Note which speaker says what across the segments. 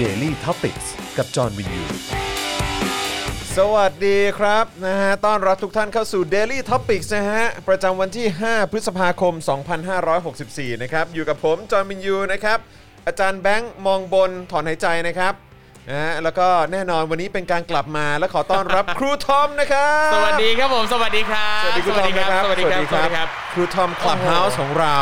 Speaker 1: Daily t o p i c กกับจอห์นวินยู
Speaker 2: สวัสดีครับนะฮะต้อนรับทุกท่านเข้าสู่ Daily Topics นะฮะ ประจำวันที่ 5 พฤษภาคม 2564 นะครับ อยู่กับผม จอห์นวินยูนะครับ อาจารย์แบงค์ มองบนถอนหายใจนะครับนะฮะแล้วก็แน่นอนวันนี้เป็นการกลับมาและขอต้อน รับ ครูทอมนะครับ
Speaker 3: สวัสดีครับผมสวัสดีครับ
Speaker 2: สวัสดีครูทอมนะครับ
Speaker 3: สวัสดีครับสวัสดีครับ
Speaker 2: ครูทอมคลับเฮาส์ของเรา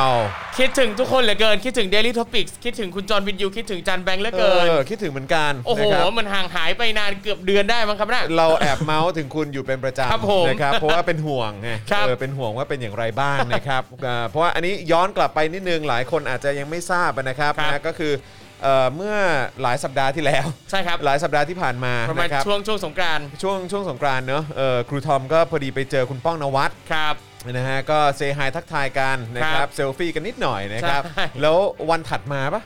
Speaker 3: คิดถึงทุกคนเหลือเกิน คิดถึง Daily Topics คิดถึงคุณจอห์นวินยู คิดถึงจันแบงค์เหลือเกิน
Speaker 2: เออคิดถึงเหมือนกัน
Speaker 3: โอ้โห
Speaker 2: นะครับ
Speaker 3: มันห่างหายไปนานเกือบเดือนได้มั้งครับนะ
Speaker 2: เราแอบเมาส์ถึงคุณอยู่เป็นประ
Speaker 3: ครับผม
Speaker 2: จำนะครับ เพราะว่าเป็นห่วงไง
Speaker 3: ครับ
Speaker 2: เออเป็นห่วงว่าเป็นอย่างไรบ้างนะครับ อ่าเพราะว่าอันนี้ย้อนกลับไปนิดนึงหลายคนอาจจะยังไม่ทราบนะครับ
Speaker 3: ครับ
Speaker 2: นะก็คือเอ่อเมื่อหลายสัปดาห์ที่แล้ว
Speaker 3: ใช่ครับ
Speaker 2: หลายสัปดาห์ที่ผ่านมา
Speaker 3: ประมาณ
Speaker 2: นะครับ
Speaker 3: ช่วงช่วงสงกรานต์
Speaker 2: ช่วงช่วงสงกรานต์เนอะเอ่อครูทอมก็พอดีไปเจอคุณป้องนวัด
Speaker 3: ครับ
Speaker 2: นะฮะก็เซฮายทักทายกันนะค
Speaker 3: ค
Speaker 2: รั
Speaker 3: รั
Speaker 2: บบ เซลฟี่กันนิดหน่อยนะครับ
Speaker 3: ใช่
Speaker 2: แล้ววันถัดมาปะ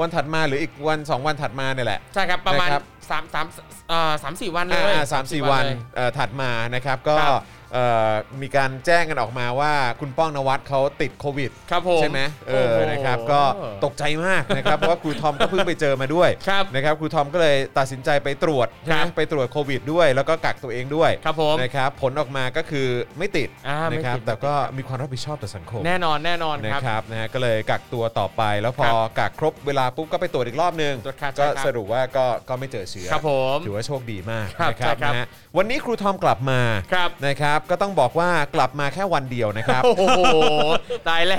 Speaker 2: วันถัดมาหรืออีกวันสองวันถัดมาเนี่ยแหละ
Speaker 3: ใช่ครับ ประมาณ
Speaker 2: นะครับ
Speaker 3: สามสามเอ่อสามสี่วันเลย
Speaker 2: อ่าสามสี่วันเอ่อถัดมานะครับก็
Speaker 3: ครับ
Speaker 2: เอ่อมีการแจ้งกันออกมาว่าคุณป้องนวัดเขาติดโควิด
Speaker 3: ครับผม
Speaker 2: ใช่ไหมเอ
Speaker 3: โโห
Speaker 2: อนะครับก็ตกใจมากนะครับ เพราะว่าครูทอมก็เพิ่งไปเจอมาด้วย
Speaker 3: ครับ
Speaker 2: นะครับครูทอมก็เลยตัดสินใจไปตรวจใช่ไหม
Speaker 3: ครับ
Speaker 2: ไปตรวจโควิดด้วย แล้วก็กักตัวเองด้วย
Speaker 3: ครับผม
Speaker 2: นะครับผลออกมาก็คือไม่ติด
Speaker 3: อ่าไม่ติด
Speaker 2: นะครับ
Speaker 3: ไม่ติด
Speaker 2: แต่ก็มีความรับผิดชอบต่อสังคม
Speaker 3: แน่นอนแน่นอน
Speaker 2: นะครับ ครับนะฮะก็เลยกักตัวต่อไป แล้วพอ
Speaker 3: ครับ
Speaker 2: กักครบเวลาปุ๊บก็ไปตรวจอีกรอบนึง
Speaker 3: ตรวจครับ
Speaker 2: ก็
Speaker 3: ใช่ครับ
Speaker 2: สรุปว่าก็ก็ไม่เจอเชื้อ
Speaker 3: ครับผม
Speaker 2: ถือว่าโชคดีมาก
Speaker 3: ครับ
Speaker 2: นะครับ
Speaker 3: ใช่ครับ
Speaker 2: นะฮะวันนี้ครูทอมกลับมา
Speaker 3: ครับ
Speaker 2: นะครับ ก็ต้องบอกว่ากลับมาแค่วันเดียวนะครับ
Speaker 3: โอ้โห ตายแล้ว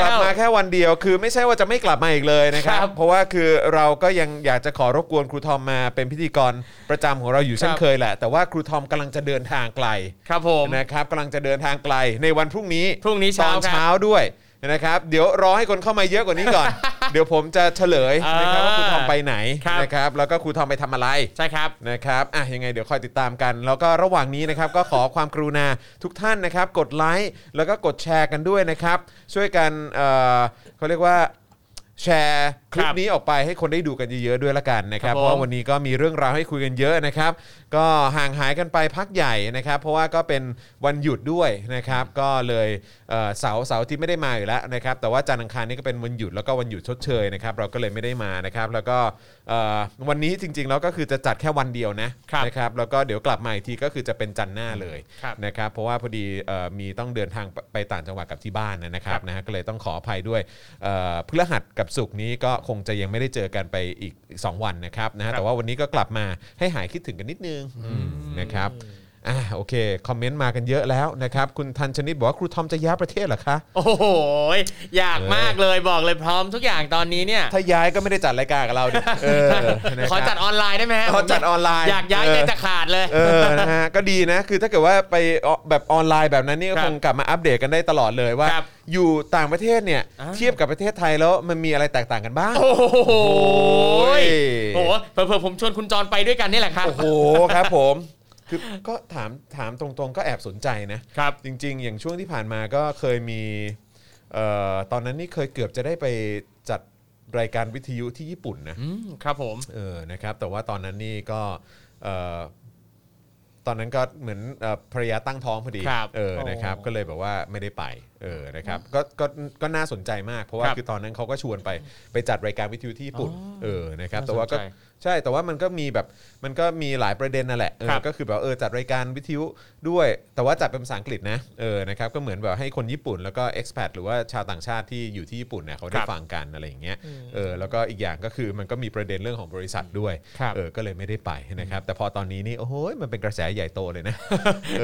Speaker 2: กลับมาแค่วันเดียวคือไม่ใช่ว่าจะไม่กลับมาอีกเลยนะครับ
Speaker 3: ครับ
Speaker 2: เพราะว่าคือเราก็ยังอยากจะขอรบกวนครูทอมมาเป็นพิธีกรประจำของเราอยู่เช่น
Speaker 3: ครับ
Speaker 2: เคยแหละ แต่ว่าครูทอมกำลังจะเดินทางไกล
Speaker 3: ครับผม
Speaker 2: นะครับกำลังจะเดินทางไกลในวันพรุ่งนี้
Speaker 3: พรุ่งนี้
Speaker 2: ต
Speaker 3: เช้า
Speaker 2: อน
Speaker 3: ครับ
Speaker 2: เช้าด้วยนะครับ เดี๋ยวรอให้คนเข้ามาเยอะกว่านี้ก่ อน เดี๋ยวผมจะเฉลยนะครับว่าครูทอมไปไหน
Speaker 3: ครับ
Speaker 2: นะครับแล้วก็ครูทอมไปทำอะไร
Speaker 3: ใช่ครับ
Speaker 2: นะครับ อ่ะ ยังไงเดี๋ยวคอยติดตามกัน แล้วก็ระหว่างนี้นะครับ ก็ขอความกรุณาทุกท่านนะครับ กดไลค์ แล้วก็กดแชร์กันด้วยนะครับ ช่วยกัน เอ่อเขาเรียกว่าแชร์คลิป
Speaker 3: ครับ
Speaker 2: นี้ออกไปให้คนได้ดูกันเยอะๆด้วยละกันนะครับ
Speaker 3: ครับ
Speaker 2: เพ
Speaker 3: ผม
Speaker 2: ราะว่าวันนี้ก็มีเรื่องราวให้คุยกันเยอะนะครับ ก็ห่างหายกันไปพักใหญ่นะครับ เพราะว่าก็เป็นวันหยุดด้วยนะครับ ก็เลยเอ่อเสาร์เสาร์ที่ไม่ได้มาอยู่แล้วนะครับ แต่ว่าจันทร์อังคารนี่ก็เป็นวันหยุดแล้วก็วันหยุดชดเชยนะครับ เราก็เลยไม่ได้มานะครับ แล้วก็เอ่อวันนี้จริงๆแล้วก็คือจะจัดแค่วันเดียวนะครับ นะครับ แล้วก็เดี๋ยวกลับมาอีกทีก็คือจะเป็นจันทร์หน้าเลย
Speaker 3: ครับ
Speaker 2: นะครับเพราะว่าพอดีเอ่อมีต้องเดินทางไปไปต่างจังหวัดกับที่บ้านนะครับนะฮะก็เลยต้องขออภัยด้วยเอ่อพฤหัสกับศุกร์นี้ก็คงจะยังไม่ได้เจอกันไปอีก 2 วันนะครับนะฮะ
Speaker 3: ครับ
Speaker 2: แต่ว่าวันนี้ก็กลับมาให้หายคิดถึงกันนิดนึงนะครับอ่าโอเค คอมเมนต์มากันเยอะแล้วนะครับ คุณทันชนิดบอกว่าครูทอมจะย้ายประเทศเหรอคะ
Speaker 3: โอ้โห อยาก
Speaker 2: เออ
Speaker 3: มากเลยบอกเลยพร้อมทุกอย่างตอนนี้เนี่ย
Speaker 2: ถ้าย้ายก็ไม่ได้จัดรายการกับเราดิเอ อนะครับ
Speaker 3: ขอจัดออนไลน์ได้ไหมฮะ
Speaker 2: ขอจัดออนไลน์
Speaker 3: อยากย้าย
Speaker 2: เ
Speaker 3: ใจจะขาดเลย
Speaker 2: เออ นะฮะ ก็ดีนะ คือถ้าเกิดว่าไปออกแบบออนไลน์แบบนั้นนี่ก็
Speaker 3: ครับ
Speaker 2: คงกลับมาอัปเดตกันได้ตลอดเลยว่า
Speaker 3: ครับ
Speaker 2: อยู่ต่างประเทศเนี่ย
Speaker 3: อ่า
Speaker 2: เทียบกับประเทศไทยแล้วมันมีอะไรแตกต่างกันบ้าง
Speaker 3: โอ้โห
Speaker 2: โอ้ย
Speaker 3: โอ้โหเผื่อๆผมชวนคุณจรไปด้วยกันนี่แหละครับ
Speaker 2: โอ้โห ครับผม คือก็ถามถามตรงๆ ก็แอบสนใจนะ
Speaker 3: ครับ
Speaker 2: จริง ๆ อย่างช่วงที่ผ่านมาก็เคยมีเอ่อตอนนั้นนี่เคยเกือบจะได้ไปจัดรายการวิทยุที่ญี่ปุ่นนะ
Speaker 3: อืมครับผม
Speaker 2: เออ นะครับ แต่ว่าตอนนั้นนี่ก็เอ่อตอนนั้นก็เหมือนเอ่อภรรยาตั้งท้องพอดี
Speaker 3: ครับ
Speaker 2: เออ นะครับ
Speaker 3: โอ้
Speaker 2: ก็เลยแบบว่าไม่ได้ไป เออ นะครับ ก็ ก็ ก็น่าสนใจมาก เพราะว่า
Speaker 3: ครับ
Speaker 2: คือตอนนั้นเขาก็ชวนไป ไปจัดรายการวิทยุที่ญี่ปุ่น
Speaker 3: อ๋อ
Speaker 2: เออ นะครับ
Speaker 3: น่าสน
Speaker 2: แต่ว่าก็
Speaker 3: ใจ
Speaker 2: ใช่ แต่ว่ามันก็มีแบบ มันก็มีหลายประเด็นนั่นแหละ เออ
Speaker 3: ครับ
Speaker 2: ก็คือแบบเออ จัดรายการวิทยุด้วย แต่ว่าจัดเป็นภาษาอังกฤษนะ เออ นะครับ ก็เหมือนแบบให้คนญี่ปุ่น แล้วก็ expat หรือว่าชาวต่างชาติที่อยู่ที่ญี่ปุ่นเนี่ยเขาได้
Speaker 3: ครับ
Speaker 2: ฟังกันอะไรอย่างเงี้ย
Speaker 3: อืม
Speaker 2: เออ แล้วก็อีกอย่างก็คือมันก็มีประเด็นเรื่องของบริษัทด้วย
Speaker 3: ครับ
Speaker 2: เออ ก็เลยไม่ได้ไปนะครับ แต่พอตอนนี้นี่ โอ้โหยมันเป็นกระแสใหญ่โตเลย นะ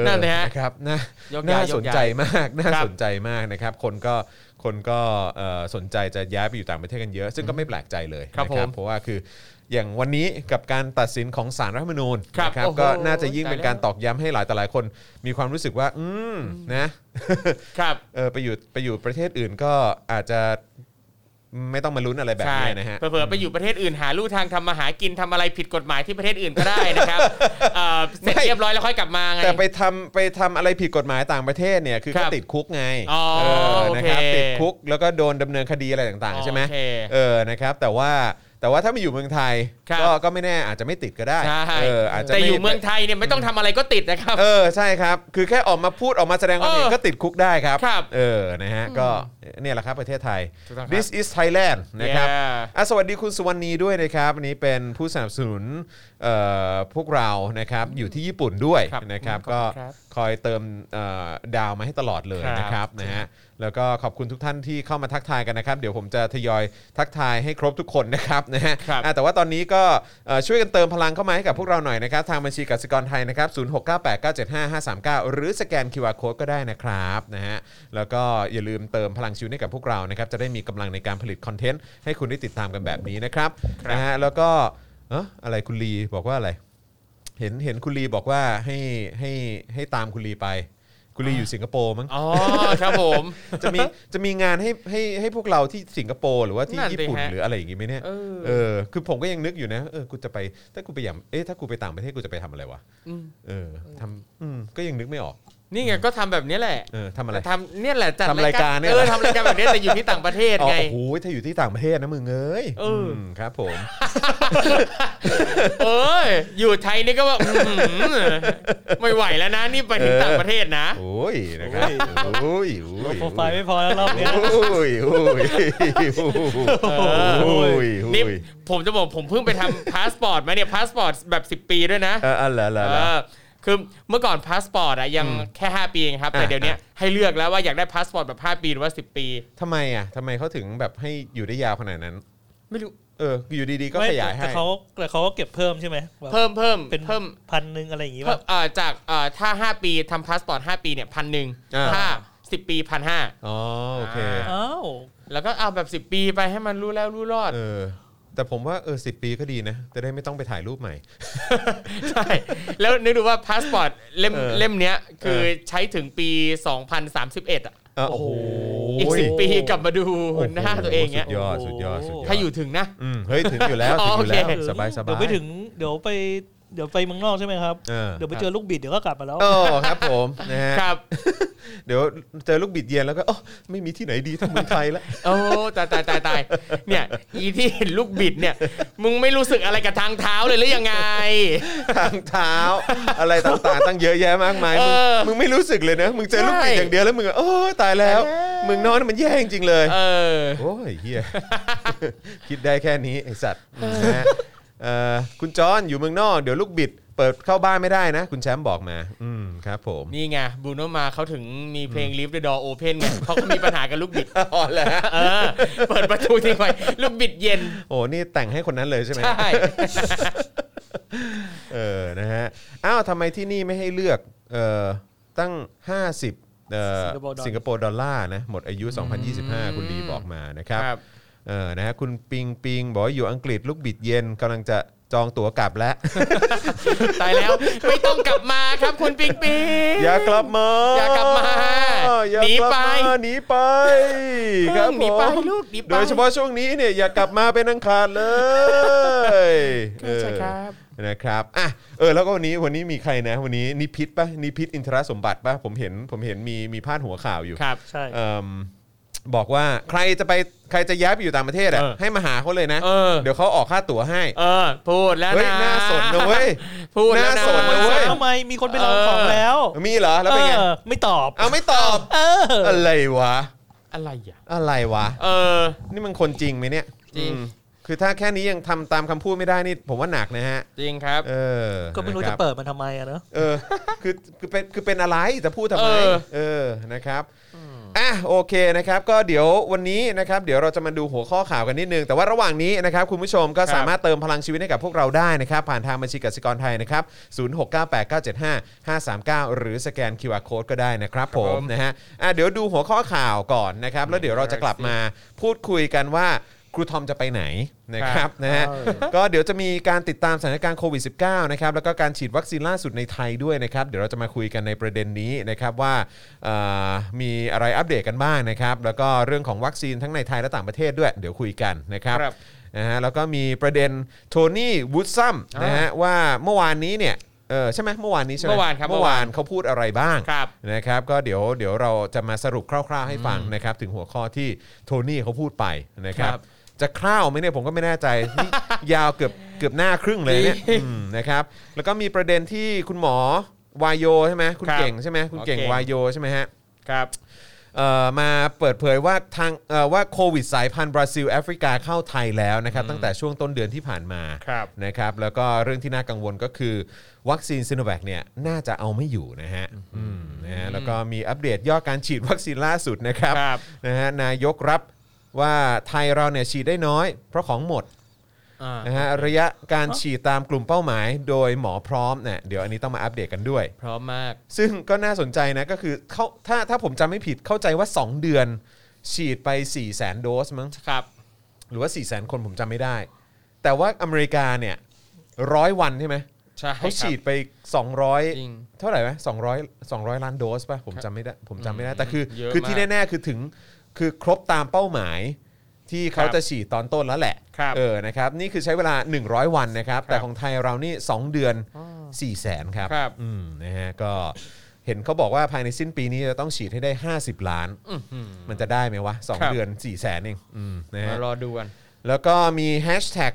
Speaker 3: นั่นสิฮะ
Speaker 2: เออครับน่าย
Speaker 3: ก
Speaker 2: น่า
Speaker 3: ย้าย
Speaker 2: ย
Speaker 3: ก
Speaker 2: ส
Speaker 3: ย้าย
Speaker 2: นใจมาก น่า
Speaker 3: ครับ
Speaker 2: สนใจมากนะครับ คนก็ คนก็เอ่อสนใจจะย้ายไปอยู่ต่างประเทศกันเยอะ ซึ่งก็ไม่แปลกใจเลย
Speaker 3: ครับ
Speaker 2: นะ
Speaker 3: ผม
Speaker 2: เพราะว่าคือ อย่างวันนี้กับการตัดสินของศาลรัฐธรรมนูญ
Speaker 3: ครับ
Speaker 2: นะ
Speaker 3: โอ้โห
Speaker 2: ก็น่าจะยิ่งเป็น
Speaker 3: ตายแล้ว
Speaker 2: การตอกย้ำให้หลายต่อหลายคน มีความรู้สึกว่า อืม นะ
Speaker 3: ครับ
Speaker 2: เออ ไปอยู่ ไปอยู่ประเทศอื่นก็อาจจะไม่ต้องมาลุ้นอะไรแบบ
Speaker 3: ใช่
Speaker 2: นี้นะฮะ
Speaker 3: เผื่อๆไปอยู่ประเทศอื่นหาลู่ทางทำมาหากินทำอะไรผิดกฎหมายที่ประเทศอื่นก็ได้ นะครับ เอ่อเสร็จ
Speaker 2: ไม่
Speaker 3: เรียบร้อยแล้วค่อยกลับมาไง
Speaker 2: แต่ไปทำไปทำอะไรผิดกฎหมายต่างประเทศเนี่ยคือ
Speaker 3: ครั
Speaker 2: ก็
Speaker 3: บ
Speaker 2: ติดคุกไง
Speaker 3: อ๋อ
Speaker 2: เออ
Speaker 3: โอเค
Speaker 2: นะครับติดคุกแล้วก็โดนดำเนินคดีอะไรต่าง
Speaker 3: อ๋
Speaker 2: ๆ
Speaker 3: อ
Speaker 2: ใช่ไหม
Speaker 3: โอเค
Speaker 2: เออนะครับแต่ว่า แต่ว่าถ้ามาอยู่เมืองไทย
Speaker 3: ครับ
Speaker 2: ก็ก็ไม่แน่อาจจะไม่ติดก็ได้
Speaker 3: ใช่
Speaker 2: เอออาจจะ
Speaker 3: แต่
Speaker 2: ไม่
Speaker 3: อยู่เมืองไทยเนี่ยไม่ต้องทำอะไรก็ติดนะครับ
Speaker 2: เออใช่ครับ คือแค่ออกมาพูดออกมาแสดงความเห็น
Speaker 3: เออ
Speaker 2: ก็ติดคุกได้ครับ
Speaker 3: ครับ
Speaker 2: เออนะฮะก็เนี่ยแหละครับประเทศไทย
Speaker 3: ถูกต้องครับ
Speaker 2: this is Thailand นะครับ
Speaker 3: Yeah
Speaker 2: อ่ะสวัสดีคุณสุวรรณีด้วยนะครับอันนี้เป็นผู้สนับสนุนเอ่อพวกเรานะครับอยู่ที่ญี่ปุ่นด้วย
Speaker 3: ครับ
Speaker 2: นะครับ
Speaker 3: ขอบคุ
Speaker 2: ก็
Speaker 3: ณครับ
Speaker 2: คอยเติมเอ่อดาวมาให้ตลอดเลย
Speaker 3: ครับ
Speaker 2: นะครับนะฮะแล้วก็ขอบคุณทุกท่านที่เข้ามาทักทายกันนะครับ เดี๋ยวผมจะทยอยทักทายให้ครบทุกคนนะครับนะฮะ
Speaker 3: ครับ
Speaker 2: อ่ะแต่ว่าตอนนี้ก็เอ่อช่วยกันเติมพลังเข้ามาให้กับพวกเราหน่อยนะครับ ทางบัญชีกสิกรไทยนะครับ0698975539 หรือสแกน QR Code ก็ได้นะครับนะฮะแล้วก็อย่าลืมเติมพลังชีวิตให้กับพวกเรานะครับจะได้มีกำลังในการผลิตคอนเทนต์ให้คุณได้ติดตามกันแบบนี้นะครับ
Speaker 3: ครับ
Speaker 2: นะฮะแล้วก็เอะอะไรคุณลีบอกว่าอะไร เห็นเห็นคุณลีบอกว่าให้ให้ให้ตามคุณลีไป คุณลีอยู่สิงคโปร์มั้ง
Speaker 3: อ๋อครับผม
Speaker 2: จะ มีจะมีงานให้ให้ให้พวกเราที่สิงคโปร์หรือว่าที่
Speaker 3: นั่นสิ
Speaker 2: ญี่ปุ่น
Speaker 3: ฮะ
Speaker 2: หรืออะไรอย่างงี้ไหมเนี่ย
Speaker 3: เออ
Speaker 2: เออคือผมก็ยังนึกอยู่นะเออกูจะไปถ้ากูไปอย่างเอ๊ะถ้ากูไปต่างประเทศกูจะไปทำอะไรวะ
Speaker 3: อืม
Speaker 2: เออทำอืมก็ยังนึกไม่ออก
Speaker 3: นี่ไงก็ทำแบบนี้แหละ
Speaker 2: เออทำอะไร
Speaker 3: ทำเนี่ยแหละจัด
Speaker 2: ทำรายการเนี่ย
Speaker 3: เออทำรายการแบบนี้แต่อยู่ที่ต่างประเทศ
Speaker 2: อ๋อ
Speaker 3: ไง
Speaker 2: โอ้โหถ้าอยู่ที่ต่างประเทศนะมึงเอ้ย
Speaker 3: เอออื
Speaker 2: มครับผม
Speaker 3: เอออยู่ไทยนี่ก็ว่าอื้อหือไม่ไหวแล้วนะนี่ไปถึง
Speaker 2: เออ
Speaker 3: ต่างประเทศนะ
Speaker 2: โอ้ยนะครับโอ้ยโอ้ย
Speaker 4: โปรไฟล์ไม่พอแล้วรอบเนี้ย
Speaker 2: โอ้ยโอ้ยโอ้ยโอ้ย
Speaker 3: นี่
Speaker 2: โอ้ย
Speaker 3: ผมจะบอกผมเพิ่งไปทำพาสปอร์ตมาเนี่ยพาสปอร์ตแบบ 10 ปีด้วยนะ
Speaker 2: เออเออเหรอเหรอเหรอ
Speaker 3: เออคือเมื่อก่อนพาสปอร์ตอะยังแค่ 5 ปีเองครับ แต่
Speaker 2: อ่ะ
Speaker 3: เดี๋ยวเนี้ยให้เลือกแล้วว่าอยากได้พาสปอร์ตแบบ 5 ปีหรือว่า 10 ปี
Speaker 2: ทำไมอ่ะทำไมเขาถึงแบบให้อยู่ได้ยาวขนาดนั้น
Speaker 3: ไม่รู้
Speaker 2: เออ อยู่ดีๆก็
Speaker 4: ไม่
Speaker 2: ขยาย
Speaker 4: แต่
Speaker 2: ให้
Speaker 4: เขาแต่เขาก็เก็บเพิ่มใช่ไหมแบบ
Speaker 3: เพิ่มเพิ่ม
Speaker 4: เป็น
Speaker 3: เพิ่ม
Speaker 4: พันหนึ่งอะไรอย่างงี้
Speaker 3: เพิ่
Speaker 4: ป่ะ
Speaker 3: มเอ่อจากเอ่อถ้า 5 ปีทำพาสปอร์ต 5 ปีเนี่ยพันหนึ่ง
Speaker 2: อ่า
Speaker 3: ถ้า 10 ปีพันห้า
Speaker 2: อ๋อโอเค
Speaker 3: อ่
Speaker 4: อ้าว
Speaker 3: แล้วก็เอาแบบ 10 ปีไปให้มันรู้แล้วรู้รอด
Speaker 2: เออ แต่ผมว่าเออสิปีก็ดีนะ จะได้ไม่ต้องไปถ่ายรูปใหม่
Speaker 3: ใช่ แล้วนึกดูว่าพาสปอร์ตเล่ม
Speaker 2: เออ
Speaker 3: เล่มเนี้ยคือใช้ถึงปี 2031อ่ะ
Speaker 2: เออโอ้โห
Speaker 3: อีกสิปีกลับมาดู
Speaker 2: โอ้โ
Speaker 3: หน้าตัวเองเนี้ย
Speaker 2: สุดยอดสุดยอดสุดยอด
Speaker 3: ถ้าอยู่ถึงนะ
Speaker 2: อืมเฮ้ย ถึงอยู่แล้ว
Speaker 3: อ๋
Speaker 2: ถึอ
Speaker 3: อง
Speaker 2: ยู่แล้ว
Speaker 3: โอเค
Speaker 2: สบายสบาย
Speaker 4: เดี๋ยวไปถึงเดี๋ยวไปเดี๋ยวไปเมืองนอกใช่ไหมครับ
Speaker 2: เออ
Speaker 4: เดี๋ยวไปเจอลูกบิดเดี๋ยวก็กลับมาแล้ว
Speaker 2: โอ้ครับผมนะฮะ
Speaker 3: ครับ
Speaker 2: เดี๋ยวเจอลูกบิดเย็นแล้วก็อ๋อไม่มีที่ไหนดีเท่าเมืองไทยแล้ว
Speaker 3: โอ้ตายตายตายตายเนี่ยอีที่เห็นลูกบิดเนี่ย มึงไม่รู้สึกอะไรกับทางเท้าเลยหรือยังไง
Speaker 2: ทางเท้า อะไรต่างๆตั้งเยอะแยะมากมายมึง
Speaker 3: เออ
Speaker 2: มึงไม่รู้สึกเลยนะมึงเจอลูกบิด
Speaker 3: ใช่
Speaker 2: อย่างเดียวแล้วมึงก็โอ้ตายแล้วมึงนอนมันแย่จริงๆเลย
Speaker 3: เออ
Speaker 2: โอ้ยเฮีย คิดได้แค่นี้ไอสัตว์นะฮะเอ่อคุณจอนอยู่เมืองนอก เดี๋ยวลูกบิด เปิดเข้าบ้านไม่ได้นะ คุณแชมป์บอกมา อืมครับผม
Speaker 3: นี่ไงบูโนมาเขาถึงมีเพลง Leave the Door Open ไงเพราะเขามีปัญหากับลูกบิด
Speaker 2: อ๋อแล้ว
Speaker 3: เออ เปิดประตูทิ้งไว้ลูกบิดเย็น
Speaker 2: โอ้นี่แต่งให้คนนั้นเลยใช่ไหม
Speaker 3: ใช่
Speaker 2: เออนะฮะอ้าวทำไมที่นี่ไม่ให้เลือกเอ่อตั้ง 50เอ่อ
Speaker 4: สิ
Speaker 2: สิง
Speaker 4: ง
Speaker 2: ค
Speaker 4: ค
Speaker 2: โป
Speaker 4: โป
Speaker 2: ร์ด
Speaker 4: ร์ด
Speaker 2: อ
Speaker 4: อ
Speaker 2: ล
Speaker 4: ล
Speaker 2: ลา
Speaker 4: ลาร์
Speaker 2: ร์นะหมดอายุ 2025 คุณลีบอกมานะครับ
Speaker 3: ครับ
Speaker 2: เออ นะฮะ คุณปิงปิงบอกว่าอยู่อังกฤษลูกบิดเย็นกำลังจะจองตั๋วกลับแล้ว
Speaker 3: ตายแล้วไม่ต้องกลับมาครับคุณปิงปิง
Speaker 2: อย่ากลับมา
Speaker 3: อย่ากลับมา
Speaker 2: อย่ากลับมาหนีไปครับผม
Speaker 3: หนีไปลูกหนีไป
Speaker 2: โดยเฉพาะช่วงนี้เนี่ยอย่ากลับมาเป็นอังคารเลย
Speaker 3: ใช่ครับ
Speaker 2: เออนะครับอ่ะเออแล้วก็วันนี้วันนี้มีใครนะ วันนี้นิพิษปะนิพิษอินทรสมบัติปะผมเห็นผมเห็นมีมีพาดหัวข่าวอยู่
Speaker 3: ครับ
Speaker 4: ใช่
Speaker 2: เอิ่มบอกว่าใครจะไปใครจะย้ายไปอยู่ต่างประเทศอ่ะ
Speaker 3: เออ
Speaker 2: ให้มาหาเขาเลยนะ
Speaker 3: เออ
Speaker 2: เดี๋ยวเขาออกค่าตั๋วให้
Speaker 3: เออ พูดแล้ว
Speaker 2: เฮ้ย
Speaker 3: นะ
Speaker 2: น่าสนนะเว้ย
Speaker 3: พูดแล้ว
Speaker 2: น่า
Speaker 3: นะ
Speaker 2: สนนะเว้ย
Speaker 4: ทำไมมีคนไปลองของแล้ว
Speaker 2: มีเหรอแล้วเป็นไง
Speaker 4: เออไม่ตอบ
Speaker 2: เอาไม่ตอบ
Speaker 4: เออ
Speaker 2: อะไรวะ
Speaker 3: อะไรอ่ะ
Speaker 2: อะไรวะ
Speaker 3: เออ
Speaker 2: นี่มันคนจริงไหมเนี่ย
Speaker 3: จริง
Speaker 2: อืมคือถ้าแค่นี้ยังทำตามคำพูดไม่ได้นี่ผมว่าหนักนะฮะ
Speaker 3: จริงครับ
Speaker 2: เออ
Speaker 4: ก็ไม่รู้
Speaker 2: นค
Speaker 4: จะ
Speaker 2: บ
Speaker 4: เปิดมันทำไมอะเนอะ
Speaker 2: เออ คือคือเป็นคือเป็นอะไรจะพูดทำไม
Speaker 3: เออ
Speaker 2: เออนะครับอ่ะโอเคนะครับ ก็เดี๋ยววันนี้นะครับ เดี๋ยวเราจะมาดูหัวข้อข่าวกันนิดนึง แต่ว่าระหว่างนี้นะครับ คุณผู้ชมก็สามารถเติมพลังชีวิตให้กับพวกเราได้นะครับ ผ่านทางบัญชีกสิกรไทยนะครับ0698975539 หรือสแกน QR Code ก็ได้นะครับผมนะฮะอ่ะเดี๋ยวดูหัวข้อข่าวก่อนนะครับ แล้วเดี๋ยวเราจะกลับมาพูดคุยกันว่าครูทอมจะไปไหนนะครับ ครับนะฮะก็เดี๋ยวจะมีการติดตามสถานการณ์โควิด -19 นะครับแล้วก็การฉีดวัคซีนล่าสุดในไทยด้วยนะครับ เดี๋ยวเราจะมาคุยกันในประเด็นนี้นะครับว่าเอ่อมีอะไรอัปเดตกันบ้างนะครับ แล้วก็เรื่องของวัคซีนทั้งในไทยและต่างประเทศด้วย เดี๋ยวคุยกันนะครับ
Speaker 3: ครับ
Speaker 2: นะฮะแล้วก็มีประเด็นโทนี่วูดซัม
Speaker 3: อ่าน
Speaker 2: นะฮะว่าเมื่อวานนี้เนี่ยเออใช่ไหมเมื่อวานนี้ใช่ไหม
Speaker 3: เมื่อวานครับ
Speaker 2: เมื่อวานเขาพูดอะไรบ้าง
Speaker 3: ครับ
Speaker 2: นะครับก็เดี๋ยวเดี๋ยวเราจะมาสรุปคร่าว ๆ ให้ฟังนะครับถึงหัวข้อที่โทนี่เขาพูดไปนะครับ
Speaker 3: ครับ
Speaker 2: จะคร่าวไหมเนี่ยผมก็ไม่แน่ใจนี่ ยาวเกือบเกือบหน้าครึ่งเลยเนี่ยอืมนะครับแล้วก็มีประเด็นที่คุณหมอวายโยใช่ไหมคุณ
Speaker 3: ครับ
Speaker 2: เก่งใช่ไหมคุณเก่ง
Speaker 3: โอเค
Speaker 2: วายโยใช่ไหมฮะ
Speaker 3: ครับ
Speaker 2: เอ่อมาเปิดเผยว่าทางเอ่อว่าโควิดสายพันธุ์บราซิลแอฟริกาเข้าไทยแล้วนะครับตั้งแต่ช่วงต้นเดือนที่ผ่านมา
Speaker 3: ครับ
Speaker 2: นะครับแล้วก็เรื่องที่น่ากังวลก็คือ วัคซีนซิโนแวคเนี่ยน่าจะเอาไม่อยู่นะฮะอืมนะฮะแล้วก็มีอัปเดตยอดการฉีดวัคซีนล่าสุดนะครับ
Speaker 3: ครับ
Speaker 2: นะฮะนายกรับว่าไทยเราเนี่ยฉีดได้น้อย เพราะของหมด
Speaker 3: อ่า
Speaker 2: นะฮะระยะการฉีดตามกลุ่มเป้าหมาย โดยหมอพร้อมเนี่ยเดี๋ยวอันนี้ต้องมาอัปเดตกันด้วย
Speaker 3: พร้อมมาก
Speaker 2: ซึ่งก็น่าสนใจนะก็คือเขาถ้าถ้าผมจำไม่ผิดเข้าใจว่า 2 เดือน ฉีดไป 4 0 0แสนโดสมั้ง
Speaker 3: ครับ
Speaker 2: หรือว่า 4 0 0แสนคนผมจำไม่ได้ แต่ว่าอเมริกาเนี่ยร้อยวันใช่ไหม
Speaker 3: ใช่ครับ
Speaker 2: เขาฉีดไป
Speaker 3: จริง
Speaker 2: 200 เท่าไหร่ไหมสองร้อยสองร้อยล้านโดสป่ะผมจำไม่ได้ผมจำไม่ได้ แต่คือ
Speaker 3: เยอะ
Speaker 2: คือ
Speaker 3: มาก
Speaker 2: ที่แน่ ๆ คือถึงคือครบตามเป้าหมาย ที่เขา
Speaker 3: ครับ
Speaker 2: จะฉีดตอนต้นแล้วแหละ
Speaker 3: ครับ
Speaker 2: เออนะครับนี่คือใช้เวลา 100 วันนะครับ
Speaker 3: ครับ
Speaker 2: แต่ของไทยเรานี่ 2 เดือน 4 0 0แสนครับ
Speaker 3: ครับ
Speaker 2: อืมนะฮะก็เห็นเขาบอกว่าภายในสิ้นปีนี้จะต้องฉีดให้ได้ 50 ล้าน มันจะได้ไหมวะ
Speaker 3: ครับ
Speaker 2: 2 เดือน 4 แสนเองอืมนะฮะ
Speaker 3: มารอดูกัน
Speaker 2: แล้วก็มีแฮชแท็ก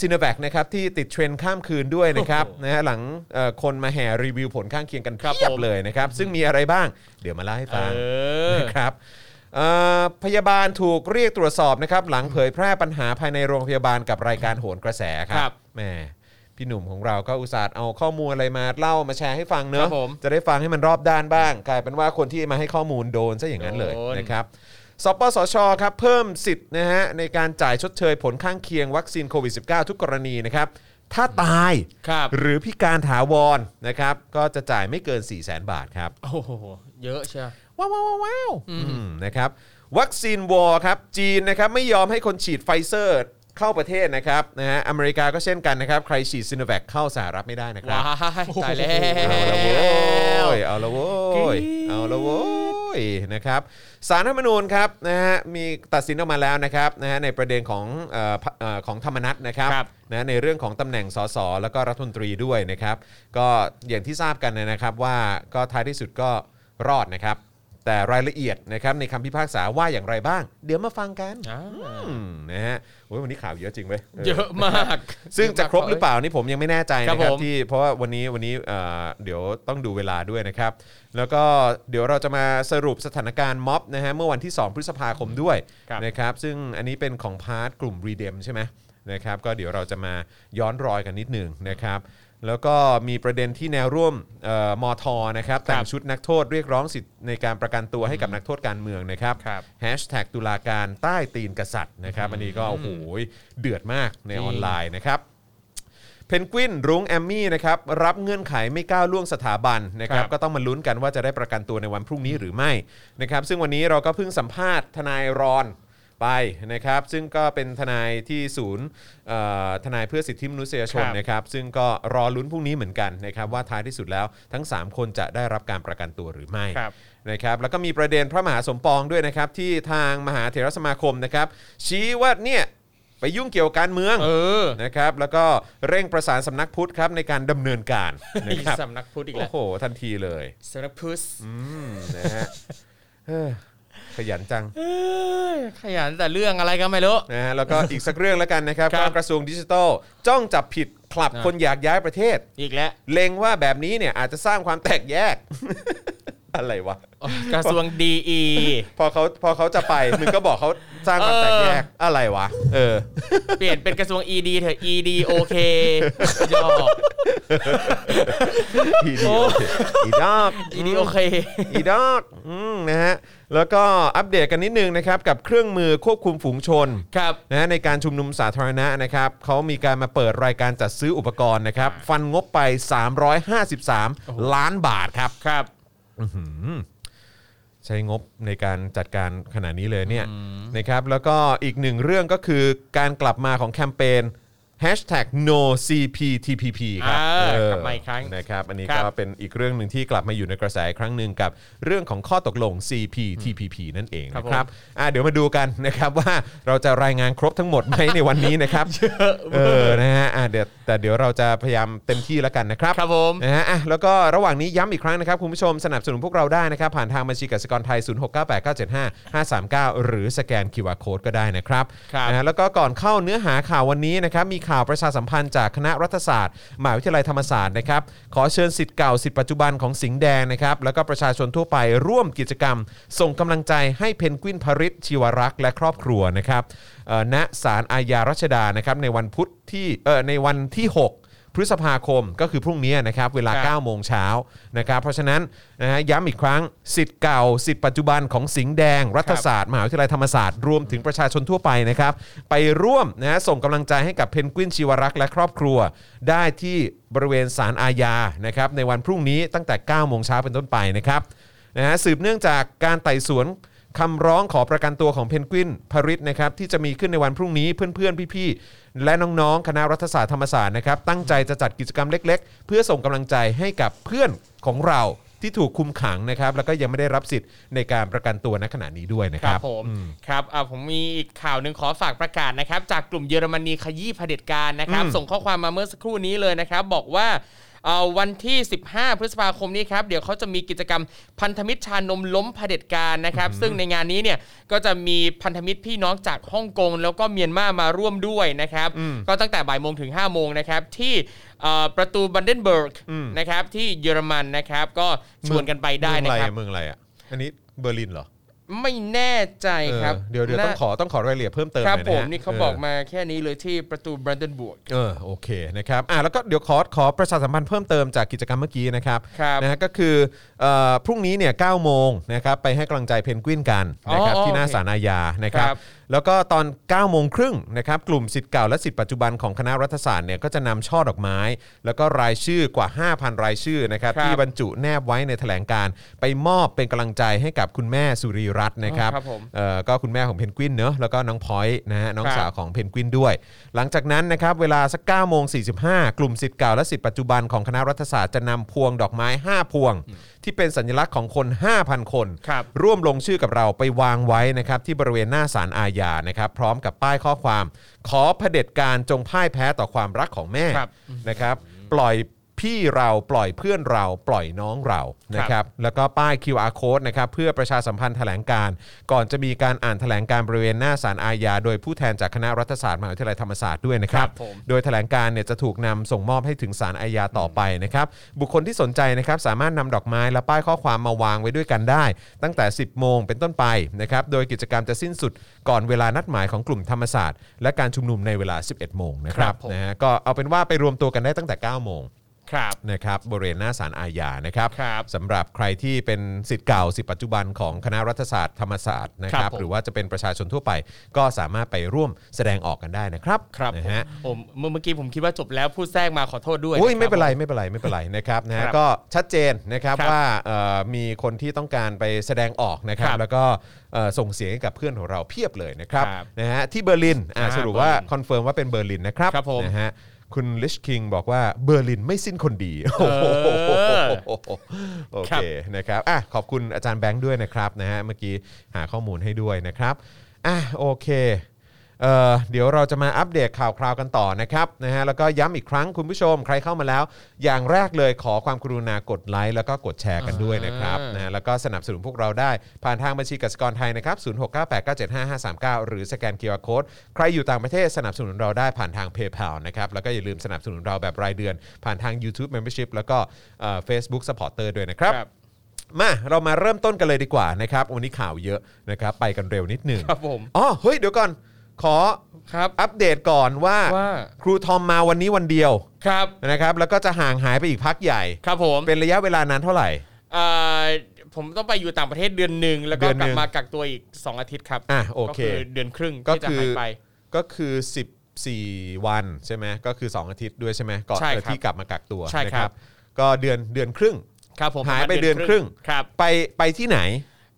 Speaker 2: ซีโนแวคนะครับที่ติดเทรนด์ข้ามคืนด้วยนะครับนะฮะหลังเอ่อคนมาแห่รีวิวผลข้างเคียงกัน
Speaker 3: ครับ
Speaker 2: เพียบ
Speaker 3: ผม
Speaker 2: เลยนะครับ ซึ่งมีอะไรบ้างเดี๋ยวมาเล่าให้
Speaker 3: เอ
Speaker 2: ฟัง
Speaker 3: อ
Speaker 2: นะครับเอ่อพยาบาลถูกเรียกตรวจสอบนะครับหลังเผยแพร่ปัญหาภายในโรงพยาบาลกับรายการโหนกระแสค
Speaker 3: ครั
Speaker 2: รับบ แหมพี่หนุ่มของเราก็อุตส่าห์เอาข้อมูลอะไรมาเล่ามาแชร์ให้ฟังเน
Speaker 3: ค
Speaker 2: อะ
Speaker 3: รับผม
Speaker 2: จะได้ฟังให้มันรอบด้านบ้าง กลายเป็นว่าคนที่มาให้ข้อมูลโดนซะอย่างนั้นเลย
Speaker 3: โดน
Speaker 2: นะครับสปสชครับเพิ่มสิทธิ์นะฮะในการจ่ายชดเชยผลข้างเคียงวัคซีนโควิด -19 ทุกกรณีนะครับถ้าตาย
Speaker 3: ครับ
Speaker 2: หรือพิการถาวรนะครับก็จะจ่ายไม่เกิน 4 0 0 0 0 0 บาทครับ
Speaker 3: โอ้โห เยอะเชียว
Speaker 2: ว้าวว้าวว้าวว้าวอืมนะครับวัคซีนวอร์ครับจีนนะครับไม่ยอมให้คนฉีดไฟเซอร์เข้าประเทศนะครับนะฮะอเมริกาก็เช่นกันนะครับ ใครฉีดซิโนแวคเข้าสหรัฐไม่ได้นะครั
Speaker 3: ว้า
Speaker 2: บ
Speaker 3: ยตายแล้
Speaker 2: เอาละโว้
Speaker 3: ว
Speaker 2: ยเอาละโว้ยเอาละโว้ยนะครับสารรัฐธรรมนูญครับนะฮะมีตัดสินออกมาแล้วนะครับนะฮะในประเด็นของเอ่อพะเอ่อของธรรมนัตนะครับ
Speaker 3: ครับ
Speaker 2: นะในเรื่องของตำแหน่งสสแล้วก็รัฐมนตรีด้วยนะครับ ก็อย่างที่ทราบกันนะครับว่าก็ท้ายที่สุดก็รอดนะครับ แต่รายละเอียดนะครับในคำพิพากษาว่าอย่างไรบ้าง เดี๋ยวมาฟังกัน
Speaker 3: อ่า
Speaker 2: อืมนะฮะโอ้ยวันนี้ข่าวเยอะจริงเว้ย
Speaker 3: เยอะมาก
Speaker 2: ซึ่งจะครบหรือเปล่านี่ผมยังไม่แน่ใจนะค
Speaker 3: ครั
Speaker 2: รับบ
Speaker 3: ผม
Speaker 2: ที่เพราะว่าวันนี้วันนี้เอ่อเดี๋ยวต้องดูเวลาด้วยนะครับ แล้วก็เดี๋ยวเราจะมาสรุปสถานการณ์ม็อบนะฮะเมื่อวันที่ 2 พฤษภาคมด้วย
Speaker 3: ครับ
Speaker 2: นะครับซึ่งอันนี้เป็นของพาร์ทกลุ่มรีเดมใช่ไหมนะครับก็เดี๋ยวเราจะมาย้อนรอยกันนิดหนึ่งนะครับ แล้วก็มีประเด็นที่แนวร่วมเอ่อมอทอนะครับแต่งชุดนักโทษเรียกร้องสิทธิ์ในการประกันตัวให้กับนักโทษการเมืองนะครับ
Speaker 3: ครับ
Speaker 2: แฮชแท็กตุลาการใต้ตีนกษัตริย์นะครับ อันนี้ก็โอ้โหเดือดมากในออนไลน์นะครับเพนกวินรุ้งแอมมี่นะครับรับเงื่อนไขไม่ก้าวล่วงสถาบันนะครับ
Speaker 3: ครับ
Speaker 2: ก็ต้องมาลุ้นกันว่าจะได้ประกันตัวในวันพรุ่งนี้หรือไม่นะครับซึ่งวันนี้เราก็เพิ่งสัมภาษณ์ทนายรอนไปนะครับ ซึ่งก็เป็นทนายที่ศูนย์เอ่อทนายเพื่อสิทธิมนุษยชนนะครับซึ่งก็รอลุ้นพรุ่งนี้เหมือนกันนะครับว่าท้ายที่สุดแล้วทั้งสามคนจะได้รับการประกันตัวหรือไม่
Speaker 3: ครับ
Speaker 2: นะครับแล้วก็มีประเด็นพระมหาสมปองด้วยนะครับ ที่ทางมหาเถรสมาคมนะครับ ชี้ว่าเนี่ยไปยุ่งเกี่ยวกับการเมือง
Speaker 3: เออ
Speaker 2: นะครับ แล้วก็เร่งประสานสำนักพุทธครับในการดำเนินการ นะ
Speaker 3: อีก
Speaker 2: ครับ
Speaker 3: สำนักพุทธอีก
Speaker 2: โอ้
Speaker 3: แล้ว
Speaker 2: โห ทันทีเลย
Speaker 3: สำนักพุทธ
Speaker 2: อืมนะฮะเอ้อขยันจัง
Speaker 3: เอ้ยขยันแต่เรื่องอะไรก็ไม่รู้
Speaker 2: นะฮะแล้วก็อีกสักเรื่องแล้วกันนะครับ
Speaker 3: ครั
Speaker 2: ก็
Speaker 3: บ
Speaker 2: กระทรวงดิจิทัลจ้องจับผิดคลับ
Speaker 3: อ่า
Speaker 2: คนอยากย้ายประเทศ
Speaker 3: อีกแล้ว
Speaker 2: เล็งว่าแบบนี้เนี่ยอาจจะสร้างความแตกแยก อะไรวะ
Speaker 3: โอ้ยกระทรวงดีอี
Speaker 2: พอเขาพอเขาจะไป มึงก็บอกเขาสร้างความแตกแยกอะไรวะ เออ
Speaker 3: เปลี่ยนเป็นกระทรวง ED เถอะ ED โอเคยอก
Speaker 2: อีดอกอีดอก
Speaker 3: ED โอเค
Speaker 2: อีดอกอืมนะฮะแล้วก็อัปเดตกันนิดนึงนะครับ กับเครื่องมือควบคุมฝูงชน
Speaker 3: ครับ
Speaker 2: นะฮะในการชุมนุมสาธารณะนะครับเขามีการมาเปิดรายการจัดซื้ออุปกรณ์นะครับ ฟันงบไป 353 ล้านบาทครับ
Speaker 3: ครับ
Speaker 2: ใช้งบในการจัดการขนาดนี้เลยเนี่ยนะครับแล้วก็อีกหนึ่งเรื่องก็คือการกลับมาของแคมเปญ hashtag no CPTPP ครับ
Speaker 3: อ่า
Speaker 2: เออก
Speaker 3: ลับมาอีกครั้ง
Speaker 2: นะครับอันนี้
Speaker 3: ครั
Speaker 2: ก็
Speaker 3: บ
Speaker 2: เป็นอีกเรื่องหนึ่งที่กลับมาอยู่ในกระแสอีกครั้งหนึ่งกับเรื่องของข้อตกลง CPTPP นั่นเองนะครับอ่ะเดี๋ยวมาดูกันนะครับว่าเราจะรายงานครบทั้งหมดไหมในวันนี้นะครับ เออ นะฮะ อ่ะเดี๋ยวแต่เดี๋ยวเราจะพยายามเต็มที่แล้วกันนะครับ
Speaker 3: ครับผม
Speaker 2: นะฮะอ่ะแล้วก็ระหว่างนี้ย้ำอีกครั้งนะครับ คุณผู้ชมสนับสนุนพวกเราได้นะครับ ผ่านทางบัญชีกสิกรไทย 0698975539 หรือสแกน QR Code ก็ได้นะครับ
Speaker 3: ครับ
Speaker 2: นะฮะแล้วก็ก่อนเข้าเนื้อหาข่าววันนี้นะครับ มีข่าวประชาสัมพันธ์จากคณะรัฐศาสตร์มหาวิทยาลัยธรรมศาสตร์นะครับ ขอเชิญสิทธิ์เก่าสิทธิ์ปัจจุบันของสิงห์แดงนะครับ แล้วก็ประชาชนทั่วไปร่วมกิจกรรม ส่งกำลังใจให้เพนกวินพริชชีวรักษ์และครอบครัวนะครับเอ่อณศาลอาญารัชดานะครับในวันพุธที่เอ่อในวันที่ 6 พฤษภาคมก็คือพรุ่งนี้นะครับเวล
Speaker 3: ครับ
Speaker 2: า 9 โมงเช้านะครับเพราะฉะนั้นนะฮะย้ำอีกครั้งสิทธิ์เก่าสิทธิ์ปัจจุบันของสิงห์แดง รัฐศาสตร์มหาวิทยาลัยธรรมศาสตร์รวมถึงประชาชนทั่วไปนะครับไปร่วมนะฮะส่งกำลังใจให้กับเพนกวินชีวรักษ์และครอบครัว ได้ที่บริเวณศาลอาญานะครับในวันพรุ่งนี้ตั้งแต่ 9 โมงเช้าเป็นต้นไปนะครับนะฮะสืบเนื่องจากการไต่สวน คำร้องขอประกันตัวของเพนกวินพริตนะครับที่จะมีขึ้นในวันพรุ่งนี้เพื่อนๆ พี่ๆ และน้องๆ คณะรัฐศาสตร์ธรรมศาสตร์นะครับตั้งใจจะจัดกิจกรรมเล็กๆ เพื่อส่งกำลังใจให้กับเพื่อนของเราที่ถูกคุมขังนะครับแล้วก็ยังไม่ได้รับสิทธิ์ในการประกันตัวณขณะนี้ด้วยนะ
Speaker 3: ค
Speaker 2: ค
Speaker 3: รั
Speaker 2: รั
Speaker 3: บบ ผมครับอ่าผมมีอีกข่าวหนึ่งขอฝากประกาศนะครับ จากกลุ่มเยอรมนีขยี้เผด็จการนะครับ
Speaker 2: อืม
Speaker 3: ส่งข้อความมาเมื่อสักครู่นี้เลยนะครับ บอกว่าเอ่อวันที่ 15 พฤษภาคมนี้ครับเดี๋ยวเขาจะมีกิจกรรมพันธมิตรชานมล้มเผด็จการนะครับ ซึ่งในงานนี้เนี่ยก็จะมีพันธมิตรพี่น้องจากฮ่องกงแล้วก็เมียนมามาร่วมด้วยนะครับ ก็ตั้งแต่บ่ายโมงถึง5โมงนะครับที่เอ่อประตูบันเดนเบิร์กนะครับที่เยอรมันนะครับก็ชวนกันไปได้นะครับ
Speaker 2: เมืองอะไรอ่ะเมืองอะไรอ่ะอันนี้เบอร์ลินเหรอ
Speaker 3: ไม่แน่ใจครับ
Speaker 2: เออเดี๋ยวเดี๋ยว
Speaker 3: น่า
Speaker 2: ต้องขอต้องขอรายละเอียดเพิ่มเติม
Speaker 3: ครับ
Speaker 2: หอย
Speaker 3: ผ
Speaker 2: นะ
Speaker 3: ม
Speaker 2: ฮะ
Speaker 3: นี่เขา
Speaker 2: เ
Speaker 3: บอกมาแค่นี้เลยที่ประตูบรันเดนบวก
Speaker 2: เออโอเคนะครับอ่ะแล้วก็เดี๋ยวขอขอประชาสัมพันธ์เพิ่มเติมจากกิจกรรมเมื่อกี้นะครับ
Speaker 3: ครับ
Speaker 2: นะฮะก็คือเอ่อพรุ่งนี้เนี่ย9โมงนะครับไปให้กำลังใจเพนกวินกันนะครับ
Speaker 3: อ๋อ
Speaker 2: ที่หน้า
Speaker 3: โอเค
Speaker 2: ศาลอาญานะครับ
Speaker 3: ครับ
Speaker 2: แล้วก็ตอน9โมงครึ่งนะครับกลุ่มสิทธิ์เก่าและสิทธิ์ปัจจุบันของคณะรัฐศาสตร์เนี่ยก็จะนำช่อดอกไม้ แล้วก็รายชื่อกว่า 5,000 รายชื่อนะครับ
Speaker 3: ครับ
Speaker 2: ที่บรรจุแนบไว้ในแถลงการณ์ไปมอบเป็นกำลังใจให้กับคุณแม่สุรีรัตน์นะครับ
Speaker 3: ครับผม
Speaker 2: เอ่อก็คุณแม่ของเพนกวินเนอะแล้วก็น้องพอยต์นะฮะน้อง
Speaker 3: ครับ
Speaker 2: สาว ของเพนกวินด้วย หลังจากนั้นนะครับเวลาสัก9โมง45 กลุ่มสิทธิ์เก่าและสิทธิ์ปัจจุบันของคณะรัฐศาสตร์จะนำพวงดอกไม้ 5 พวง ที่เป็นสัญลักษณ์ของคน 5,000 คน
Speaker 3: ครับ
Speaker 2: ร่วมลงชื่อกับเราไปวางไว้นะครับที่บริเวณหน้าศาลอาญานะครับพร้อมกับป้ายข้อความ ขอเผด็จการจงพ่ายแพ้ต่อความรักของแม่
Speaker 3: ครับ
Speaker 2: นะครับปล่อยพี่เราปล่อยเพื่อนเราปล่อยน้องเรานะค
Speaker 3: ครั
Speaker 2: รับ บ ครับแล้วก็ป้าย QR code นะครับเพื่อประชาสัมพันธ์แถลงการณ์ก่อนจะมีการอ่านแถลงการณ์บริเวณหน้าศาลอาญาโดยผู้แทนจากคณะรัฐศาสตร์มหาวิทยาลัยธรรมศาสตร์ด้วยนะครับ
Speaker 3: ครับผม
Speaker 2: โดยแถลงการณ์เนี่ยจะถูกนำส่งมอบให้ถึงศาลอาญาต่อไปนะครับ บุคคลที่สนใจนะครับสามารถนำดอกไม้และป้ายข้อความมาวางไว้ด้วยกันได้ ตั้งแต่ 10 โมงเป็นต้นไปนะครับโดยกิจกรรมจะสิ้นสุดก่อนเวลานัดหมายของกลุ่มธรรมศาสตร์ และการชุมนุมในเวลา 11 โมงนะครั
Speaker 3: ครับ บผม
Speaker 2: นะฮะก็เอาเป็นว่าไปรวมตัวกันได้ตั้งแต่ 9 โมง
Speaker 3: ครับ
Speaker 2: นะครับบริเวณหน้าศาลอาญานะครับ
Speaker 3: ครับ
Speaker 2: สำหรับใครที่เป็นสิทธิ์เก่าสิทธิ์ปัจจุบันของคณะรัฐศาสตร์ธรรมศาสตร์นะค
Speaker 3: ครั
Speaker 2: รั
Speaker 3: บบ ผม
Speaker 2: หรือว่าจะเป็นประชาชนทั่วไป ก็สามารถไปร่วมแสดงออกกันได้นะครับ
Speaker 3: ครับ
Speaker 2: นะฮะ
Speaker 3: ผมเมื่อเมื่อกี้ผมคิดว่าจบแล้วพูดแทรกมาขอโทษด้ว
Speaker 2: อุ้ย
Speaker 3: ยะคบ
Speaker 2: ไม่เป็นไรไม่เป็นไรไม่เป็นไรนะครับนะฮะ
Speaker 3: ครับ
Speaker 2: ก็ชัดเจนนะครับ
Speaker 3: ครับ
Speaker 2: ว่าเอ่อมีคนที่ต้องการไปแสดงออกนะครับ
Speaker 3: ครับ
Speaker 2: แล้วก็เอ่อส่งเสียงให้กับเพื่อนของเราเพียบเลยนะครับ
Speaker 3: ครับ
Speaker 2: นะฮะที่เบอร์ลินอ่ะ
Speaker 3: อ่า
Speaker 2: สรุปว่า
Speaker 3: เบอร์ลิน
Speaker 2: คอนเฟิร์มว่าเป็นเบอร์ลินนะครับ
Speaker 3: ครับผม
Speaker 2: นะฮะคุณลิชคิงบอกว่าเบอร์ลินไม่สิ้นคนดี
Speaker 3: เออ
Speaker 2: โอ
Speaker 3: ครั
Speaker 2: เค
Speaker 3: บ
Speaker 2: นะครับอ่ะขอบคุณอาจารย์แบงค์ด้วยนะครับนะฮะเมื่อกี้หาข้อมูลให้ด้วยนะครับอ่ะโอเคเอ่อเดี๋ยวเราจะมาอัปเดตข่าวคราวกันต่อนะครับนะฮะแล้วก็ย้ำอีกครั้งคุณผู้ชมใครเข้ามาแล้ว อย่างแรกเลยขอความกรุณากดไลค์แล้วก็กดแชร์กันด้วยนะครับ
Speaker 3: อ่าน
Speaker 2: นะฮะแล้วก็สนับสนุนพวกเราได้ ผ่านทางบัญชีกสิกรไทยนะครับ0698975539 หรือสแกน QR Code ใครอยู่ต่างประเทศสนับสนุนเราได้ผ่านทาง PayPal นะครับแล้วก็อย่าลืมสนับสนุนเราแบบรายเดือน ผ่านทาง YouTube Membership แล้วก็เอ่อ Facebook Supporter ด้วยนะครับ
Speaker 3: ครับ
Speaker 2: มาเรามาเริ่มต้นกันเลยดีกว่านะครับวันนี้ข่าวเยอะนะครับไปกันเร็วนิดหนึ่ง
Speaker 3: ครับผม
Speaker 2: อ๋อเฮ้ยเดี๋ยวก่อน ขอ
Speaker 3: ครับ
Speaker 2: อัปเดตก่อนว่า
Speaker 3: ว่า
Speaker 2: ครูทอมมาวันนี้วันเดียว
Speaker 3: ครับ
Speaker 2: นะครับแล้วก็จะห่างหายไปอีกพักใหญ่
Speaker 3: ครับผม
Speaker 2: เป็นระยะเวลานานเท่าไหร่
Speaker 3: เอ่อผมต้องไปอยู่ต่างประเทศเดือนหนึ่งแล้วก็
Speaker 2: เดือน
Speaker 3: ก
Speaker 2: หนึ่
Speaker 3: ลับ
Speaker 2: ง
Speaker 3: มากักตัวอีก 2 อาทิตย์ครับ
Speaker 2: อ่ะโอเค
Speaker 3: ก็เดือนครึ่ง
Speaker 2: ก็
Speaker 3: ที่จะ
Speaker 2: คือ
Speaker 3: หายไป
Speaker 2: ก็คือ 14 วันใช่ไหมก็คือ 2 อาทิตย์ด้วยใช่ไหมก่อน
Speaker 3: ใช่ครับ
Speaker 2: ที่กลับมากักตัว
Speaker 3: ใช่
Speaker 2: นะครับ ก็เดือนเดือนครึ่ง
Speaker 3: ครับผม
Speaker 2: หายไป
Speaker 3: ระมาณ
Speaker 2: เดือนครึ่ง
Speaker 3: ครับ
Speaker 2: ไปไปที่ไหน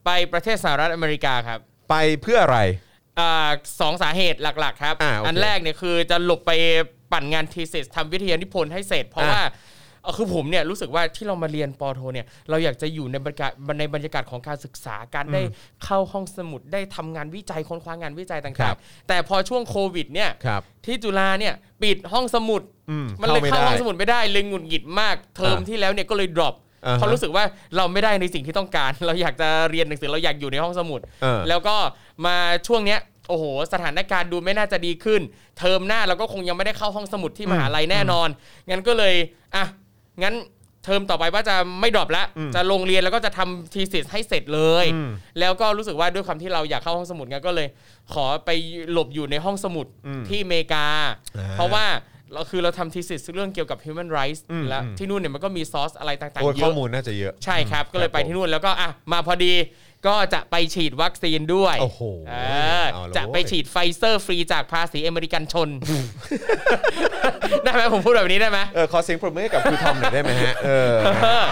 Speaker 3: ไปประเทศสหรัฐอเมริกาครับ
Speaker 2: ไปเพื่ออะไร
Speaker 3: อ่าสองสาเหตุหลักๆ ครับ
Speaker 2: อ่าโอเค
Speaker 3: นแรกเนี่ยคือจะหลบไปไป ปั่นงานทีเสทำวิทยานิพนธ์ให้เสร็จ เพราะว่าเอ่อคือผมเนี่ยรู้สึกว่าที่เรามาเรียนปอโทเนี่ยเราอยากจะอยู่ในบรรยากาศในบรรยากาศของการศึกษาการได้เข้าห้องสมุดได้ทำงานวิจัยค้นคว้างานวิจัย
Speaker 2: ค
Speaker 3: ต่า
Speaker 2: รั
Speaker 3: ง
Speaker 2: บ
Speaker 3: ๆ แต่พอช่วงโควิดเนี่ย
Speaker 2: ครับ
Speaker 3: ที่จุฬาเนี่ยปิดห้องสมุด
Speaker 2: อืม
Speaker 3: มันเลยเข้าห้อง
Speaker 2: ไม่ได้
Speaker 3: สมุดไม่ได้เลยหงุดหงิดมาก เทอม
Speaker 2: อ่า
Speaker 3: ที่แล้วเนี่ยก็เลยดรอป
Speaker 2: อ่าฮะ
Speaker 3: เพราะรู้สึกว่าเราไม่ได้ในสิ่งที่ต้องการ เราอยากจะเรียนหนังสือเราอยากอยู่ในห้องสมุด
Speaker 2: เออ
Speaker 3: แล้วก็มาช่วงเนี้ยโอ้โห สถานการณ์ดูไม่น่าจะดีขึ้น เทอมหน้าเราก็คงยังไม่ได้เข้าห้องสมุดที่มหาลัยแน่นอน งั้นก็เลยอ่ะงั้นเทอมต่อไปว่าจะไม่ดรอปละ
Speaker 2: อืม
Speaker 3: จะลงเรียนแล้วก็จะทำทีสิสให้เสร็จเลย
Speaker 2: อืม
Speaker 3: แล้วก็รู้สึกว่าด้วยความที่เราอยากเข้าห้องสมุดงั้นก็เลย ขอไปหลบอยู่ในห้องสมุด
Speaker 2: อืม
Speaker 3: ที่อเมริกา
Speaker 2: อ่า
Speaker 3: เพราะว่าเราคือเราทำทีสิสเรื่องเกี่ยวกับ human rights
Speaker 2: อืม
Speaker 3: แล้ว
Speaker 2: อืม
Speaker 3: ที่นู่นเนี่ยมันก็มีซอสอะไรต่าง
Speaker 2: โอ้ย
Speaker 3: ๆเย
Speaker 2: ข้อ
Speaker 3: อะ
Speaker 2: มูลน่าจะเยอะ
Speaker 3: ใช่ครับ ก็เลยไป
Speaker 2: ครับผม
Speaker 3: ที่นู่นแล้วก็อ่ะมาพอดีก็จะไปฉีดวัคซีนด้วย
Speaker 2: โอ้โห
Speaker 3: เออ
Speaker 2: เอาล
Speaker 3: จะไป
Speaker 2: เว้ย
Speaker 3: ฉีดไฟเซอร์ฟรีจากภาษีอเมริกัน ชน ได้ไหมผมพูดแบบนี้ได้ไหม
Speaker 2: เออขอเสียงปรบมือให้กับครูทอมหน่อยได้ไหมฮะ เออ
Speaker 3: เออ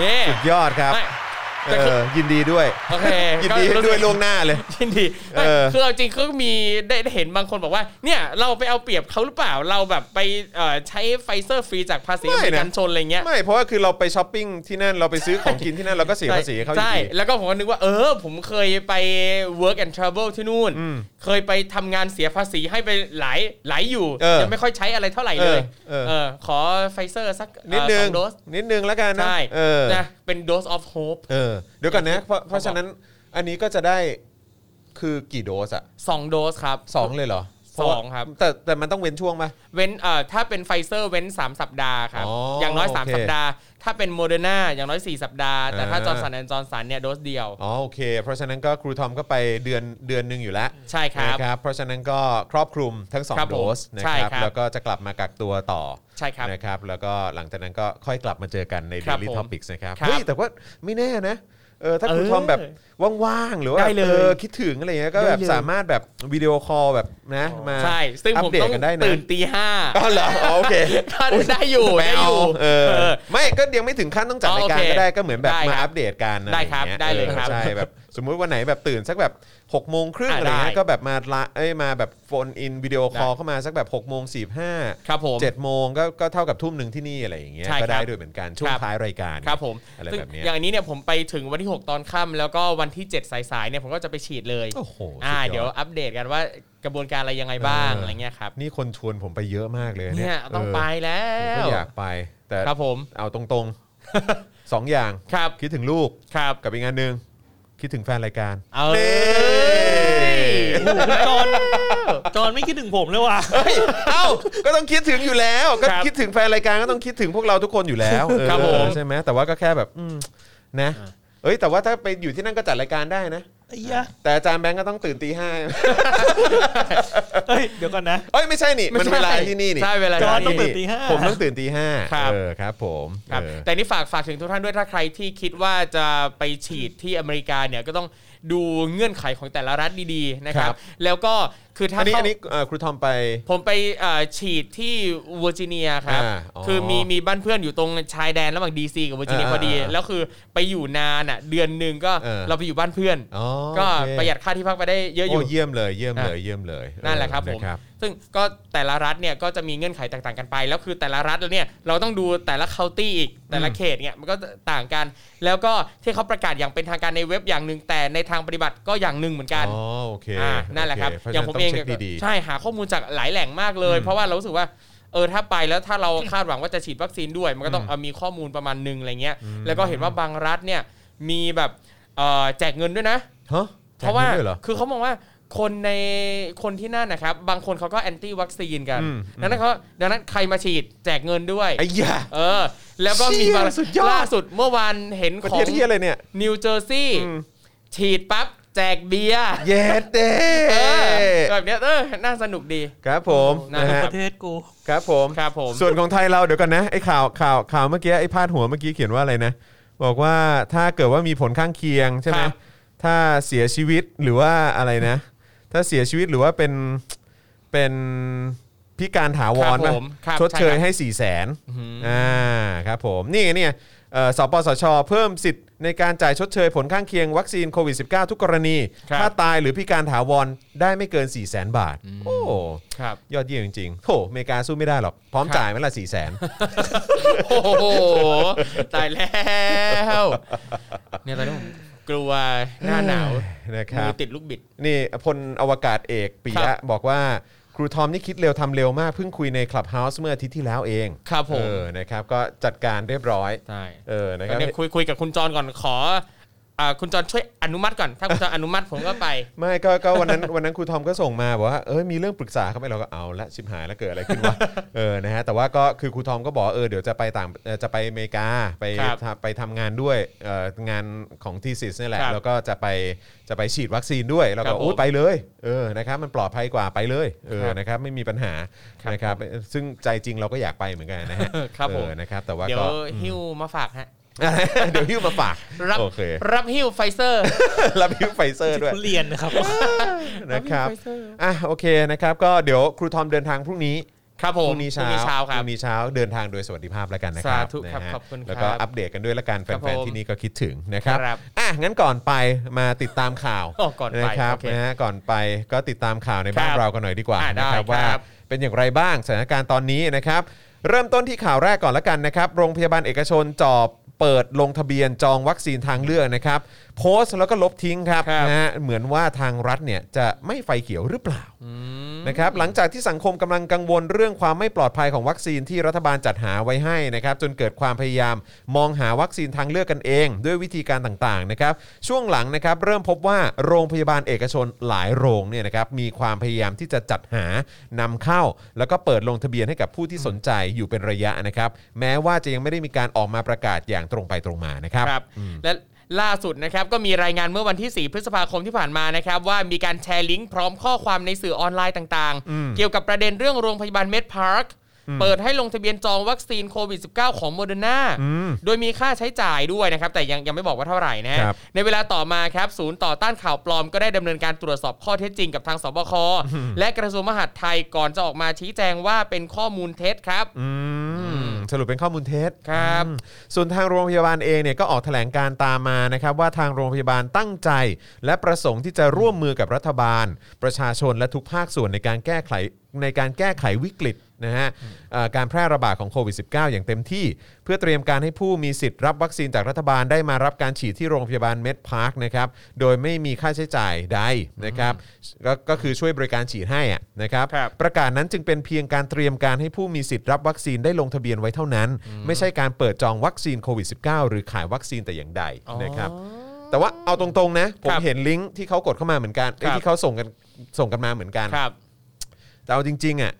Speaker 3: นี่
Speaker 2: สุดยอดครับ
Speaker 3: ไม่
Speaker 2: เอ
Speaker 3: แต่คือ
Speaker 2: อยินดีด้วย
Speaker 3: โอเค
Speaker 2: ยิน
Speaker 3: ก็
Speaker 2: ดี
Speaker 3: รู้สึก
Speaker 2: ด้วยล่วงหน้าเลย
Speaker 3: ยินดี
Speaker 2: เออ
Speaker 3: ไม่คือเอาจริงก็มีได้ได้เห็นบางคนบอกว่า เนี่ยเราไปเอาเปรียบเขาหรือเปล่าเราแบบไปเอ่อใช้ไฟเซอร์ฟรีจากภาษีอ
Speaker 2: ไม่นะ
Speaker 3: เมริกันชนอะไรเงี้ย
Speaker 2: ไม่เพราะว่าคือเราไปช้อปปิ้งที่นั่นเราไปซื้อของกินที่นั่นเราก็เสียภาษีเขาอยู่
Speaker 3: ใช่
Speaker 2: ดี
Speaker 3: แล้วก็ผมก็นึกว่าเออ ผมเคยไป work and travel ที่นู่น
Speaker 2: อืม
Speaker 3: เคยไปทำงานเสียภาษีให้ไปหลายหลายอยู่
Speaker 2: เออ
Speaker 3: ยังไม่ค่อยใช้อะไรเท่าไหร่เลย
Speaker 2: เออเออ
Speaker 3: เออขอไฟเซอร์สักเอ่อ
Speaker 2: นิดนึ
Speaker 3: ส
Speaker 2: ง
Speaker 3: อโดส
Speaker 2: นิดนึงแล้วกันนะ
Speaker 3: ใช่
Speaker 2: เออ
Speaker 3: นะเป็น dose of hope
Speaker 2: เออเดี๋ยวก่อนนะเพราะเพราะฉะนั้นอันนี้ก็จะได้คือกี่โดสอะ
Speaker 3: สองโดสครับ
Speaker 2: สองเลยเหรอ
Speaker 3: สองครับ
Speaker 2: แต่แต่มันต้องเว้นช่วงไหม
Speaker 3: เว้นเอ่อถ้าเป็นไฟเซอร์เว้น 3 สัปดาห์ครับ
Speaker 2: อ๋อ
Speaker 3: อ
Speaker 2: อย่าง
Speaker 3: น้อย
Speaker 2: โอเค
Speaker 3: 3 สัปดาห์ ถ้าเป็นโมเดอร์นาอย่างน้อย 4 สัปดาห์ แต่ถ้า
Speaker 2: อ่า
Speaker 3: จอร์นสันแอนจอร์นสันเนี่ย โดสเดียว
Speaker 2: อ๋อโอเค เพราะฉะนั้นก็ครูทอมก็ไปเดือนเดือนหนึ่งอยู่แล้ว
Speaker 3: ใช่ครับ
Speaker 2: นะครับเพราะฉะนั้นก็ครอบคลุมทั้งสอง
Speaker 3: ครับผ
Speaker 2: โด
Speaker 3: ม
Speaker 2: สนะ
Speaker 3: ใช่
Speaker 2: ครับ
Speaker 3: ครับ
Speaker 2: แล้วก็จะกลับมากักตัวต่อ
Speaker 3: ใช่ครับ
Speaker 2: นะครับแล้วก็หลังจากนั้นก็ค่อยกลับมาเจอกันใน
Speaker 3: ครับ
Speaker 2: Daily
Speaker 3: ผม
Speaker 2: Topics นะครับ
Speaker 3: ครับ
Speaker 2: เฮ้ยแต่ว่าไม่แน่นะเออถ้าครู
Speaker 3: เออ
Speaker 2: ทอมแบบว่างๆ หรือว่า
Speaker 3: ได้เลย
Speaker 2: ออคิดถึงอะไรเงี้ยก็แบบ
Speaker 3: ได้เลย
Speaker 2: สามารถแบบวิดีโอคอลแบบนะมา
Speaker 3: ใช่ ซึ่ง
Speaker 2: อั
Speaker 3: ผ
Speaker 2: ป
Speaker 3: ม
Speaker 2: เดต
Speaker 3: ต้อง
Speaker 2: กันได้นะ
Speaker 3: ตื่นตีห้า
Speaker 2: อ๋อเหรออ๋อโอเค
Speaker 3: ก็ได้อยู่
Speaker 2: แม
Speaker 3: ได้
Speaker 2: ว
Speaker 3: อยู่
Speaker 2: เออ
Speaker 3: เออ
Speaker 2: ไม่ก็ยังไม่ถึงขั้นต้องจัด
Speaker 3: อ๋อ
Speaker 2: รายการ
Speaker 3: โอเค
Speaker 2: ก็ได้ก็เหมือนแบบ
Speaker 3: ได้ครับ
Speaker 2: มาอัปเดตกันอะ
Speaker 3: ได้ครับ
Speaker 2: อะงี้
Speaker 3: ได้เลยครับ
Speaker 2: ออใช่แบบสมมุติวันไหนแบบตื่นสักแบบ6กโมงครึ่ง
Speaker 3: อ่ะ
Speaker 2: อะไรเงี้ย
Speaker 3: ได้
Speaker 2: ก็แบบมาละเอ้ยมาแบบโฟนอินวิดีโอคอล
Speaker 3: ได้
Speaker 2: เข้ามาสักแบบ6กโมงสี่สิบห้า
Speaker 3: ครับผม
Speaker 2: เจ็ดโมงก็ก็เท่ากับทุ่มหนึ่งที่นี่อะไรอย่างเงี้ย
Speaker 3: ใช่ครับ
Speaker 2: ก็ได้ด้วยเหมือนกันช่วง
Speaker 3: ครับ
Speaker 2: ท้ายรายการ
Speaker 3: ครับผม
Speaker 2: อะไร
Speaker 3: ซึ่ง
Speaker 2: แบบเนี้ย
Speaker 3: อย่างนี้เนี่ยผมไปถึงวันที่ 6 ตอนค่ำแล้วก็วันที่ 7 สายๆเนี่ยผมก็จะไปฉีดเลย
Speaker 2: โอ้โห
Speaker 3: อ่า
Speaker 2: สุ
Speaker 3: เดี๋ยวอัปเดตกันว่ากระบวนการอะไรยังไงบ้างอะไรเงี้ยครับ
Speaker 2: นี่คนชวนผมไปเยอะมากเลย
Speaker 3: เนี่
Speaker 2: เนี่ย
Speaker 3: ต้องไปแล้
Speaker 2: เออผม
Speaker 3: ว
Speaker 2: ก็อยากไป แต่
Speaker 3: ครับผม
Speaker 2: เอาตรงๆ สองอย่าง
Speaker 3: ครับ
Speaker 2: คิดถึงลูก
Speaker 3: ครับ
Speaker 2: กับอีกงานหนึ่งคิดถึงแฟนรายการ
Speaker 3: เอ้ย
Speaker 4: โอ้โหคุณจอนจอนไม่คิดถึงผมเลยว่ะ
Speaker 2: เอ้าก็ต้องคิดถึงอยู่แล้ว ก็
Speaker 3: ครับ
Speaker 2: คิดถึงแฟนรายการก็ต้องคิดถึงพวกเราทุกคนอยู่แล้วเออ
Speaker 3: ครับผม
Speaker 2: ใช่ไหมแต่ว่าก็แค่แบบอืมนะเอ้ยแต่ว่าถ้าไปอยู่ที่นั่นก็จัดรายการได้นะ
Speaker 4: ไอ้ยะ
Speaker 2: แต่อาจารย์แบงก์ก็ต้องตื่นตีห้า
Speaker 4: เอ้ยเดี๋ยวก่อนนะ
Speaker 2: เอ้ยไม่ใช่นี่มันเวลาที่นี่นี่
Speaker 3: ใช่เวลา
Speaker 4: จอห์นต้
Speaker 3: ที่
Speaker 4: องตื่
Speaker 3: นี่
Speaker 4: น ตีห้า
Speaker 2: ผมต้องตื่นตีห้า
Speaker 3: ครับ
Speaker 2: เออครับผม
Speaker 3: ครับ
Speaker 2: เออ
Speaker 3: แต่นี่ฝากฝากถึงทุกท่านด้วยถ้าใครที่คิดว่าจะไปฉีดที่อเมริกาเนี่ยก็ต้องดูเงื่อนไขของแต่ละรัฐดีๆนะครั
Speaker 2: ค
Speaker 3: บ
Speaker 2: รับ
Speaker 3: แล้วก็คือถ้า
Speaker 2: อันนี้
Speaker 3: เข้า
Speaker 2: อันนี้เอ่อครูทอมไป
Speaker 3: ผมไปเอ่อฉีดที่เวอร์จิเนียครับ
Speaker 2: อ่าอ๋อ
Speaker 3: คือมีมีบ้านเพื่อนอยู่ตรงชายแดนระหว่างดีซีกับเวอร์จิเนีย
Speaker 2: อ่า
Speaker 3: พอดี
Speaker 2: อ่า
Speaker 3: แล้วคือไปอยู่นานอ่ะเดือนหนึ่งก็
Speaker 2: เออ
Speaker 3: เราไปอยู่บ้านเพื่อน
Speaker 2: อ๋อ
Speaker 3: ก็
Speaker 2: โอเค
Speaker 3: ประหยัดค่าที่พักไปได้เยอะอยู่
Speaker 2: โเยี่ยมเลยเยี่ยมเลยเยี่ยมเลย
Speaker 3: นั่นแหละครับ
Speaker 2: เอ
Speaker 3: ผ
Speaker 2: อ
Speaker 3: ม
Speaker 2: นครับ
Speaker 3: ซึ่งก็แต่ละรัฐเนี่ยก็จะมีเงื่อนไขแตกต่างกันไป แล้วคือแต่ละรัฐแล้วเนี่ยเราต้องดูแต่ละเคาน์ตี้อีกแต่ละเขตเนี่ยมันก็ต่างกัน แล้วก็ที่เขาประกาศอย่างเป็นทางการในเว็บอย่างหนึ่งแต่ในทางปฏิบัติก็อย่างหนึ่งเหมือนกัน
Speaker 2: อ๋อโอเค
Speaker 3: อ่านั่นแหละครับ
Speaker 2: โอเอ
Speaker 3: อย่างผมเอง
Speaker 2: ต้
Speaker 3: เนี่
Speaker 2: ช็
Speaker 3: ย
Speaker 2: คดีๆ
Speaker 3: ใช่หาข้อมูลจากหลายแหล่งมากเลย เพราะว่าเรารู้สึกว่าเออถ้าไปแล้วถ้าเราคาดหวังว่าจะฉีดวัคซีนด้วย มันก็ต้อง
Speaker 2: อืม
Speaker 3: เอามีข้อมูลประมาณหนึ่งอะไรเงี้ยแล้วก็เห็นว่าบางรัฐเนี่ยมีแบบเอ่อแจกเงินด้วยนะ
Speaker 2: ฮะแจก
Speaker 3: เพราะว่า
Speaker 2: งินด้วยเหรอ
Speaker 3: คือเขามองว่าคนในคนที่นั่นนะครับ บางคนเขาก็แอนตี้วัคซีนกัน
Speaker 2: อืม
Speaker 3: ดังนั้นเขาดังนั้นใครมาฉีดแจกเงินด้วย
Speaker 2: ไอ้ยา
Speaker 3: เออ แล้วก็มี
Speaker 2: เชี่ย
Speaker 3: บาง
Speaker 2: สุดยอด
Speaker 3: ล่าสุดเมื่อวานเห็น
Speaker 2: ประ
Speaker 3: ขอ
Speaker 2: เท
Speaker 3: ง
Speaker 2: ศที่อะไรเนี่ย
Speaker 3: นิวเจอร์ซีย์
Speaker 2: อืม
Speaker 3: ฉีดปั๊บ แจกเบียร์
Speaker 2: เย็ดเด้
Speaker 3: เออแบบเนี้ยเออน่าสนุกดี
Speaker 2: ครับผม
Speaker 3: นะ
Speaker 2: นะ
Speaker 3: ค
Speaker 2: ฮะ
Speaker 3: บ
Speaker 4: ประเทศกู
Speaker 2: ครับผม
Speaker 3: ครับผม
Speaker 2: ส่วนของไทยเราเดี๋ยวกันนะไอ้ข่าวข่าวข่าวเมื่อกี้ไอ้พาดหัวเมื่อกี้เขียนว่าอะไรนะ บอกว่าถ้าเกิดว่ามีผลข้างเคียงใช่ไหม
Speaker 3: ครับ
Speaker 2: ถ้าเสียชีวิตหรือว่าอะไรนะ ถ้าเสียชีวิตหรือว่าเป็นเป็นพิการถาว
Speaker 3: ครั
Speaker 2: ร
Speaker 3: บ
Speaker 2: ป่ะ
Speaker 3: ผมครับ
Speaker 2: ชดเชย
Speaker 3: ใครับ
Speaker 2: ให้4ี่แสนอ่าครับผมนี่ไงเนี่ย เอ่อสปสช เพิ่มสิทธิ์ในการจ่ายชดเชยผลข้างเคียงวัคซีนโควิด -19 ทุกกรณี
Speaker 3: ครับ
Speaker 2: ถ้าตายหรือพิการถาวรได้ไม่เกิน 4 0 0แสนบาท โอ้
Speaker 3: ครับ
Speaker 2: ยอดเยี่ยมจริงๆโหอเมริกาสู้ไม่ได้หรอก พร้อม
Speaker 3: ครับ
Speaker 2: จ่ายไหมล่ะ4 0 0แสน
Speaker 3: โอ้โหตายแล้วเนี่ยตอนนี้ผมกลัวหน้าหนาว
Speaker 2: นะค
Speaker 3: มื
Speaker 2: รั
Speaker 3: อบ ติดลูกบิด
Speaker 2: นี่พลอวกาศเอกปิ
Speaker 3: ครั
Speaker 2: ยะ
Speaker 3: บ
Speaker 2: บอกว่าครูทอมนี่คิดเร็วทำเร็วมาก เพิ่งคุยในคลับเฮาส์เมื่ออาทิตย์ที่แล้วเอง
Speaker 3: ครับผ
Speaker 2: เอ
Speaker 3: ม
Speaker 2: อนะครับก็จัดการเรียบร้อย
Speaker 3: ใช่
Speaker 2: เออนะค
Speaker 3: ก็
Speaker 2: รับ
Speaker 3: เนี่ยคุยคุยกับคุณจรก่อนขออ่าคุณจรช่วยอนุมัติก่อน ถ้าคุณจรอนุมัติผมก็ไป
Speaker 2: ไม่ก็ก็วันนั้นวันนั้นครูทอมก็ส่งมาบอกว่าเอยมีเรื่องปรึกษาเขาไหมเราก็เอาละชิบหายแล้วเกิดอะไรขึ้น วะ เออนะฮะแต่ว่าก็คือครูทอมก็บอกเออเดี๋ยวจะไปต่างเอ่อจะไปอเมริกาไป
Speaker 3: ครับ
Speaker 2: ทำไปทำงานด้วยเอ่องานของทีซิสนี่ยแหละ
Speaker 3: ครับ
Speaker 2: แล้วก็จะไปจะไปฉีดวัคซีนด้วยแล้ว
Speaker 3: ครั
Speaker 2: ก็
Speaker 3: บผม
Speaker 2: โอ้ไปเลยเออนะครับมันปลอดภัยกว่าไปเลยเออ
Speaker 3: ครับ
Speaker 2: นะครับไม่มีปัญหา
Speaker 3: ครับ
Speaker 2: นะครับซึ่งใจจริงเราก็อยากไปเหมือนกันนะฮะ
Speaker 3: ครับผม
Speaker 2: เออนะครับแต่ว่า
Speaker 3: เดี๋ยว
Speaker 2: ก็
Speaker 3: หิ้วมาฝากฮะ
Speaker 2: เดี๋ยวหิ้วมาฝาก
Speaker 3: รับ
Speaker 2: โอเค
Speaker 3: รับหิ้วไฟเซอร์
Speaker 2: รับหิ้วไฟเซอร์ด้วย
Speaker 4: ทุเรียนนะครับ
Speaker 2: นะครับอ่ะโอเคนะครับ ก็เดี๋ยวครูทอมเดินทางพรุ่งนี้
Speaker 3: ครับผม
Speaker 2: พรุ่งนี้เช้า
Speaker 3: เช้าครับ
Speaker 2: พรุ่งนี้เช้าเดินทางโดยสวัสดิภาพแล้วกันนะครับ
Speaker 3: สาธุครับ
Speaker 2: นะฮะ
Speaker 3: ขอบคุณครับ
Speaker 2: แล้วก็อัปเดตกันด้วยละกัน
Speaker 3: ครับ
Speaker 2: แฟน
Speaker 3: ผม
Speaker 2: ๆที่นี่ก็คิดถึงนะครับ
Speaker 3: ครับ
Speaker 2: อ่ะงั้นก่อนไปมาติดตามข่าว
Speaker 3: อ๋อก่อนไป
Speaker 2: นะครับ
Speaker 3: โอเค
Speaker 2: นะฮะก่อนไปก็ติดตามข่าวใน
Speaker 3: ครับ
Speaker 2: บ้านเรากันหน่อยดีกว่า
Speaker 3: อ่ะได้
Speaker 2: นะครับ
Speaker 3: ครับ
Speaker 2: ว่าเป็นอย่างไรบ้างสถานการณ์ตอนนี้นะครับ เริ่มต้นที่ข่าวแรกก่อนละกันนะครับ โรงพยาบาลเอกชนจอบเปิดลงทะเบียนจองวัคซีนทางเลือกนะครับ โพสต์แล้วก็ลบทิ้งครับ
Speaker 3: ครับ
Speaker 2: นะฮะเหมือนว่าทางรัฐเนี่ยจะไม่ไฟเขียวหรือเปล่า นะครับหลังจากที่สังคมกำลังกังวลเรื่องความไม่ปลอดภัยของวัคซีนที่รัฐบาลจัดหาไว้ให้นะครับจนเกิดความพยายามมองหาวัคซีนทางเลือกกันเอง ด้วยวิธีการต่างๆนะครับช่วงหลังนะครับเริ่มพบว่าโรงพยาบาลเอกชนหลายโรงเนี่ยนะครับมีความพยายามที่จะจัดหานำเข้า แล้วก็เปิดลงทะเบียนให้กับผู้ที่สนใจอยู่เป็นระยะนะครับแม้ว่าจะยังไม่ได้มีการออกมาประกาศอย่างตรงไปตรงมานะครับ
Speaker 3: ครับและล่าสุดนะครับก็มีรายงานเมื่อวันที่ 4 พฤษภาคมที่ผ่านมานะครับ ว่ามีการแชร์ลิงก์พร้อมข้อความในสื่อออนไลน์ต่างๆ เกี่ยวกับประเด็นเรื่องโรงพยาบาลเมดพาร์คเปิดให้ลงทะเบียนจองวัคซีนโควิด -19 ของโมเดอร์นาโดยมีค่าใช้จ่ายด้วยนะครับ แต่ยังยังไม่บอกว่าเท่าไหร่นะ
Speaker 2: ครับ
Speaker 3: ในเวลาต่อมาครับ ศูนย์ต่อต้านข่าวปลอมก็ได้ดำเนินการตรวจสอบข้อเท็จจริงกับทางสบคและกระทรวงมหาดไทยก่อนจะออกมาชี้แจงว่าเป็นข้อมูลเท็จครับ
Speaker 2: อืมสรุปเป็นข้อมูลเท็จ
Speaker 3: ครับ
Speaker 2: อืมส่วนทางโรงพยาบาลเองเนี่ยก็ออกแถลงการตามมานะครับว่าทางโรงพยาบาลตั้งใจ และประสงค์ที่จะร่วมมือกับรัฐบาล ประชาชนและทุกภาคส่วนในการแก้ไขในการแก้ไขวิกฤตนะฮะเอ่อการแพร่ระบาดของโควิด -19 อย่างเต็มที่ เพื่อเตรียมการให้ผู้มีสิทธิ์รับวัคซีนจากรัฐบาลได้มารับการฉีดที่โรงพยาบาลเมดพาร์คนะครับโดยไม่มีค่าใช้จ่ายใดนะครับก็ก็คือช่วยบริการฉีดให้อะนะครับ
Speaker 3: ครับ
Speaker 2: ประกาศนั้นจึงเป็นเพียงการเตรียมการให้ผู้มีสิทธิ์รับวัคซีนได้ลงทะเบียนไว้เท่านั้น ไม่ใช่การเปิดจองวัคซีนโควิด -19 หรือขายวัคซีนแต่อย่างใดนะครับแต่ว่าเอาตรงๆนะผม
Speaker 3: ครับ
Speaker 2: เห็นลิงก์ที่เขากดเข้ามาเหมือนกันเอ้ย
Speaker 3: ครับ
Speaker 2: ที่เขาส่งกันส่งกันมาเหมือนกัน
Speaker 3: ครับ
Speaker 2: แต่เอาจริงๆอ่ะ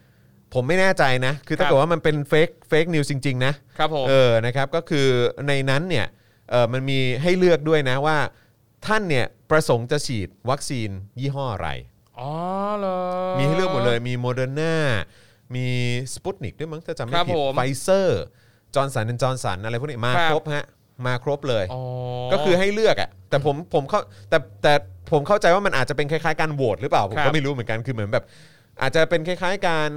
Speaker 2: ผมไม่แน่ใจนะ คือถ้า
Speaker 3: ครับ
Speaker 2: เกิดว่ามันเป็นเฟกเฟกนิวจริง ๆ นะ
Speaker 3: ครับผม
Speaker 2: เออ นะครับ ก็คือในนั้นเนี่ยเออมันมีให้เลือกด้วยนะว่าท่านเนี่ยประสงค์จะฉีดวัคซีนยี่ห้ออะไร
Speaker 3: อ๋อเหรอ
Speaker 2: มีให้เลือกหมดเลย มีโมเดอร์นามีสปุตนิกด้วยมั้งถ้าจำไม่
Speaker 3: ครับ
Speaker 2: ผิด
Speaker 3: ผม
Speaker 2: ไฟเซอร์ จอร์นสันจอร์นสันอะไรพวกนี้มา
Speaker 3: ครับ
Speaker 2: ครบฮะ มาครบเลย
Speaker 3: อ๋อ
Speaker 2: ก็คือให้เลือกอ่ะ แต่ผมผมเข้าแต่แต่ผมเข้าใจว่ามันอาจจะเป็นคล้ายๆการโหวตหรือเปล่า ผม
Speaker 3: ครั
Speaker 2: ก็
Speaker 3: บ
Speaker 2: ไม่รู้เหมือนกัน คือเหมือนแบบ อาจจะเป็นคล้ายๆการ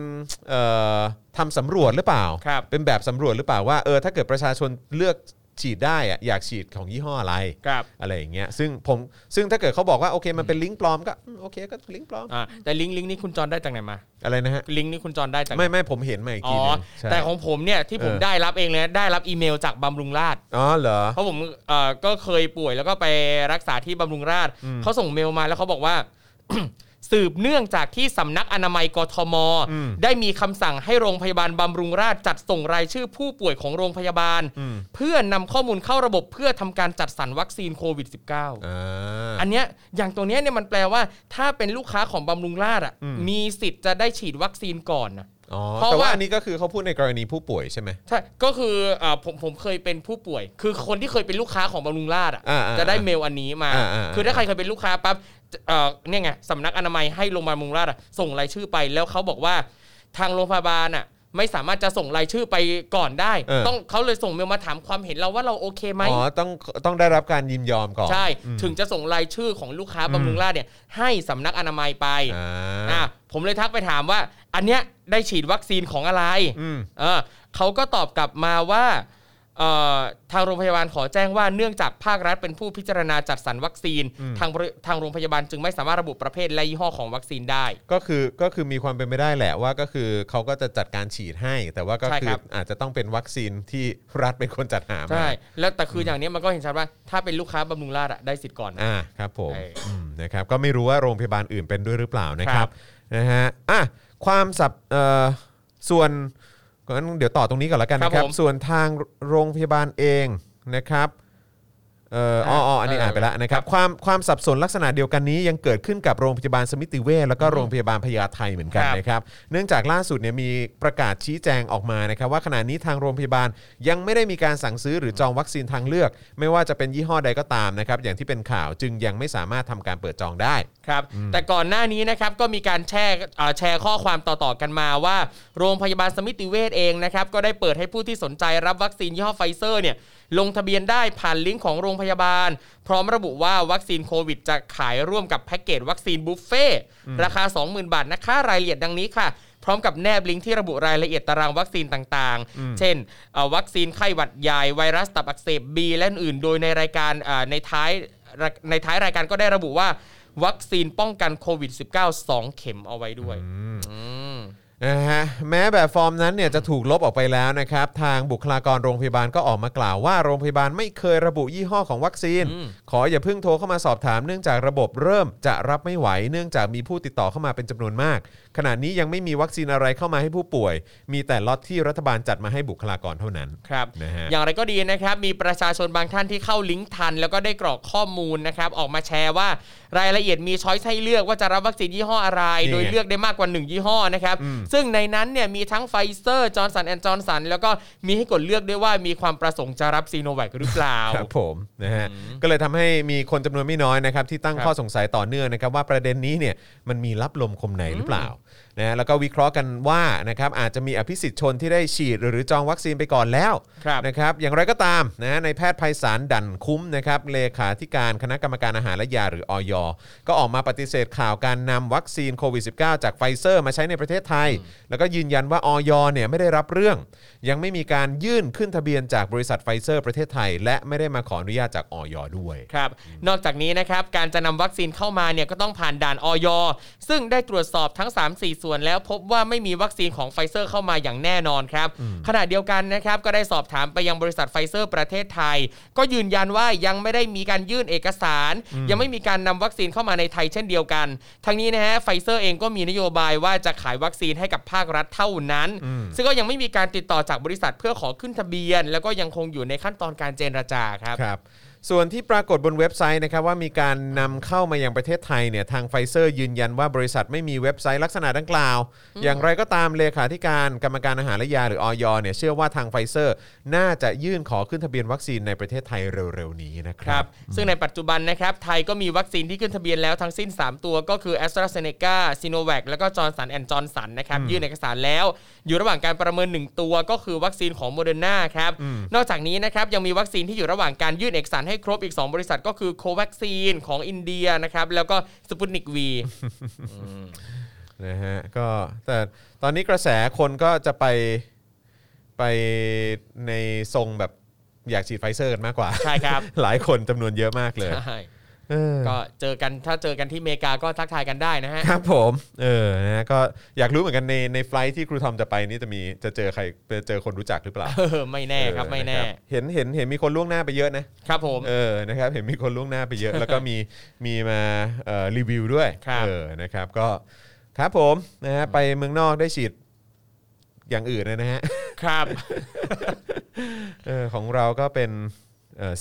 Speaker 2: เอ่อทำสำรวจหรือเปล่า
Speaker 3: ครับ
Speaker 2: เป็นแบบสำรวจหรือเปล่าว่าเออถ้าเกิดประชาชนเลือกฉีดได้อะอยากฉีดของยี่ห้ออะไร
Speaker 3: ครับ
Speaker 2: อะไรอย่างเงี้ย ซึ่งผมซึ่งถ้าเกิดเขาบอกว่าโอเคมันเป็นลิงก์ปลอมก็อืมโอเคก็ลิงก์ปลอม
Speaker 3: อ่าแต่ลิงก์ลิงก์นี้คุณจรได้จากไหนมา
Speaker 2: อะไรนะฮะ
Speaker 3: ลิงก์นี้คุณจรได้จากหน
Speaker 2: ไม่ไม่ผมเห็นมาอีก
Speaker 3: อ๋
Speaker 2: ที
Speaker 3: อ
Speaker 2: หนึงใช่
Speaker 3: แต่ของผมเนี่ยที่ผม
Speaker 2: เออ
Speaker 3: ได้รับเองเลยนะได้รับอีเมลจากบำรุงราษฎร์
Speaker 2: อ๋อเหรอ
Speaker 3: เพราะผมเอ่อก็เคยป่วยแล้วก็ไปรักษาที่บำรุงราษฎร์เขาส่งเมลมาแล้วเขาบอกว่า สืบเนื่องจากที่สำนักอนามัยกทม
Speaker 2: อืม
Speaker 3: ได้มีคำสั่งให้โรงพยาบาลบำรุงราษฎร์จัดส่งรายชื่อผู้ป่วยของโรงพยาบาล
Speaker 2: อืม
Speaker 3: เพื่อนำข้อมูลเข้าระบบเพื่อทำการจัดสรรวัคซีนโควิด -19
Speaker 2: อ่า
Speaker 3: อันเนี้ยอย่างตัวเนี้ยเนี่ยมันแปลว่า ถ้าเป็นลูกค้าของบำรุงราษฎร์อ่ะ
Speaker 2: อืม
Speaker 3: มีสิทธิ์จะได้ฉีดวัคซีนก่อนนะ
Speaker 2: อ๋อ
Speaker 3: เพราะ
Speaker 2: แต่ว่า
Speaker 3: ว่า
Speaker 2: อันนี้ก็คือเขาพูดในกรณีผู้ป่วยใช่ไหม
Speaker 3: ใช่ก็คืออ่าผมผมเคยเป็นผู้ป่วย คือคนที่เคยเป็นลูกค้าของบำรุงราษฎร์อ่ะ
Speaker 2: อ่าอ่า
Speaker 3: จะได้เมลอันนี้มา
Speaker 2: อ่าอ่าอ่า
Speaker 3: คือถ้าใครเคยเป็นลูกค้าปั๊บเอ่อเนี่ยไงสำนักอนามัยให้โรงพยาบาลบำรุงราษฎร์อ่ะส่งรายชื่อไปแล้วเขาบอกว่า ทางโรงพยาบาลอ่ะไม่สามารถจะส่งรายชื่อไปก่อนได้ ต้องเขาเลยส่งเมลมาถามความเห็นเราว่าเราโอเคไหม
Speaker 2: อ๋อต้องต้องได้รับการยินยอมก่อน
Speaker 3: ใช่ถึงจะส่งรายชื่อของลูกค้าบำรุงราษฎร์เนี่ยให้สำนักอนามัยไป
Speaker 2: อ่
Speaker 3: อ่ะ
Speaker 2: า
Speaker 3: ผมเลยทักไปถามว่า อันเนี้ยได้ฉีดวัคซีนของอะไร
Speaker 2: อืม
Speaker 3: เออเขาก็ตอบกลับมาว่า เอ่อทางโรงพยาบาลขอแจ้งว่าเนื่องจากภาครัฐเป็นผู้พิจารณาจัดสรรวัคซีน ทางบริทางโรงพยาบาลจึงไม่สามารถระบุประเภทและยี่ห้อของวัคซีนได้
Speaker 2: ก็คือก็คือมีความเป็นไปได้แหละว่าก็คือเขาก็จะจัดการฉีดให้ แต่ว่าก็
Speaker 3: ใช่
Speaker 2: คือ
Speaker 3: ครับ
Speaker 2: อาจจะต้องเป็นวัคซีนที่รัฐเป็นคนจัดหามา
Speaker 3: ใช่แล้วแต่คืออย่างเนี้ยมันก็เห็นชัดว่าถ้าเป็นลูกค้าบำรุงราษฎร์อะได้สิทธิ์ก่อนนะ
Speaker 2: อ่าครับผม
Speaker 3: ใช่
Speaker 2: อืมนะครับก็ไม่รู้ว่าโรงพยาบาลอื่นเป็นด้วยหรือเปล่านะค
Speaker 3: ครั
Speaker 2: รับบ นะฮะอ่ะความสับเอ่อส่วนงั้นเดี๋ยวต่อตรงนี้ก่อนละกันนะค
Speaker 3: ครั
Speaker 2: รั
Speaker 3: บบ ผม
Speaker 2: ส่วนทางโรงพยาบาลเองนะครับเอ่ออ๋ออ๋ออันนี้
Speaker 3: เอออ่
Speaker 2: อ่านไปแล้วนะครับความความสับสนลักษณะเดียวกันนี้ยังเกิดขึ้นกับโรงพยาบาลสมิติเวชแล้วก็โรงพยาบาลพญาไทเหมือนกัน
Speaker 3: ครับ
Speaker 2: นะครับเนื่องจากล่าสุดเนี่ยมีประกาศชี้แจงออกมานะครับว่าขณะนี้ทางโรงพยาบาลยังไม่ได้มีการสั่งซื้อหรือจองวัคซีนทางเลือก ไม่ว่าจะเป็นยี่ห้อใดก็ตามนะครับอย่างที่เป็นข่าวจึงยังไม่สามารถทำการเปิดจองได้
Speaker 3: ครับแต่ก่อนหน้านี้นะครับก็มีการแชร์เอ่อแชร์ข้อความต่อๆกันมาว่า โรงพยาบาลสมิติเวชเองนะครับก็ได้เปิดให้ผู้ที่สนใจรับวัคซีนยี่ห้อไฟเซอร์เนี่ยลงทะเบียนได้ผ่านลิงก์ของโรงพยาบาล พร้อมระบุว่าวัคซีนโควิดจะขายร่วมกับแพ็กเกจวัคซีนบุฟเฟ่ต์ราคา 20,000 บาทนะคะรายละเอียดดังนี้ค่ะ พร้อมกับแนบลิงก์ที่ระบุรายละเอียดตารางวัคซีนต่างๆ เช่นเอ่อวัคซีนไข้หวัดใหญ่ไวรัสตับอักเสบบีและอื่นๆโดยในรายการเอ่อในท้ายในท้ายรายการก็ได้ระบุว่า วัคซีนป้องกันโควิด -19 สองเข็มเอาไว้ด้วยอืม
Speaker 2: นะฮะแม้แบบฟอร์มนั้นเนี่ยจะถูกลบออกไปแล้วนะครับ ทางบุคลากรโรงพยาบาลก็ออกมากล่าวว่าโรงพยาบาลไม่เคยระบุยี่ห้อของวัคซีน ขออย่าเพิ่งโทรเข้ามาสอบถามเนื่องจากระบบเริ่มจะรับไม่ไหว เนื่องจากมีผู้ติดต่อเข้ามาเป็นจำนวนมาก ขณะนี้ยังไม่มีวัคซีนอะไรเข้ามาให้ผู้ป่วย มีแต่ล็อตที่รัฐบาลจัดมาให้บุคลากรเท่านั้น
Speaker 3: ครับ
Speaker 2: นะฮะ
Speaker 3: อย่างไรก็ดีนะครับ มีประชาชนบางท่านที่เข้าลิงก์ทัน แล้วก็ได้กรอกข้อมูลนะครับ ออกมาแชร์ว่ารายละเอียดมีช้อยให้เลือกว่าจะรับวัคซีนยี่ห้ออะไร
Speaker 2: นี่ไง
Speaker 3: โดยเลือกได้มากกว่า 1 ยี่ห้อนะครับ ซึ่งในนั้นเนี่ยมีทั้งไฟเซอร์จอร์นสันแอนด์จอร์นสันแล้วก็มีให้กดเลือกด้วยว่ามีความประสงค์จะรับซีโนแวคหรือเปล่า
Speaker 2: ครับผมนะฮะก็เลยทำให้มีคนจำนวนไม่น้อยนะครับที่ตั้ง
Speaker 3: ครับ
Speaker 2: ข้อสงสัยต่อเนื่องนะครับว่าประเด็นนี้เนี่ยมันมีลับลมคมในหรือเปล่านะฮะแล้วก็วิเคราะห์กันว่านะครับอาจจะมีอภิสิทธิ์ชนที่ได้ฉีดหรือจองวัคซีนไปก่อนแล้ว
Speaker 3: ครับ
Speaker 2: นะครับอย่างไรก็ตามนะฮะในแพทย์ไพศาลดันคุ้มนะครับเลขาธิการคณะกรรมการอาหารและยาหรือออยก็ออกมาปฏิเสธข่าวการนำวัคซีนโควิด -19 จากไฟเซอร์มาใช้ในประเทศไทย แล้วก็ยืนยันว่าออยเนี่ยไม่ได้รับเรื่อง ยังไม่มีการยื่นขึ้นทะเบียนจากบริษัทไฟเซอร์ประเทศไทย และไม่ได้มาขออนุญาตจากออยด้วย
Speaker 3: ครับนอกจากนี้นะครับการจะนำวัคซีนเข้ามาเนี่ยก็ต้องผ่านด่านออยซึ่งได้ตรวจสอบทั้ง 3 4 ส่วนแล้วพบว่าไม่มีวัคซีนของไฟเซอร์เข้ามาอย่างแน่นอนครับขณะเดียวกันนะครับก็ได้สอบถามไปยังบริษัทไฟเซอร์ประเทศไทย ก็ยืนยันว่ายังไม่ได้มีการยื่นเอกสาร ยังไม่มีการนำวัคซีนเข้ามาในไทยเช่นเดียวกัน ทั้งนี้นะฮะไฟเซอร์เองก็มีนโยบายว่าจะขายวัคซีนให้กับภาครัฐเท่านั้น ซึ่งก็ยังไม่มีการติดต่อจากบริษัทเพื่อขอขึ้นทะเบียน แล้วก็ยังคงอยู่ในขั้นตอนการเจรจาครับ
Speaker 2: ครับส่วนที่ปรากฏบนเว็บไซต์นะครับว่ามีการนำเข้ามายังประเทศไทยเนี่ยทางไฟเซอร์ยืนยันว่าบริษัทไม่มีเว็บไซต์ลักษณะดังกล่าว อย่างไรก็ตามเลขาธิการกรรมการอาหารและยาหรือออยเนี่ยเชื่อว่าทางไฟเซอร์ น่าจะยื่นขอขึ้นทะเบียนวัคซีนในประเทศไทยเร็วๆนี้นะค
Speaker 3: ค
Speaker 2: รั
Speaker 3: รับ บซึ่งในปัจจุบันนะครับ ไทยก็มีวัคซีนที่ขึ้นทะเบียนแล้วทั้งสิ้น 3 ตัวก็คือ a s t r a z e ซ e c a s i n o v a c แล้วก็ Johnson Johnson นะครับยื่นเอกสารแล้ว อยู่ระหว่างการประเมิน 1 ตัวก็คือวัคซีนของ Moderna ครับ นอกจากนี้นะครับ ยังมีวัคซีนที่อยู่ระหว่างการยื่นเอกสารให้ครบอีก 2 บริษัทก็คือ Covaxin ของอินเดียนะครับ แล้วก็ Sputnik V
Speaker 2: นะฮะก็แต่ตอนนี้กระแสคนก็จะไปไปในทรงแบบอยากฉีดไฟเซอร์กันมากกว่า
Speaker 3: ใช่ครับ
Speaker 2: หลายคนจำนวนเยอะมากเลย
Speaker 3: ใช่
Speaker 2: เออ
Speaker 3: ก็เจอกันถ้าเจอกันที่อเมริกาก็ทักทายกันได้นะฮะ
Speaker 2: ครับผมเออนะฮะก็อยากรู้เหมือนกันในในไฟลท์ที่ครูทอมจะไปนี่จะมีจะเจอใครจะเจอคนรู้จักหรือเปล่า
Speaker 3: เออไม่แน่ครับไม่แน่
Speaker 2: เออะครับเห็นเห็นเห็นมีคนล่วงหน้าไปเยอะนะครับ
Speaker 3: ผม
Speaker 2: เออนะครับเห็นมีคนล่วงหน้าไป เยอะ แล้วก็มีมีมาเอ่อรีวิวด้วย
Speaker 3: ครับ
Speaker 2: เออนะครับก็ครับผมนะฮะไปเมืองนอกได้ฉีดอย่างอื่นนะฮ ะ
Speaker 3: ครับ
Speaker 2: เออของเราก็เป็น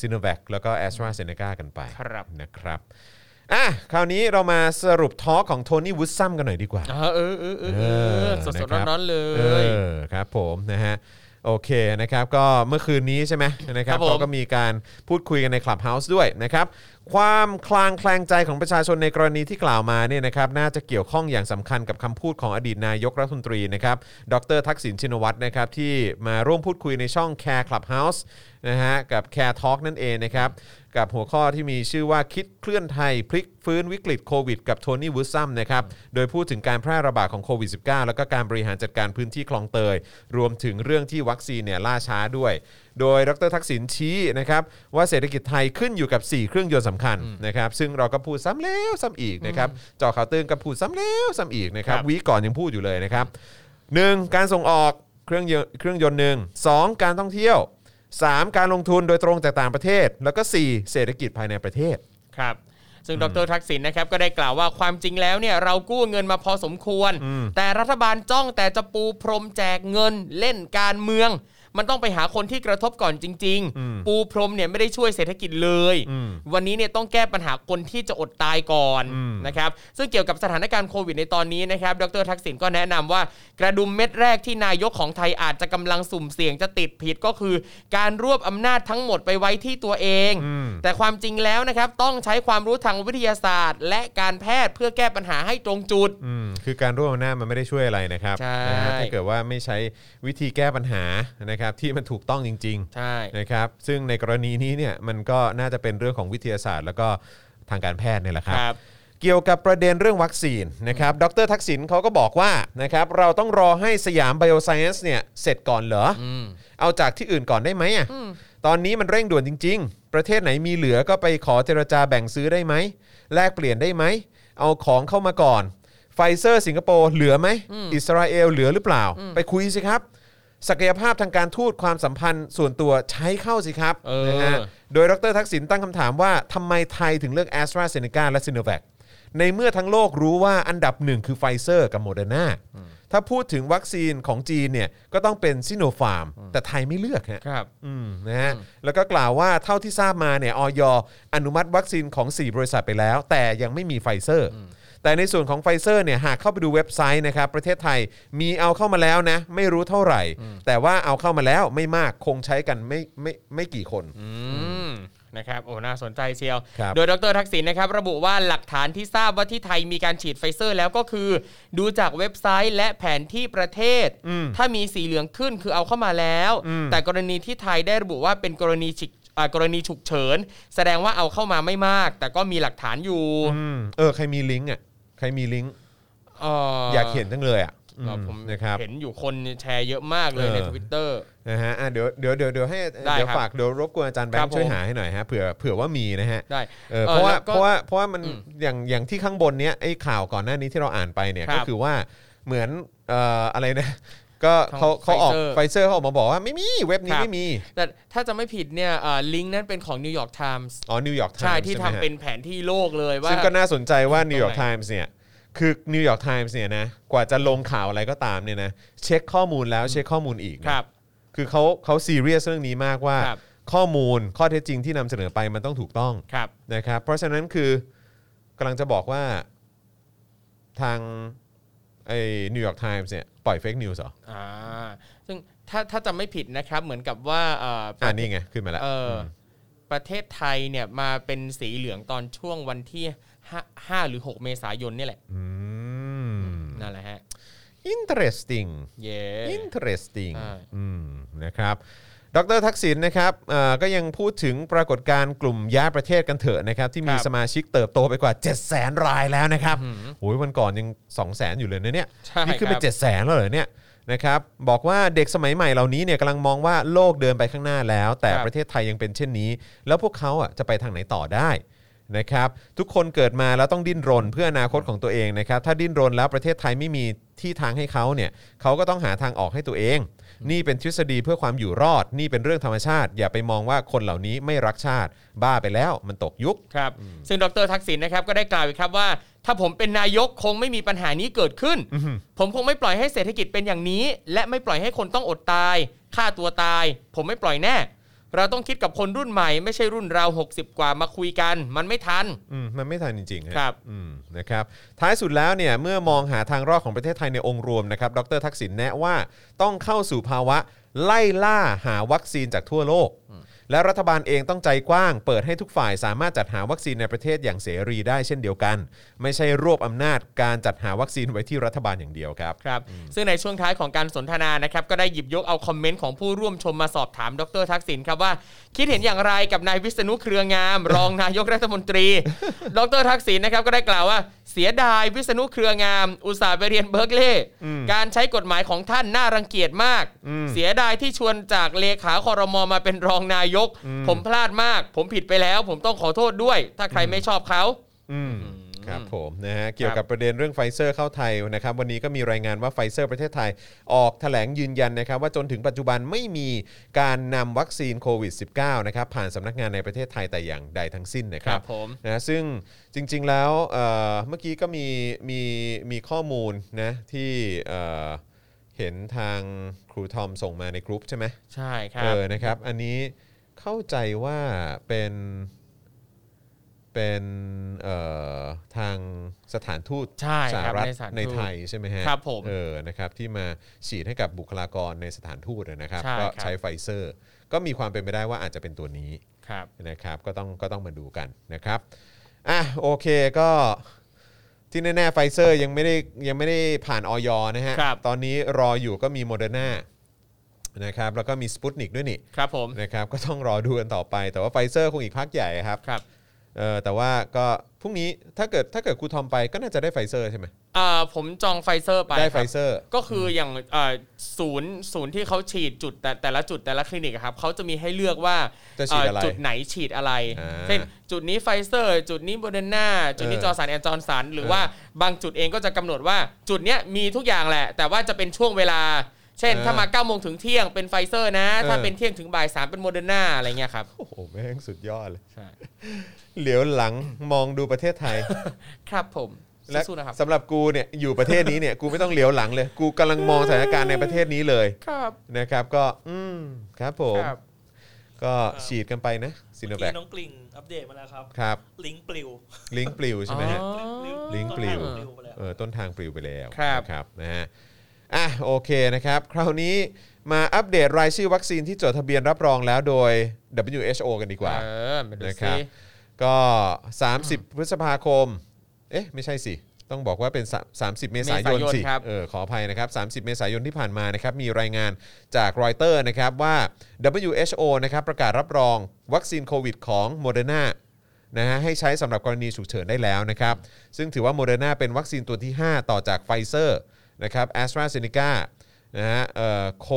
Speaker 2: ซีโนแวคแล้วก็แอสตราเซเนกากันไป
Speaker 3: ครับ
Speaker 2: นะครับอ่ะคราวนี้เรามาสรุปทอล์กของโทนี่วูดซัมกันหน่อยดีกว่า
Speaker 3: เออเออเออเออเอ
Speaker 2: เออ
Speaker 3: อสดสด
Speaker 2: นะครับ
Speaker 3: ร้อนๆเล
Speaker 2: เอย อครับผมนะฮะโอเคนะครับก็เมื่อคืนนี้ใช่ไหมนะครับ
Speaker 3: ครับผม
Speaker 2: เขาก็มีการพูดคุยกันในคลับเฮาส์ด้วยนะครับ ความคลางแคลงใจของประชาชนในกรณีที่กล่าวมาเนี่ยนะครับน่าจะเกี่ยวข้องอย่างสำคัญกับคำพูดของอดีตนายกรัฐมนตรีนะครับดรทักษิณชินวัตรนะครับที่มาร่วมพูดคุยในช่อง Care Clubhouse นะฮะกับ Care Talk นั่นเองนะครับ กับหัวข้อที่มีชื่อว่าคิดเคลื่อนไทย พลิกฟื้นวิกฤตโควิดกับโทนี่วูดซัมนะครับ โดยพูดถึงการแพร่ระบาดของโควิด -19 แล้วก็การบริหารจัดการพื้นที่คลองเตย รวมถึงเรื่องที่วัคซีนเนี่ยล่าช้าด้วย โดยดรทักษิณชี้นะครับว่าเศรษฐกิจไทยขึ้นอยู่กับ 4 เครื่องยนต์สำคัญนะครับ ซึ่งเราก็พูดซ้ำแล้วซ้ำอีกนะครับเจอข่าวตื้นก็พูดซ้ำแล้วซ้ำอีกนะครับ
Speaker 4: ครับ
Speaker 2: วีคก่อนยังพูดอยู่เลยนะครับหนึ่งการส่งออกเครื่องยนต์เครื่องยนต์หนึ่งสองการท่องเที่ยว 3 การลงทุนโดยตรงจากต่างประเทศ แล้วก็ 4 เศรษฐกิจภายในประเทศ
Speaker 3: ครับ ซึ่งดรทักษิณนะครับก็ได้กล่าวว่าความจริงแล้วเนี่ยเรากู้เงินมาพอสมควร แต่รัฐบาลจ้องแต่จะปูพรมแจกเงินเล่นการเมือง มันต้องไปหาคนที่กระทบก่อนจริง ๆ ปูพรมเนี่ยไม่ได้ช่วยเศรษฐกิจเลย วันนี้เนี่ยต้องแก้ปัญหาคนที่จะอดตายก่อนนะครับซึ่งเกี่ยวกับสถานการณ์โควิดในตอนนี้นะครับดรทักษิณก็แนะนำว่ากระดุมเม็ดแรกที่นายกของไทยอาจจะกำลังสุ่มเสี่ยงจะติดผิดก็คือ การรวบอำนาจทั้งหมดไปไว้ที่ตัวเอง แต่ความจริงแล้วนะครับต้องใช้ความรู้ทางวิทยาศาสตร์ และการแพทย์เพื่อแก้ปัญหาให้ตรงจุด
Speaker 2: อืมคือการร่วมอำนาจมันไม่ได้ช่วยอะไรนะครับ
Speaker 3: ใช่
Speaker 2: นะฮะถ้าเกิดว่าไม่ใช้วิธีแก้ปัญหานะครับที่มันถูกต้องจริง
Speaker 3: ใช่
Speaker 2: ๆนะครับซึ่งในกรณีนี้เนี่ยมันก็น่าจะเป็นเรื่องของวิทยาศาสตร์ แล้วก็ทางการแพทย์เนี่ยแหละค
Speaker 3: ครับ รับ
Speaker 2: เกี่ยวกับประเด็นเรื่องวัคซีนนะครับดรทักษิณเขาก็บอกว่านะครับเราต้องรอให้สยามไบโอไซเอนซ์เนี่ยเสร็จก่อนเหรออเอาจากที่อื่นก่อนได้ไหมอ่ะตอนนี้มันเร่งด่วนจริง ๆ ประเทศไหนมีเหลือก็ไปขอเจรจาแบ่งซื้อได้ไหมแลกเปลี่ยนได้ไหม เอาของเข้ามาก่อนไฟเซอร์สิงคโปร์เหลือไหม อิสราเอลเหลือหรือเปล่า ไปคุยสิครับ ศักยภาพทางการทูตความสัมพันธ์ส่วนตัวใช้เข้าสิครับ
Speaker 3: เออ
Speaker 2: นะฮะ โดยดรทักษิณตั้งคำถามว่าทำไมไทยถึงเลือก a s t r a z e ซ e c a และ s i n o v a c ในเมื่อทั้งโลกรู้ว่าอันดับหนึ่งคือไฟเซอร์กับโมเดอร์นาถ้าพูดถึงวัคซีนของจีนเนี่ยก็ต้องเป็นซิโนฟาร์ม แต่ไทยไม่เลือกฮะ
Speaker 3: ครับ
Speaker 2: อืมนะฮะแล้วก็กล่าวว่าเท่าที่ทราบมาเนี่ยออยอนุมัติวัคซีนของ 4 บริษัทไปแล้ว แต่ยังไม่มีไฟเซอร์ แต่ในส่วนของไฟเซอร์เนี่ยหากเข้าไปดูเว็บไซต์นะครับประเทศไทยมีเอาเข้ามาแล้วนะไม่รู้เท่าไหร่ แต่ว่าเอาเข้ามาแล้วไม่มากคงใช้กันไม่ไม่ไม่กี่คน
Speaker 3: อืมนะครับโอ้น่าสนใจเชียว
Speaker 2: ครับ
Speaker 3: โดยดรทักษิณนะครับระบุว่าหลักฐานที่ทราบว่าที่ไทยมีการฉีดไฟเซอร์แล้วก็คือ ดูจากเว็บไซต์และแผนที่ประเทศ ถ้ามีสีเหลืองขึ้นคือเอาเข้ามาแล้ว แต่กรณีที่ไทยได้ระบุว่าเป็นกรณีฉิกอ่ากรณีฉุกเฉิน แสดงว่าเอาเข้ามาไม่มาก แต่ก็มีหลักฐานอยู่
Speaker 2: อืมเออใครมีลิงก์อ่ะใครมีลิงก์
Speaker 3: เ
Speaker 2: อยากเห็นจังเลยอ่ะอืม
Speaker 3: เอ่อผม
Speaker 2: นะครับ
Speaker 3: เห็นอยู่คนแชร์เยอะมากเลย
Speaker 2: เออ
Speaker 3: ในทวิตเตอร์
Speaker 2: นะฮะอ่ะเดี๋ยวเดี๋ยวเดี๋ยวเดี๋ยวให้
Speaker 3: ได้
Speaker 2: เดี๋ยว
Speaker 3: ครับ
Speaker 2: ฝากเดี๋ยวรบกวนอาจารย์แบง
Speaker 3: ครับ
Speaker 2: ค์ช่วย
Speaker 3: ผม
Speaker 2: หาให้หน่อยฮะเผื่อเผื่อว่ามีนะฮะ
Speaker 3: ได้
Speaker 2: เออ
Speaker 3: เออ
Speaker 2: เพราะว่า
Speaker 3: แล้วก็
Speaker 2: เพราะว่าเพราะว่ามัน
Speaker 3: อืม
Speaker 2: อย่างอย่างที่ข้างบนเนี้ยไอ้ข่าวก่อนหน้านี้ที่เราอ่านไปเนี่ย
Speaker 3: ครับ
Speaker 2: ก็คือว่าเหมือนเอ่ออะไรนะ ก็เขาเขาออก
Speaker 3: ของ
Speaker 2: ไฟ
Speaker 3: Pfizer
Speaker 2: เซอร์เขาออกมาบอกว่าไม่มีเว็บนี้
Speaker 3: ครับ
Speaker 2: ไม่มี
Speaker 3: แต่ถ้าจะไม่ผิดเนี่ยลิงก์นั้นเป็นของ New York Times
Speaker 2: อ๋อนิวยอร์กไทม์
Speaker 3: ใช่ที่ทำเป็นแผนที่โลกเลยว่า
Speaker 2: ซึ่งก็น่าสนใจว่านิวยอร์ก
Speaker 3: ตรง
Speaker 2: ไท
Speaker 3: ไหน
Speaker 2: ม์เนี่ยคือนิวยอร์กไทม์เนี่ยนะกว่าจะลงข่าวอะไรก็ตามเนี่ยนะเช็คข้อมูลแล้วเช็คข้อมูลอีก
Speaker 3: ค
Speaker 2: นะ
Speaker 3: รับ
Speaker 2: คือเขาเขาซีเรียสเรื่องนี้มากว่า
Speaker 3: ครับ
Speaker 2: ข้อมูลข้อเท็จจริงที่นำเสนอไปมันต้องถูกต้อง
Speaker 3: ครับ
Speaker 2: นะครับ เพราะฉะนั้นคือกำลังจะบอกว่าทางไอ้นิวยอร์กไทมส์เนี่ย ปล่อยเฟกนิวส์เหรอ
Speaker 3: อ่า ซึ่งถ้าถ้าจำไม่ผิดนะครับ เหมือนกับว่าเอ่อ
Speaker 2: อ่านี่ไง ขึ้นมาแล้ว
Speaker 3: เอ่ออประเทศไทยเนี่ยมาเป็นสีเหลืองตอนช่วงวันที่ห้าห้าหรือ 6 เมษายนเนี่ยแหละ
Speaker 2: อืม
Speaker 3: นั่นแหละฮะ
Speaker 2: interesting
Speaker 3: เย้
Speaker 2: interesting
Speaker 3: ใช่
Speaker 2: อืมนะครับดรทักษิณนะครับเอ่อก็ยังพูดถึงปรากฏการณ์กลุ่มย้ายประเทศกันเถอะนะครับ ที่มี
Speaker 3: ครับ
Speaker 2: สมาชิกเติบโตไปกว่า 7 0 0 0 0 รายแล้วนะครับโอ้ยวันก่อนยัง 2 0 0 0 0 อยู่เลยนะเนี่ย
Speaker 3: ใช่
Speaker 2: นี่คือไป
Speaker 3: ครับ
Speaker 2: 7 0 0 0 0 แล้วเหรอเนี่ยนะครับบอกว่าเด็กสมัยใหม่เหล่านี้เนี่ยกำลังมองว่าโลกเดินไปข้างหน้าแล้ว แต่ประเทศไทยยังเป็นเช่นนี้ แล้วพวกเขาอ่ะจะไปทางไหนต่อได้นะครับทุกคนเกิดมาแล้วต้องดิ้นรนเพื่ออนาคตของตัวเองนะครับถ้าดิ้นรนแล้วประเทศไทยไม่มีที่ทางให้เขาเนี่ยเขาก็ต้องหาทางออกให้ตัวเอง นี่เป็นทฤษฎีเพื่อความอยู่รอด นี่เป็นเรื่องธรรมชาติ อย่าไปมองว่าคนเหล่านี้ไม่รักชาติ บ้าไปแล้วมันตกยุค
Speaker 3: ครับ ซึ่งดรทักษิณนะครับก็ได้กล่าวอีกครับว่า ถ้าผมเป็นนายกคงไม่มีปัญหานี้เกิดขึ้น ผมคงไม่ปล่อยให้เศรษฐกิจเป็นอย่างนี้ และไม่ปล่อยให้คนต้องอดตายฆ่าตัวตาย ผมไม่ปล่อยแน่ เราต้องคิดกับคนรุ่นใหม่ ไม่ใช่รุ่นเรา 60 กว่ามาคุยกัน มันไม่ทัน
Speaker 2: อืมมันไม่ทันจริงๆฮะ
Speaker 3: ครับ
Speaker 2: อืมนะครับท้ายสุดแล้วเนี่ยเมื่อมองหาทางรอดของประเทศไทยในองค์รวมนะครับดรทักษิณแนะว่าต้องเข้าสู่ภาวะไล่ล่าหาวัคซีนจากทั่วโลก และรัฐบาลเองต้องใจกว้าง เปิดให้ทุกฝ่ายสามารถจัดหาวัคซีนในประเทศอย่างเสรีได้เช่นเดียวกัน ไม่ใช่รวบอำนาจการจัดหาวัคซีนไว้ที่รัฐบาลอย่างเดียวครับ
Speaker 3: ครับซึ่งในช่วงท้ายของการสนทนานะครับก็ได้หยิบยกเอาคอมเมนต์ของผู้ร่วมชมมาสอบถามดรทักษิณครับว่า คิดเห็นอย่างไรกับนายวิษณุเครืองาม รองนายกรัฐมนตรี ดรทักษิณนะครับก็ได้กล่าวว่า เสียดายวิษณุเครืองาม อุตส่าห์ไปเรียนเบิร์กเลย์การใช้กฎหมายของท่านน่ารังเกียจมาก เสียดายที่ชวนจากเลขาคอรมอมาเป็นรองนายก ผมพลาดมาก ผมผิดไปแล้ว ผมต้องขอโทษด้วย ถ้าใครไม่ชอบเขา
Speaker 2: อืมครับผมนะฮะเกี่ยวกับประเด็นเรื่องไฟเซอร์เข้าไทยนะครับวันนี้ก็มีรายงานว่าไฟเซอร์ประเทศไทยออกแถลงยืนยันนะครับว่าจนถึงปัจจุบันไม่มีการนำวัคซีนโควิด -19 นะครับผ่านสำนักงานในประเทศไทยแต่อย่างใดทั้งสิ้นนะครั
Speaker 3: ครับ บผม
Speaker 2: นะซึ่งจริงๆแล้วเอ่อเมื่อกี้ก็มีมีมีข้อมูลนะที่เอ่อเห็นทางครูทอมส่งมาในกรุ๊ปใช่ไหม
Speaker 3: ใช่ค
Speaker 2: เอ
Speaker 3: รับ
Speaker 2: อ นะครับ อันนี้เข้าใจว่าเป็น เป็นเอ่อทางสถานทูต
Speaker 3: ใช่
Speaker 2: สห
Speaker 3: ครับ
Speaker 2: รัฐ
Speaker 3: ในสถานทูต
Speaker 2: ในไทยใช่ไหมฮะ
Speaker 3: ครับผม
Speaker 2: เออ นะครับ ที่มาฉีดให้กับบุคลากรในสถานทูตนะครับ
Speaker 3: ใช่
Speaker 2: ก็
Speaker 3: ครับ
Speaker 2: ใช้ไฟเซอร์ ก็มีความเป็นไปได้ว่าอาจจะเป็นตัวนี้
Speaker 3: ครับ
Speaker 2: นะครับ ก็ต้อง ก็ต้องมาดูกันนะครับ อ่ะ โอเค ก็ที่แน่ๆไฟเซอร์ยังไม่ได้ ยังไม่ได้ผ่านออยนะฮะ
Speaker 3: ครับ
Speaker 2: ตอนนี้รออยู่ก็มีโมเดอร์นานะครับ แล้วก็มีสปุตนิกด้วยนี่
Speaker 3: ครับผม
Speaker 2: นะครับก็ต้องรอดูกันต่อไป แต่ว่าไฟเซอร์คงอีกพักใหญ่ครับ
Speaker 3: ครับ
Speaker 2: เออแต่ว่าก็พรุ่งนี้ถ้าเกิดถ้าเกิดครูทอมไปก็น่าจะได้ไฟเซอร์ใช่ไหม
Speaker 3: เอ่อผมจองไฟเซอร์ไป
Speaker 2: ได้
Speaker 3: ค
Speaker 2: ไฟ
Speaker 3: รับ
Speaker 2: เซอร์
Speaker 3: ก็คืออย่างเอ่อศูนย์ศูนย์ที่เขาฉีดจุดแต่แต่ละจุดแต่ละคลินิกอะครับเขาจะมีให้เลือกว่า
Speaker 2: จะฉีดอะไร
Speaker 3: เจุดไหนฉีดอะไร
Speaker 2: อ่า
Speaker 3: เช่นจุดนี้ไฟเซอร์ จุดนี้โมเดอร์นาจุดนี้
Speaker 2: เออ
Speaker 3: จอร์สันแอนจอร์สันหรือ
Speaker 2: เออ
Speaker 3: ว่าบางจุดเองก็จะกำหนดว่าจุดเนี้ยมีทุกอย่างแหละ แต่ว่าจะเป็นช่วงเวลา เช่น
Speaker 2: เออ
Speaker 3: ถ้ามา9ก้าโมงถึงเที่ยงเป็นไฟเซอร์นะ
Speaker 2: เออ
Speaker 3: ถ้าเป็นเที่ยงถึงบ่ายสามเป็นโมเดอร์นาอะไรเงี้ยครับ
Speaker 2: โอ้โหแม่งสุดยอดเลย
Speaker 3: ใช่
Speaker 2: เหลียวหลังมองดูประเทศไทย
Speaker 3: ครับผม
Speaker 2: และ
Speaker 3: สู้ๆนะครับ
Speaker 2: สำหรับกูเนี่ยอยู่ประเทศนี้เนี่ยกูไม่ต้องเหลียวหลังเลย กูกำลังมองสถานการณ์ในประเทศนี้เลย
Speaker 3: ครับ
Speaker 2: นะครับก็อืมครับผม
Speaker 3: ครับ
Speaker 2: ก็ฉีดกันไปนะซีโนแวค
Speaker 4: น้องกลิ่งอัปเดตมาแล้วครับ
Speaker 2: ครับ
Speaker 4: ลิงก์ปลิว
Speaker 2: ลิงก์ปลิวใช่ไหมฮะ
Speaker 3: อ๋อ
Speaker 2: ลิงก์ปลิว
Speaker 4: ต้นทางปลิวไปแล้ว
Speaker 2: เออต้นทางปลิวไปแล้ว
Speaker 3: ครับ
Speaker 2: นะครับนะฮะอ่ะโอเคนะครับ คราวนี้มาอัปเดตรายชื่อวัคซีนที่จดทะเบียนรับรองแล้วโดย WHO กันดีกว่า
Speaker 3: เออมาดู
Speaker 2: นะค
Speaker 3: สิ
Speaker 2: รับ ก็ 30 พฤษภาคม เอ๊ะ ไม่ใช่สิ ต้องบอกว่าเป็น 30 เมษายนสิ
Speaker 3: ครับ
Speaker 2: เออขออภัยนะครับ 30 เมษายนที่ผ่านมานะครับ มีรายงานจากรอยเตอร์นะครับว่า WHO นะครับประกาศรับรองวัคซีนโควิดของ m o เดอร์นานะฮะให้ใช้สำหรับกรณีฉุกเฉินได้แล้วนะครับ ซึ่งถือว่า m o เดอร์นาเป็นวัคซีนตัวที่ 5 ต่อจากไฟเซอร์นะครับ a s t r a z e ซ e c a นะฮะเอ่อโค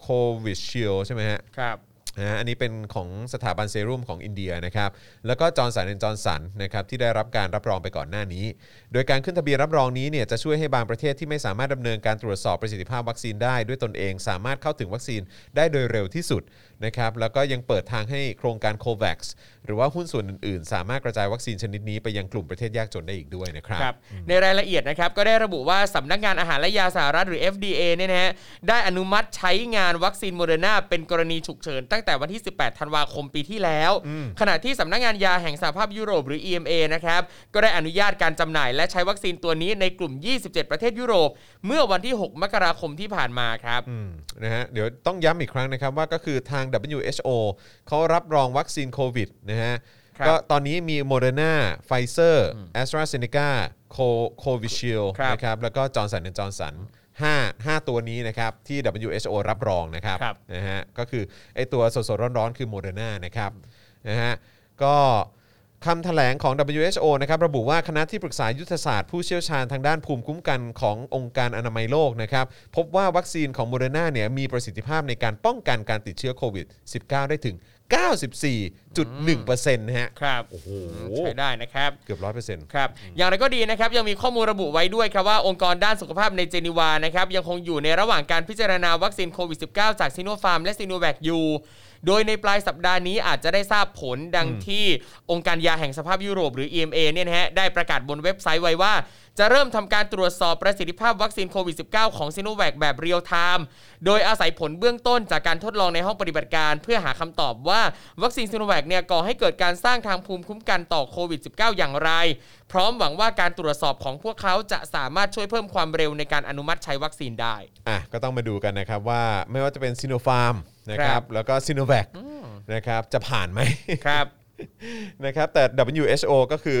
Speaker 2: โควิดชิลใช่ไหมฮะ
Speaker 3: ครับ
Speaker 2: นะฮะอันนี้เป็นของสถาบันเซรุ่มของอินเดียนะครับ แล้วก็จอร์นสันแอนจอร์สันนะครับที่ได้รับการรับรองไปก่อนหน้านี้ โดยการขึ้นทะเบียนรับรองนี้เนี่ยจะช่วยให้บางประเทศที่ไม่สามารถดำเนินการตรวจสอบประสิทธิภาพวัคซีนได้ด้วยตนเอง สามารถเข้าถึงวัคซีนได้โดยเร็วที่สุดนะครับ แล้วก็ยังเปิดทางให้โครงการโควัคหรือว่าหุ้นส่วนอื่นๆ สามารถกระจายวัคซีนชนิดนี้ไปยังกลุ่มประเทศยากจนได้อีกด้วยนะครับ
Speaker 3: ครับในรายละเอียดนะครับก็ได้ระบุว่าสำนักงานอาหารและยาสหรัฐหรือ FDA เนี่ยนะฮะได้อนุมัติใช้งานวัคซีนโมเดอร์นาเป็นกรณีฉุกเฉินตั้งแต่วันที่ 18 ธันวาคมปีที่แล้ว ขณะที่สำนักงานยาแห่งสหภาพยุโรปหรือ EMA นะครับก็ได้อนุญาตการจำหน่ายและใช้วัคซีนตัวนี้ในกลุ่ม 27 ประเทศยุโรป เมื่อวันที่ 6 มกราคมที่ผ่านมาครับ
Speaker 2: อืมนะฮะเดี๋ยวต้องย้ำอีกครั้งนะครับว่าก็คือทาง WHO เขารับรองวัคซีนโควิดนะฮะ
Speaker 3: ครับ
Speaker 2: ก็ตอนนี้มีโมเดอร์นาไฟเซอร์แอสตราเซเนกาโควิชิล
Speaker 3: ครับ
Speaker 2: นะครับแล้วก็จอร์นสันจอร์นสันห้าห้าตัวนี้นะครับที่ WHO รับรองนะครับ
Speaker 3: ครับ
Speaker 2: นะฮะก็คือไอตัวสดๆ ร้อนๆ คือโมเดอร์นานะครับนะฮะก็ คำแถลงของ WHO นะครับระบุว่าคณะที่ปรึกษายุทธศาสตร์ผู้เชี่ยวชาญทางด้านภูมิคุ้มกันขององค์การอนามัยโลกนะครับพบว่าวัคซีนของโมเดอร์นาเนี่ยมีประสิทธิภาพในการป้องกันการติดเชื้อโควิด -19 ได้ถึง 94.1%นะฮะ
Speaker 3: ครับ
Speaker 2: โอ้โห
Speaker 3: ใช้ได้นะครับ
Speaker 2: เกือบ 100%
Speaker 3: ครับอย่างไรก็ดีนะครับยังมีข้อมูลระบุไว้ด้วยครับว่าองค์กรด้านสุขภาพในเจนีวานะครับยังคงอยู่ในระหว่างการพิจารณาวัคซีนโควิด -19 จากซิโนฟาร์มและซิโนแวคอยู่ โดยในปลายสัปดาห์นี้อาจจะได้ทราบผลดังที่องค์การยาแห่งสหภาพยุโรปหรือ EMA เนี่ยนะฮะได้ประกาศบนเว็บไซต์ไว้ว่า จะเริ่มทำการตรวจสอบประสิทธิภาพวัคซีนโควิด -19 ของซิโนแวคแบบเรียลไทม์โดยอาศัยผลเบื้องต้นจากการทดลองในห้องปฏิบัติการ เพื่อหาคำตอบว่าวัคซีนซิโนแวคเนี่ยก่อให้เกิดการสร้างทางภูมิคุ้มกันต่อโควิด -19 อย่างไร พร้อมหวังว่าการตรวจสอบของพวกเขาจะสามารถช่วยเพิ่มความเร็วในการอนุมัติใช้วัคซีนได้
Speaker 2: อ่ะก็ต้องมาดูกันนะครับว่าไม่ว่าจะเป็นซิโนฟาร์มนะค
Speaker 3: ครั
Speaker 2: รับบ แล้วก็ซิโนแวค นะครับจะผ่านไหม
Speaker 3: ครับ
Speaker 2: นะครับแต่ WHO ก็คือ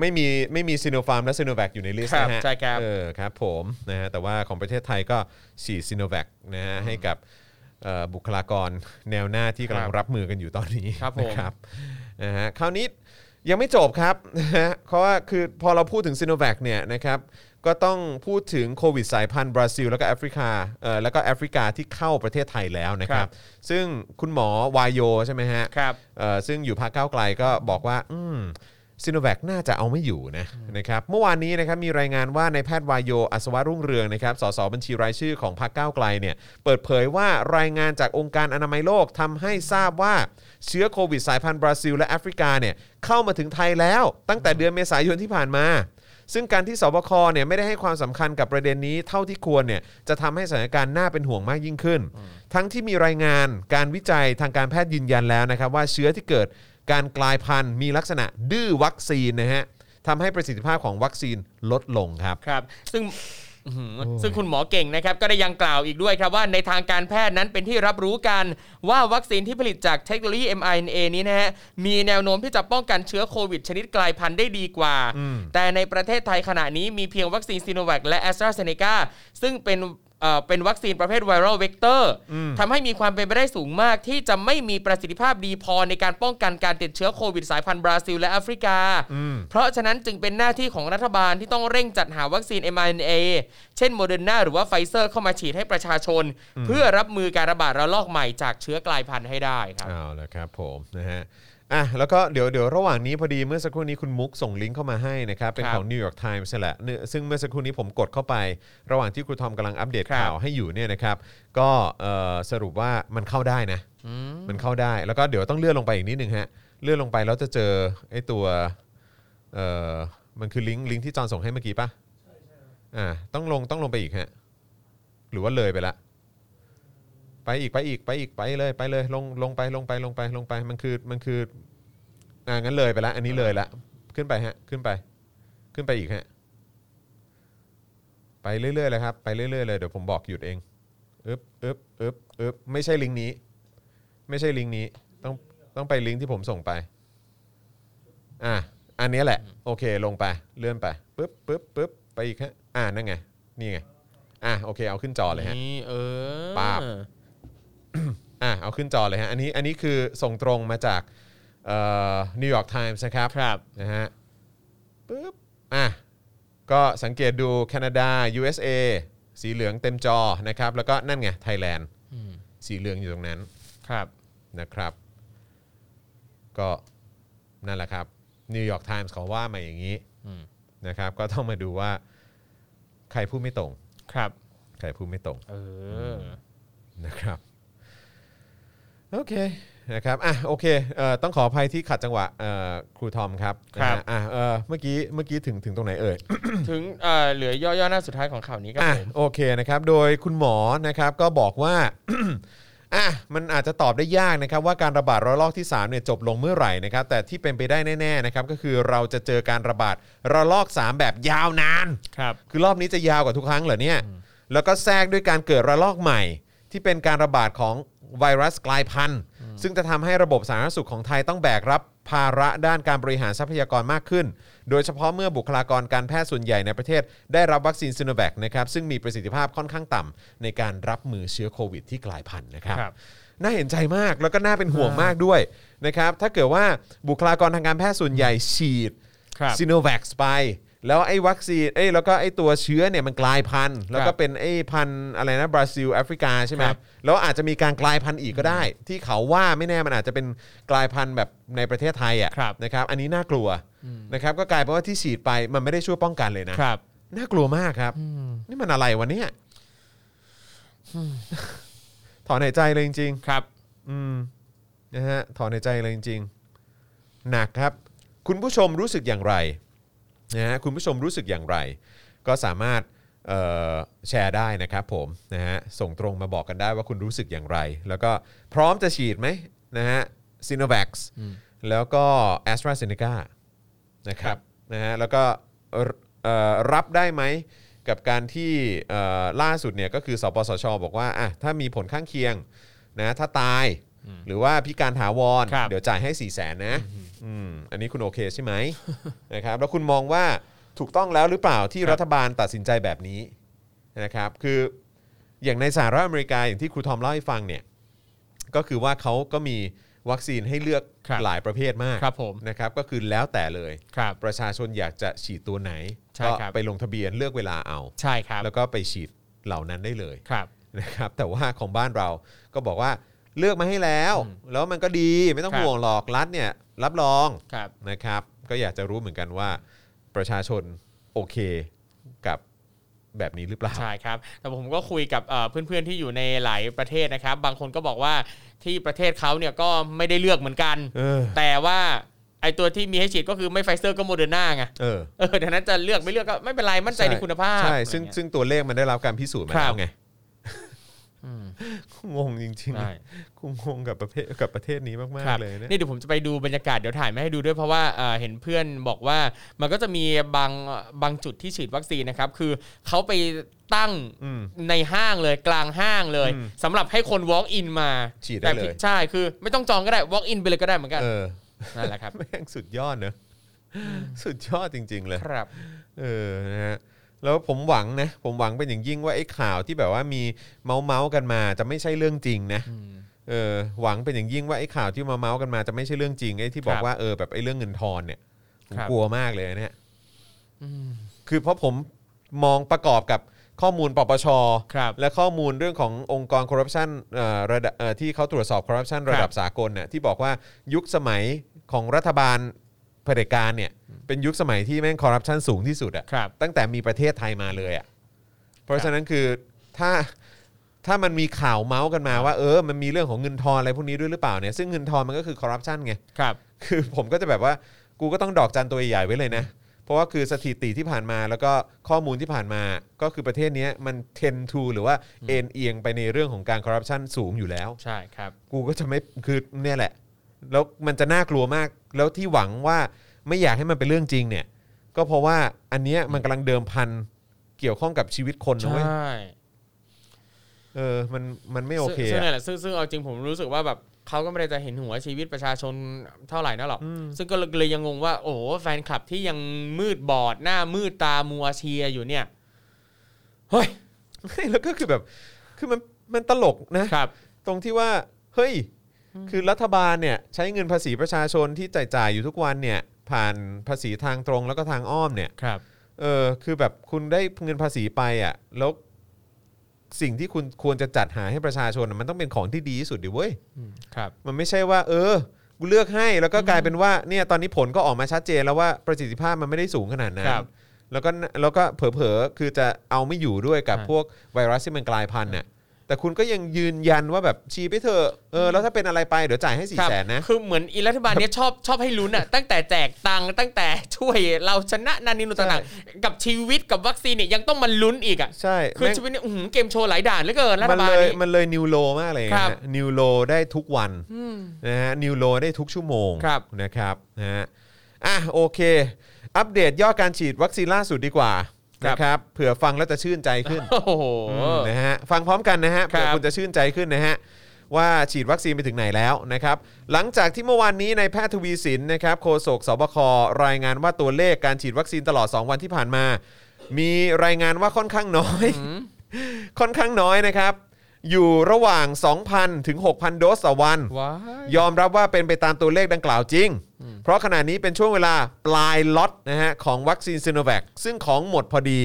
Speaker 2: ไม่มีไม่มีซีโนฟาร์มและซีโนแวคอยู่ในลิสต์
Speaker 3: ครับ
Speaker 2: นะฮะ
Speaker 3: ใช่ครับ
Speaker 2: เออครับผมนะฮะแต่ว่าของประเทศไทยก็ฉีดซีโนแวคนะฮะให้กับเอ่อบุคลากรแนวหน้าที่กำลังรับมือกันอยู่ตอนนี้
Speaker 3: ครับผม
Speaker 2: นะครับนะฮะคราวนี้ยังไม่จบครับนะฮะเพราะว่าคือพอเราพูดถึงซีโนแวคเนี่ยนะครับก็ต้องพูดถึงโควิดสายพันธุ์บราซิล แล้วก็แอฟริกาเอ่อแล้วก็แอฟริกาที่เข้าประเทศไทยแล้วนะครับ ซึ่งคุณหมอวายโยใช่ไหมฮะ
Speaker 3: ครับ
Speaker 2: เอ่อซึ่งอยู่พรรคก้าวไกลก็บอกว่า อืมซิโนแวคน่าจะเอาไม่อยู่นะนะครับเมื่อวานนี้นะครับมีรายงานว่าในายแพทย์วายโยอัศวรุ่งเรืองนะครับสสบัญชีรายชื่อของพรรคก้าวไกลเนี่ยเปิดเผยว่ารายงานจากองค์การอนามัยโลกทำให้ทราบว่าเชื้อโควิดสายพันธุ์บราซิลและแอฟริกาเนี่ยเข้ามาถึงไทยแล้วตั้งแต่เดือนเมษายนที่ผ่านมา ซึ่งการที่สบคเนี่ยไม่ได้ให้ความสำคัญกับประเด็นนี้เท่าที่ควรเนี่ยจะทำให้สถานการณ์น่าเป็นห่วงมากยิ่งขึ้น ทั้งที่มีรายงานการวิจัยทางการแพทย์ยืนยันแล้วนะครับ ว่าเชื้อที่เกิดการกลายพันธุ์มีลักษณะดื้อวัคซีนนะฮะทำให้ประสิทธิภาพของวัคซีนลดลงครับ
Speaker 3: ครับซึ่งอื้อหือซึ่งคุณหมอเก่งนะครับ ก็ได้ยังกล่าวอีกด้วยครับว่าในทางการแพทย์นั้นเป็นที่รับรู้กันว่าวัคซีนที่ผลิตจากเทคโนโลยี mRNA นี้นะฮะมีแนวโน้มที่จะป้องกันเชื้อโควิด ชนิดกลายพันธุ์ได้ดีกว่า แต่ในประเทศไทยขณะนี้มีเพียงวัคซีนซีโนแวคและแอสตราเซเนกาซึ่งเป็นเอ่อเป็นวัคซีนประเภทไวรัลเวกเตอร์ทำให้มีความเป็นไปได้สูงมาก ที่จะไม่มีประสิทธิภาพดีพอในการป้องกันการติดเชื้อโควิดสายพันธุ์บราซิลและแอฟริกา เพราะฉะนั้นจึงเป็นหน้าที่ของรัฐบาลที่ต้องเร่งจัดหาวัคซีน mRNA เช่นโมเดอร์นาหรือว่าไฟเซอร์เข้ามาฉีดให้ประชาชน เพื่อรับมือการระบาดระลอกใหม่จากเชื้อกลายพันธุ์ให้ได้ครับ
Speaker 2: เอาละครับผมนะฮะอ่ะแล้วก็เดี๋ยวเดี๋ยวระหว่างนี้พอดีเมื่อสักครู่นี้คุณมุกส่งลิงก์เข้ามาให้นะครับ เป็น
Speaker 3: ครับ
Speaker 2: ของ New York Times นี่แหละเนื่องซึ่งเมื่อสักครู่นี้ผมกดเข้าไป ระหว่างที่ครูทอมกำลังอัปเดต
Speaker 3: ครับ
Speaker 2: ข่าวให้อยู่เนี่ยนะครับ ก็เอ่อสรุปว่ามันเข้าได้นะ มันเข้าได้แล้วก็เดี๋ยวต้องเลื่อนลงไปอีกนิดนึงฮะเลื่อนลงไปแล้วจะเจอไอ้ตัวเอ่อมันคือลิงก์ลิงก์ที่จอนส่งให้เมื่อกี้ปะอ่าต้องลงต้องลงไปอีกฮะหรือว่าเลยไปละ ไปอีกไปอีกไปอีกไปเลยไปเลยลงลงไปลงไปลงไปลงไปมันคือมันคืออ่างั้นเลยไปละ อันนี้เลยละขึ้นไปฮะขึ้นไป ขึ้นไปอีกฮะไปเรื่อยๆเลยครับไปเรื่อยๆเลยเดี๋ยวผมบอกหยุดเองอึ๊บอึ๊บอึ๊บอึ๊บไม่ใช่ลิงก์นี้ ไม่ใช่ลิงก์นี้ต้องต้องไปลิงก์ที่ผมส่งไปอ่ะอันเนี้ยแหละ โอเคลงไปเลื่อนไปปึ๊บปึ๊บปึ๊บไปอีกฮะอ่านั่นไงนี่ไงอ่ะโอเคเอาขึ้นจอเลยฮะ
Speaker 3: นี่เออ
Speaker 2: ปาบ อ่ะเอาขึ้นจอเลยฮะอันนี้อันนี้คือส่งตรงมาจากนิวยอร์กไทมส์นะครับ
Speaker 3: ครับ
Speaker 2: นะฮะปึ๊บอ่ะก็สังเกตดูแคนาดา USA สีเหลืองเต็มจอนะครับแล้วก็นั่นไงไทยแลนด์สีเหลืองอยู่ตรงนั้น
Speaker 3: ครับ
Speaker 2: นะครับ ก็นั่นแหละครับนิวยอร์กไทมส์เขาว่ามาอย่างนี้
Speaker 3: อืม
Speaker 2: นะครับ ก็ต้องมาดูว่าใครพูดไม่ตรง
Speaker 3: ครับ
Speaker 2: ใครพูดไม่ตรง
Speaker 3: เออ
Speaker 2: นะครับ โอเคนะครับอ่ะโอเคเอ่อต้องขออภัยที่ขัดจังหวะเอ่อครูทอมครับ
Speaker 3: ครับ
Speaker 2: นะฮะอ่ะเอ่อเมื่อกี้เมื่อกี้ถึงถึงตรงไหนเอ่ย
Speaker 3: ถึงเอ่อเหลือย่อๆหน้าสุดท้ายของข่าวนี้ครับ
Speaker 2: อ่ะ
Speaker 3: ผม
Speaker 2: โอเคนะครับ โดยคุณหมอนะครับก็บอกว่า อ่ะมันอาจจะตอบได้ยากนะครับ ว่าการระบาดระลอกที่3เนี่ยจบลงเมื่อไหร่นะครับ แต่ที่เป็นไปได้แน่ๆนะครับก็คือเราจะเจอการระบาดระลอก 3 แบบยาวนาน
Speaker 3: ครับ
Speaker 2: คือรอบนี้จะยาวกว่าทุกครั้งเหรอเนี่ย แล้วก็แทรกด้วยการเกิดระลอกใหม่ ที่เป็นการระบาดของไวรัสกลายพันธุ์ ซึ่งจะทำให้ระบบสาธารณสุขของไทยต้องแบกรับภาระด้านการบริหารทรัพยากรมากขึ้น โดยเฉพาะเมื่อบุคลากรการแพทย์ส่วนใหญ่ในประเทศ ได้รับวัคซีนซิโนแวคนะครับ ซึ่งมีประสิทธิภาพค่อนข้างต่ำในการรับมือเชื้อโควิดที่กลายพันธุ์นะครับ
Speaker 3: ครับ
Speaker 2: น่าเห็นใจมากแล้วก็น่าเป็นห่วงมากด้วยนะครับ ถ้าเกิดว่าบุคลากรทางการแพทย์ส่วนใหญ่ฉีด
Speaker 3: ครับ
Speaker 2: ซีโนแวคไป แล้วไอ้วัคซีนเอ้ยแล้วก็ไอ้ตัวเชื้อเนี่ยมันกลายพันธุ์แล้ว
Speaker 3: ครั
Speaker 2: ก็
Speaker 3: บ
Speaker 2: เป็นไอ้พันธุ์อะไรนะบราซิลแอฟริกาใช่ไหม
Speaker 3: ครับ
Speaker 2: แล้วอาจจะมีการกลายพันธุ์อีกก็ได้ ที่เขาว่าไม่แน่มันอาจจะเป็นกลายพันธุ์แบบในประเทศไทย
Speaker 3: ครั
Speaker 2: อะ่ะ
Speaker 3: บ
Speaker 2: นะครับอันนี้น่ากลัวนะครับก็กลายเป็นว่าที่ฉีดไปมันไม่ได้ช่วยป้องกันเลยนะ
Speaker 3: ครับ
Speaker 2: น่ากลัวมากครับ นี่มันอะไรวะเนี่ย ถอนหายใจเลยจริง ๆ
Speaker 3: ครับ
Speaker 2: อืมนะฮะถอนในใจเลยจริงๆหนักครับ คุณผู้ชมรู้สึกอย่างไรนะฮะคุณผู้ชมรู้สึกอย่างไร ก็สามารถเอ่อแชร์ได้นะครับผมนะฮะส่งตรงมาบอกกันได้ว่าคุณรู้สึกอย่างไร แล้วก็พร้อมจะฉีดไหมนะฮะซีโนแวคแล้วก็แอสตราเซเนกานะครับนะฮะแล้วก็เอ่อเอ่อรับได้ไหมกับการที่เอ่อล่าสุดเนี่ยก็คือสปสชบอกว่าอ่ะถ้ามีผลข้างเคียง นะถ้าตาย หรือว่าพิการถาวร
Speaker 3: ครับ
Speaker 2: เดี๋ยวจ่ายให้4ี่แสนนะอืมอันนี้คุณโอเคใช่ไหม นะครับแล้วคุณมองว่าถูกต้องแล้วหรือเปล่าที่รัฐบาลตัดสินใจแบบนี้นะครับคืออย่างในสหรัฐอเมริกาอย่างที่ครูทอมเล่าให้ฟังเนี่ยก็คือว่าเขาก็มีวัคซีนให้เลือก
Speaker 3: ครับ
Speaker 2: หลายประเภทมาก
Speaker 3: ครับผม
Speaker 2: นะครับก็คือแล้วแต่เลย
Speaker 3: ครับ
Speaker 2: ประชาชนอยากจะฉีดตัวไหน
Speaker 3: ใช่
Speaker 2: ก็
Speaker 3: ครับ
Speaker 2: ไปลงทะเบียนเลือกเวลาเอา
Speaker 3: ใช่ครับ
Speaker 2: แล้วก็ไปฉีดเหล่านั้นได้เลย
Speaker 3: ครับ
Speaker 2: นะครับแต่ว่าของบ้านเราก็บอกว่าเลือกมาให้แล้ว แล้วมันก็ดีไม่ต้อง
Speaker 3: ครับ
Speaker 2: ห่วงหรอกรัฐเนี่ยรับรอง
Speaker 3: ครับ
Speaker 2: นะครับ ก็อยากจะรู้เหมือนกันว่าประชาชนโอเคกับแบบนี้หรือเปล่า
Speaker 3: ใช่ครับ แต่ผมก็คุยกับเอ่อเพื่อนๆที่อยู่ในหลายประเทศนะครับ บางคนก็บอกว่าที่ประเทศเขาเนี่ยก็ไม่ได้เลือกเหมือนกัน
Speaker 2: เออ
Speaker 3: แต่ว่าไอตัวที่มีให้ฉีดก็คือไม่ไฟเซอร์ก็โมเดอร์นาไง
Speaker 2: เออ
Speaker 3: เออดังนั้นจะเลือกไม่เลือกก็ไม่เป็นไร มั่นใจในคุณภาพ
Speaker 2: ใช่ซึ่ง
Speaker 3: อะไรเย
Speaker 2: ซึ่งตัวเลขมันได้รับการพิสูจน์มา
Speaker 3: ครั
Speaker 2: แล้
Speaker 3: บ
Speaker 2: วไง
Speaker 3: อืม
Speaker 2: งงจริง
Speaker 3: ใช่
Speaker 2: ๆกูงงกับประเทศกับประเทศนี้มาก
Speaker 3: ครับ
Speaker 2: ๆเลยเนี่ย
Speaker 3: นี่เดี๋ยวผมจะไปดูบรรยากาศเดี๋ยวถ่ายมาให้ดูด้วยเพราะว่าเอ่อเห็นเพื่อนบอกว่ามันก็จะมีบางบางจุดที่ฉีดวัคซีนนะครับ คือเขาไปตั้ง
Speaker 2: อืม
Speaker 3: ในห้างเลยกลางห้างเลย
Speaker 2: อืม
Speaker 3: สำหรับให้คน walk in มา
Speaker 2: ฉีดได้
Speaker 3: แต่
Speaker 2: เลย
Speaker 3: ผิใช่คือไม่ต้องจองก็ได้ walk in ไปเลยก็ได้เหมือนกัน
Speaker 2: เออ
Speaker 3: นั่นแหละครับ
Speaker 2: แม่งสุดยอดเนอะสุดยอดจริง ๆ เลย
Speaker 3: ครับ
Speaker 2: เออ นะฮะ แล้วผมหวังนะ ผมหวังเป็นอย่างยิ่งว่าไอ้ข่าวที่แบบว่ามีเมาเมาส์ๆกันมาจะไม่ใช่เรื่องจริงนะ เออ หวังเป็นอย่างยิ่งว่าไอ้ข่าวที่มาเมาส์ๆกันมาจะไม่ใช่เรื่องจริงไอ้ที่บอ
Speaker 3: ค
Speaker 2: ก
Speaker 3: รับ
Speaker 2: ว่าเออแบบไอ้เรื่องเงินทอนเนี่ยผม
Speaker 3: ครับ
Speaker 2: กลัวมากเลยเนี่ย
Speaker 3: อืม
Speaker 2: คือเพราะผมมองประกอบกับข้อมูลปปช
Speaker 3: ครับ
Speaker 2: และข้อมูลเรื่องขององค์กรคอร์รัปชันเอ่อระดับเอ่อที่เขาตรวจสอบคอร์รัปชันระดับสากลเนี่ยที่บอกว่ายุคสมัยของรัฐบาลเผด็จการเนี่ย เป็นยุคสมัยที่แม่งคอร์รัปชันสูงที่สุดอะ
Speaker 3: ครับ
Speaker 2: ตั้งแต่มีประเทศไทยมาเลยอะ่ะ เพราะฉะนั้นคือถ้าถ้ามันมีข่าวเมาส์กันมาว่าเออ มันมีเรื่องของเงินทอนอะไรพวกนี้ด้วยหรือเปล่าเนี่ย ซึ่งเงินทอนมันก็คือคอร์รัปชันไง
Speaker 3: ครับ
Speaker 2: คือผมก็จะแบบว่ากูก็ต้องดอกจันตัวใหญ่ๆไว้เลยนะ เพราะว่าคือสถิติที่ผ่านมาแล้วก็ข้อมูลที่ผ่านมาก็คือประเทศเนี้ยมัน tend to หรือว่าเอ็นเอียงไปในเรื่องของการคอร์รัปชันสูงอยู่แล้ว
Speaker 3: ใช่ครับ
Speaker 2: กูก็จะไม่คือเนี่ยแหละ แล้วมันจะน่ากลัวมาก แล้วที่หวังว่าไม่อยากให้มันเป็นเรื่องจริงเนี่ย ก็เพราะว่าอันเนี้ยมันกำลังเดิมพันเกี่ยวข้องกับชีวิตคน
Speaker 3: ใช
Speaker 2: นะเว้ย่ เออมันมันไม่โอเค
Speaker 3: ซึ่งซึ่ง
Speaker 2: อะ
Speaker 3: นั่นแหละซึ่งซึ่งเอาจริงผมรู้สึกว่าแบบเขาก็ไม่ได้จะเห็นหัวชีวิตประชาชนเท่าไหร่นะหรอกซึ่งก็เลยยังงงว่า โอ้โหแฟนคลับที่ยังมืดบอดหน้ามืดตามัวเชียร์อยู่เนี่ยเฮ้ย
Speaker 2: ไม่แล้วก็คือแบบคือมันมันตลกนะ
Speaker 3: ครับ
Speaker 2: ตรงที่ว่า เฮ้ย คือรัฐบาลเนี่ย ใช้เงินภาษีประชาชนที่จ่ายจ่ายอยู่ทุกวันเนี่ย ผ่านภาษีทางตรงแล้วก็ทางอ้อมเนี่ย
Speaker 3: ครับ
Speaker 2: เออคือแบบคุณได้เงินภาษีไปอ่ะแล้วสิ่งที่คุณควรจะจัดหาให้ประชาชนอะมันต้องเป็นของที่ดีที่สุดดิเว้ย
Speaker 3: ครับ
Speaker 2: มันไม่ใช่ว่า เออกูเลือกให้แล้วก็กลายเป็นว่าเนี่ยตอนนี้ผลก็ออกมาชัดเจนแล้วว่าประสิทธิภาพมันไม่ได้สูงขนาดนั้น
Speaker 3: ครับ
Speaker 2: แล้วก็แล้วก็เผลอๆคือจะเอาไม่อยู่ด้วยกับ
Speaker 3: ครับ
Speaker 2: พวกไวรัสที่มันกลายพันธุ์น่ะแต่คุณก็ยังยืนยันว่าแบบชีไปเถอะเออแล้วถ้าเป็นอะไรไปเดี๋ยวจ่ายให้สี่
Speaker 3: ครับ
Speaker 2: แสนนะ
Speaker 3: คือเหมือนอีรัฐบาลเนี้ยชอบชอบให้ลุ้น อะตั้งแต่แจกตังค์ตั้งแต่ช่วยเราชนะนันนินุนต่างๆ กับชีวิตกับวัคซีนเนี่ยยังต้องมาลุ้นอีกอะ
Speaker 2: ใช่
Speaker 3: คือ
Speaker 2: แม่ง
Speaker 3: ชีวิตเนี่ยอื้อหือเกมโชว์หลายด่านเหลือเกินรัฐ
Speaker 2: มัน
Speaker 3: บาล
Speaker 2: เลย
Speaker 3: นี้
Speaker 2: มันเลยนิวโลมากเลย
Speaker 3: ครั
Speaker 2: นะ
Speaker 3: บ
Speaker 2: นิวโลได้ทุกวันนะฮะนิวโลได้ทุกชั่วโมง
Speaker 3: ครับ
Speaker 2: นะครับนะฮะอ่ะโอเค อัปเดตยอดการฉีดวัคซีนล่าสุดดีกว่า
Speaker 3: ครับ
Speaker 2: นะครับเผื่อฟังแล้วจะชื่นใจขึ้น
Speaker 3: โอ้โห
Speaker 2: นะฮะฟังพร้อมกันนะฮะ
Speaker 3: ครั
Speaker 2: เผื่
Speaker 3: บ
Speaker 2: อคุณจะชื่นใจขึ้นนะฮะว่าฉีดวัคซีนไปถึงไหนแล้วนะครับหลังจากที่เมื่อวานนี้ในายแพทย์ทวีสินนะครับโฆษกสบครายงานว่าตัวเลขการฉีดวัคซีนตลอด 2 วันที่ผ่านมา มีรายงานว่าค่อนข้างน้อย ค่อนข้างน้อยนะครับ อยู่ระหว่าง 2,000 ถึง 6,000 โดสต่อวัน
Speaker 3: ว้าย
Speaker 2: ยอมรับว่าเป็นไปตามตัวเลขดังกล่าวจริง เพราะขณะนี้เป็นช่วงเวลาปลายล็อตนะฮะของวัคซีนซิโนแวคซึ่งของหมดพอดี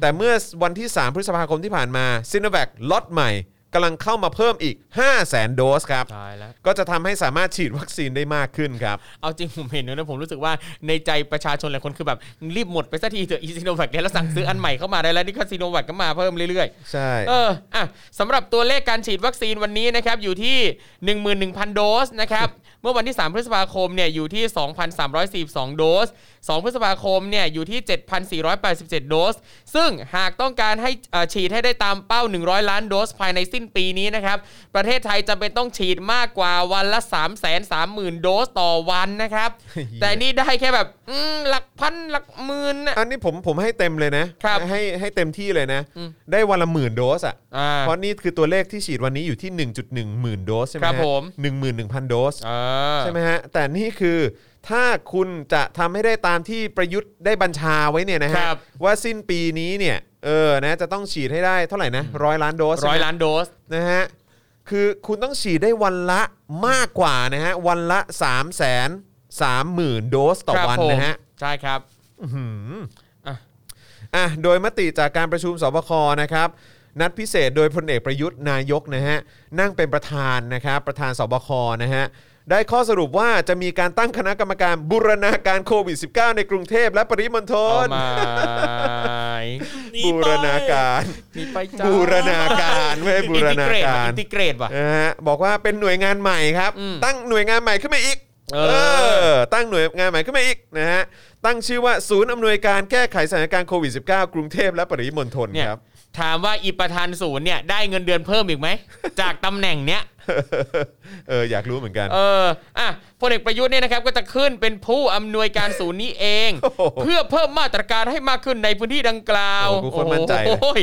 Speaker 2: แต่เมื่อวันที่ 3 พฤษภาคมที่ผ่านมาซิโนแวคล็อตใหม่กำลังเข้ามาเพิ่มอีก 500,000 โดสครับ
Speaker 3: ตายแล้ว
Speaker 2: ก็จะทำให้สามารถฉีดวัคซีนได้มากขึ้นครับ
Speaker 3: เอาจริงผมเห็นนะผมรู้สึกว่าในใจประชาชนหลายคนคือแบบรีบหมดไปสักทีเถอะอีซีโนแวคเนี่ยแล้วสั่งซื้ออันใหม่เข้ามาได้แล้วนี่ก็ซีโนแวคก็มาเพิ่มเรื่อย
Speaker 2: ใช่
Speaker 3: ๆ เอออ่ะสำหรับตัวเลขการฉีดวัคซีนวันนี้นะครับอยู่ที่ 11,000 โดสนะครับ เมื่อวันที่ 3 พฤษภาคมเนี่ยอยู่ที่ 2,342 โดส 2 พฤษภาคมเนี่ยอยู่ที่ 7,487 โดส ซึ่งหากต้องการให้เอ่อฉีดให้ได้ตามเป้า 100 ล้านโดสภายในสิ้นปีนี้นะครับ ประเทศไทยจำเป็นต้องฉีดมากกว่าวันละ 3 3 0 0 0 0 โดสต่อวันนะครับ แต่นี่ได้แค่แบบอืมหลักพันหลักหมื่นน่ะ
Speaker 2: อันนี้ผมผมให้เต็มเลยนะครับ ให้ให้เต็มที่เลยนะ
Speaker 3: อืม
Speaker 2: ได้วันละหมื่นโดสอ่ะ
Speaker 3: อ่า
Speaker 2: เพราะนี่คือตัวเลขที่ฉีดวันนี้อยู่ที่ 1.1 หมื่นโดสใช่ไหม
Speaker 3: ครับ
Speaker 2: ฮะ
Speaker 3: ผม
Speaker 2: หนึ่งหมื่นหนึ่งพันโดส
Speaker 3: อ่า
Speaker 2: ใช่ไหมฮะ แต่นี่คือถ้าคุณจะทำให้ได้ตามที่ประยุทธ์ได้บัญชาไว้เนี่ยนะฮะ
Speaker 3: ครับ
Speaker 2: ว่าสิ้นปีนี้เนี่ยเออนะจะต้องฉีดให้ได้เท่าไหร่นะร้อยล้านโดส
Speaker 3: ร้อย
Speaker 2: ใช่ไหม
Speaker 3: ล้านโดส
Speaker 2: นะฮะคือคุณต้องฉีดได้วันละมากกว่านะฮะ วันละ 3 3 0 0 0 0โดสต่อ
Speaker 3: ครับ
Speaker 2: วันนะฮะ
Speaker 3: ผมใช่ครับ
Speaker 2: อ่ะโดยมติจากการประชุมสบคนะครับ นัดพิเศษโดยพลเอกประยุทธ์นายกนะฮะนั่งเป็นประธานนะครับ ประธานสบคนะฮะได้ข้อสรุปว่าจะมีการตั้งคณะกรรมการบูรณาการโควิด -19 ในกรุงเทพและปริมณฑ
Speaker 3: เอา
Speaker 2: ล
Speaker 3: มา
Speaker 4: นี่
Speaker 2: บู
Speaker 4: ไป
Speaker 2: รณาการ
Speaker 3: มีไปจ้า
Speaker 2: บูรณาการไม่ใช่บูรณาการ
Speaker 3: อินทิเกรดว่ะ
Speaker 2: นะฮะบอกว่าเป็นหน่วยงานใหม่ครับ
Speaker 3: อืม
Speaker 2: ตั้งหน่วยงานใหม่ขึ้นมาอีก
Speaker 3: เออ
Speaker 2: อตั้งหน่วยงานใหม่ขึ้นมาอีกนะฮะตั้งชื่อว่าศูนย์อำนวยการแก้ไขสถานการณ์โควิด -19 กรุงเทพและปริมณฑล
Speaker 3: เนี่ย
Speaker 2: ครับ
Speaker 3: ถามว่าอีประธานศูนย์เนี่ยได้เงินเดือนเพิ่มอีกไหม จากตำแหน่งเนี้ย
Speaker 2: เอออยากรู้เหมือนกัน
Speaker 3: เออ อ่ะพลเอกประยุทธ์เนี่ยนะครับ ก็จะขึ้นเป็นผู้อำนวยการศูนย์นี้เอง
Speaker 2: โอ้โห
Speaker 3: เพื่อเพิ่มมาตรการให้มากขึ้นในพื้นที่ดังกล่าว
Speaker 2: โอ้โหกูโคตรมั่นใจเลย
Speaker 3: โอ้โห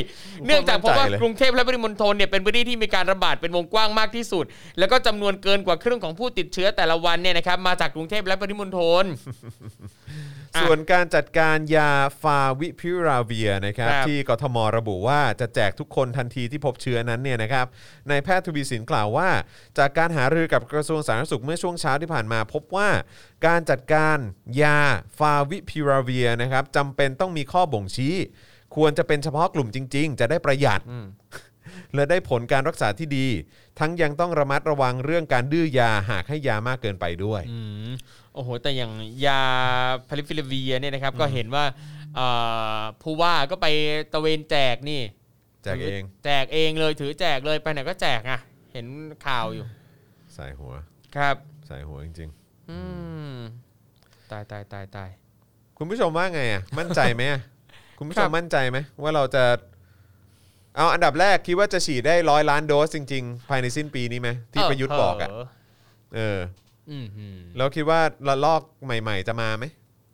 Speaker 3: เนื่องจากเพราะว่า
Speaker 2: กูโคตรมั่นใจเลย
Speaker 3: กรุงเทพและปริมณฑลเนี่ยเป็นพื้นที่ที่มีการระบาดเป็นวงกว้างมากที่สุด แล้วก็จำนวนเกินกว่าครึ่งของผู้ติดเชื้อแต่ละวันเนี่ยนะครับมาจากกรุงเทพและปริมณฑล อ่ะ
Speaker 2: ส่วนการจัดการยาฟาวิพิราเวียนะครับ
Speaker 3: ครับ
Speaker 2: ที่กทมระบุว่าจะแจกทุกคนทันทีที่พบเชื้อนั้นเนี่ยนะครับนายแพทย์ทวีสินกล่าวว่า จากการหารือกับกระทรวงสาธารณสุขเมื่อช่วงเช้าที่ผ่านมาพบว่า การจัดการยาฟาวิพิราเวียนะครับจำเป็นต้องมีข้อบ่งชี้ ควรจะเป็นเฉพาะกลุ่มจริง ๆ จะได้ประหยัด
Speaker 3: อืม
Speaker 2: และได้ผลการรักษาที่ดี ทั้งยังต้องระมัดระวังเรื่องการดื้อยาหากให้ยามากเกินไปด้วย
Speaker 3: อืมโอ้โห แต่อย่างยาพาริฟิลเวียเนี่ยนะครับ ก็เห็นว่าเอ่อผู้ว่าก็ไปตระเวนแจกนี่
Speaker 2: แจกเอง
Speaker 3: แจกเองเลยถือแจกเลยไปไหนก็แจกอ่ะ เห็นข่าวอยู่
Speaker 2: ใส่หัว
Speaker 3: ครับ
Speaker 2: ใส่หัวจริง
Speaker 3: อืม ตายตายตายตาย
Speaker 2: ๆ คุณผู้ชมว่าไงอ่ะ มั่นใจไหมอ่ะคุณผู้ช
Speaker 3: ครั
Speaker 2: ม
Speaker 3: บ
Speaker 2: มั่นใจไหมว่าเราจะเอาอันดับแรกคิดว่าจะฉีดได้ร้อยล้านโดสจริง ๆ ภายในสิ้นปีนี้ไหมที่ประยุทธ์บอกอ่ะ
Speaker 3: เ
Speaker 2: เออ
Speaker 3: อืมอืม
Speaker 2: แล้วคิดว่าระลอกใหม่ ๆ จะมาไหม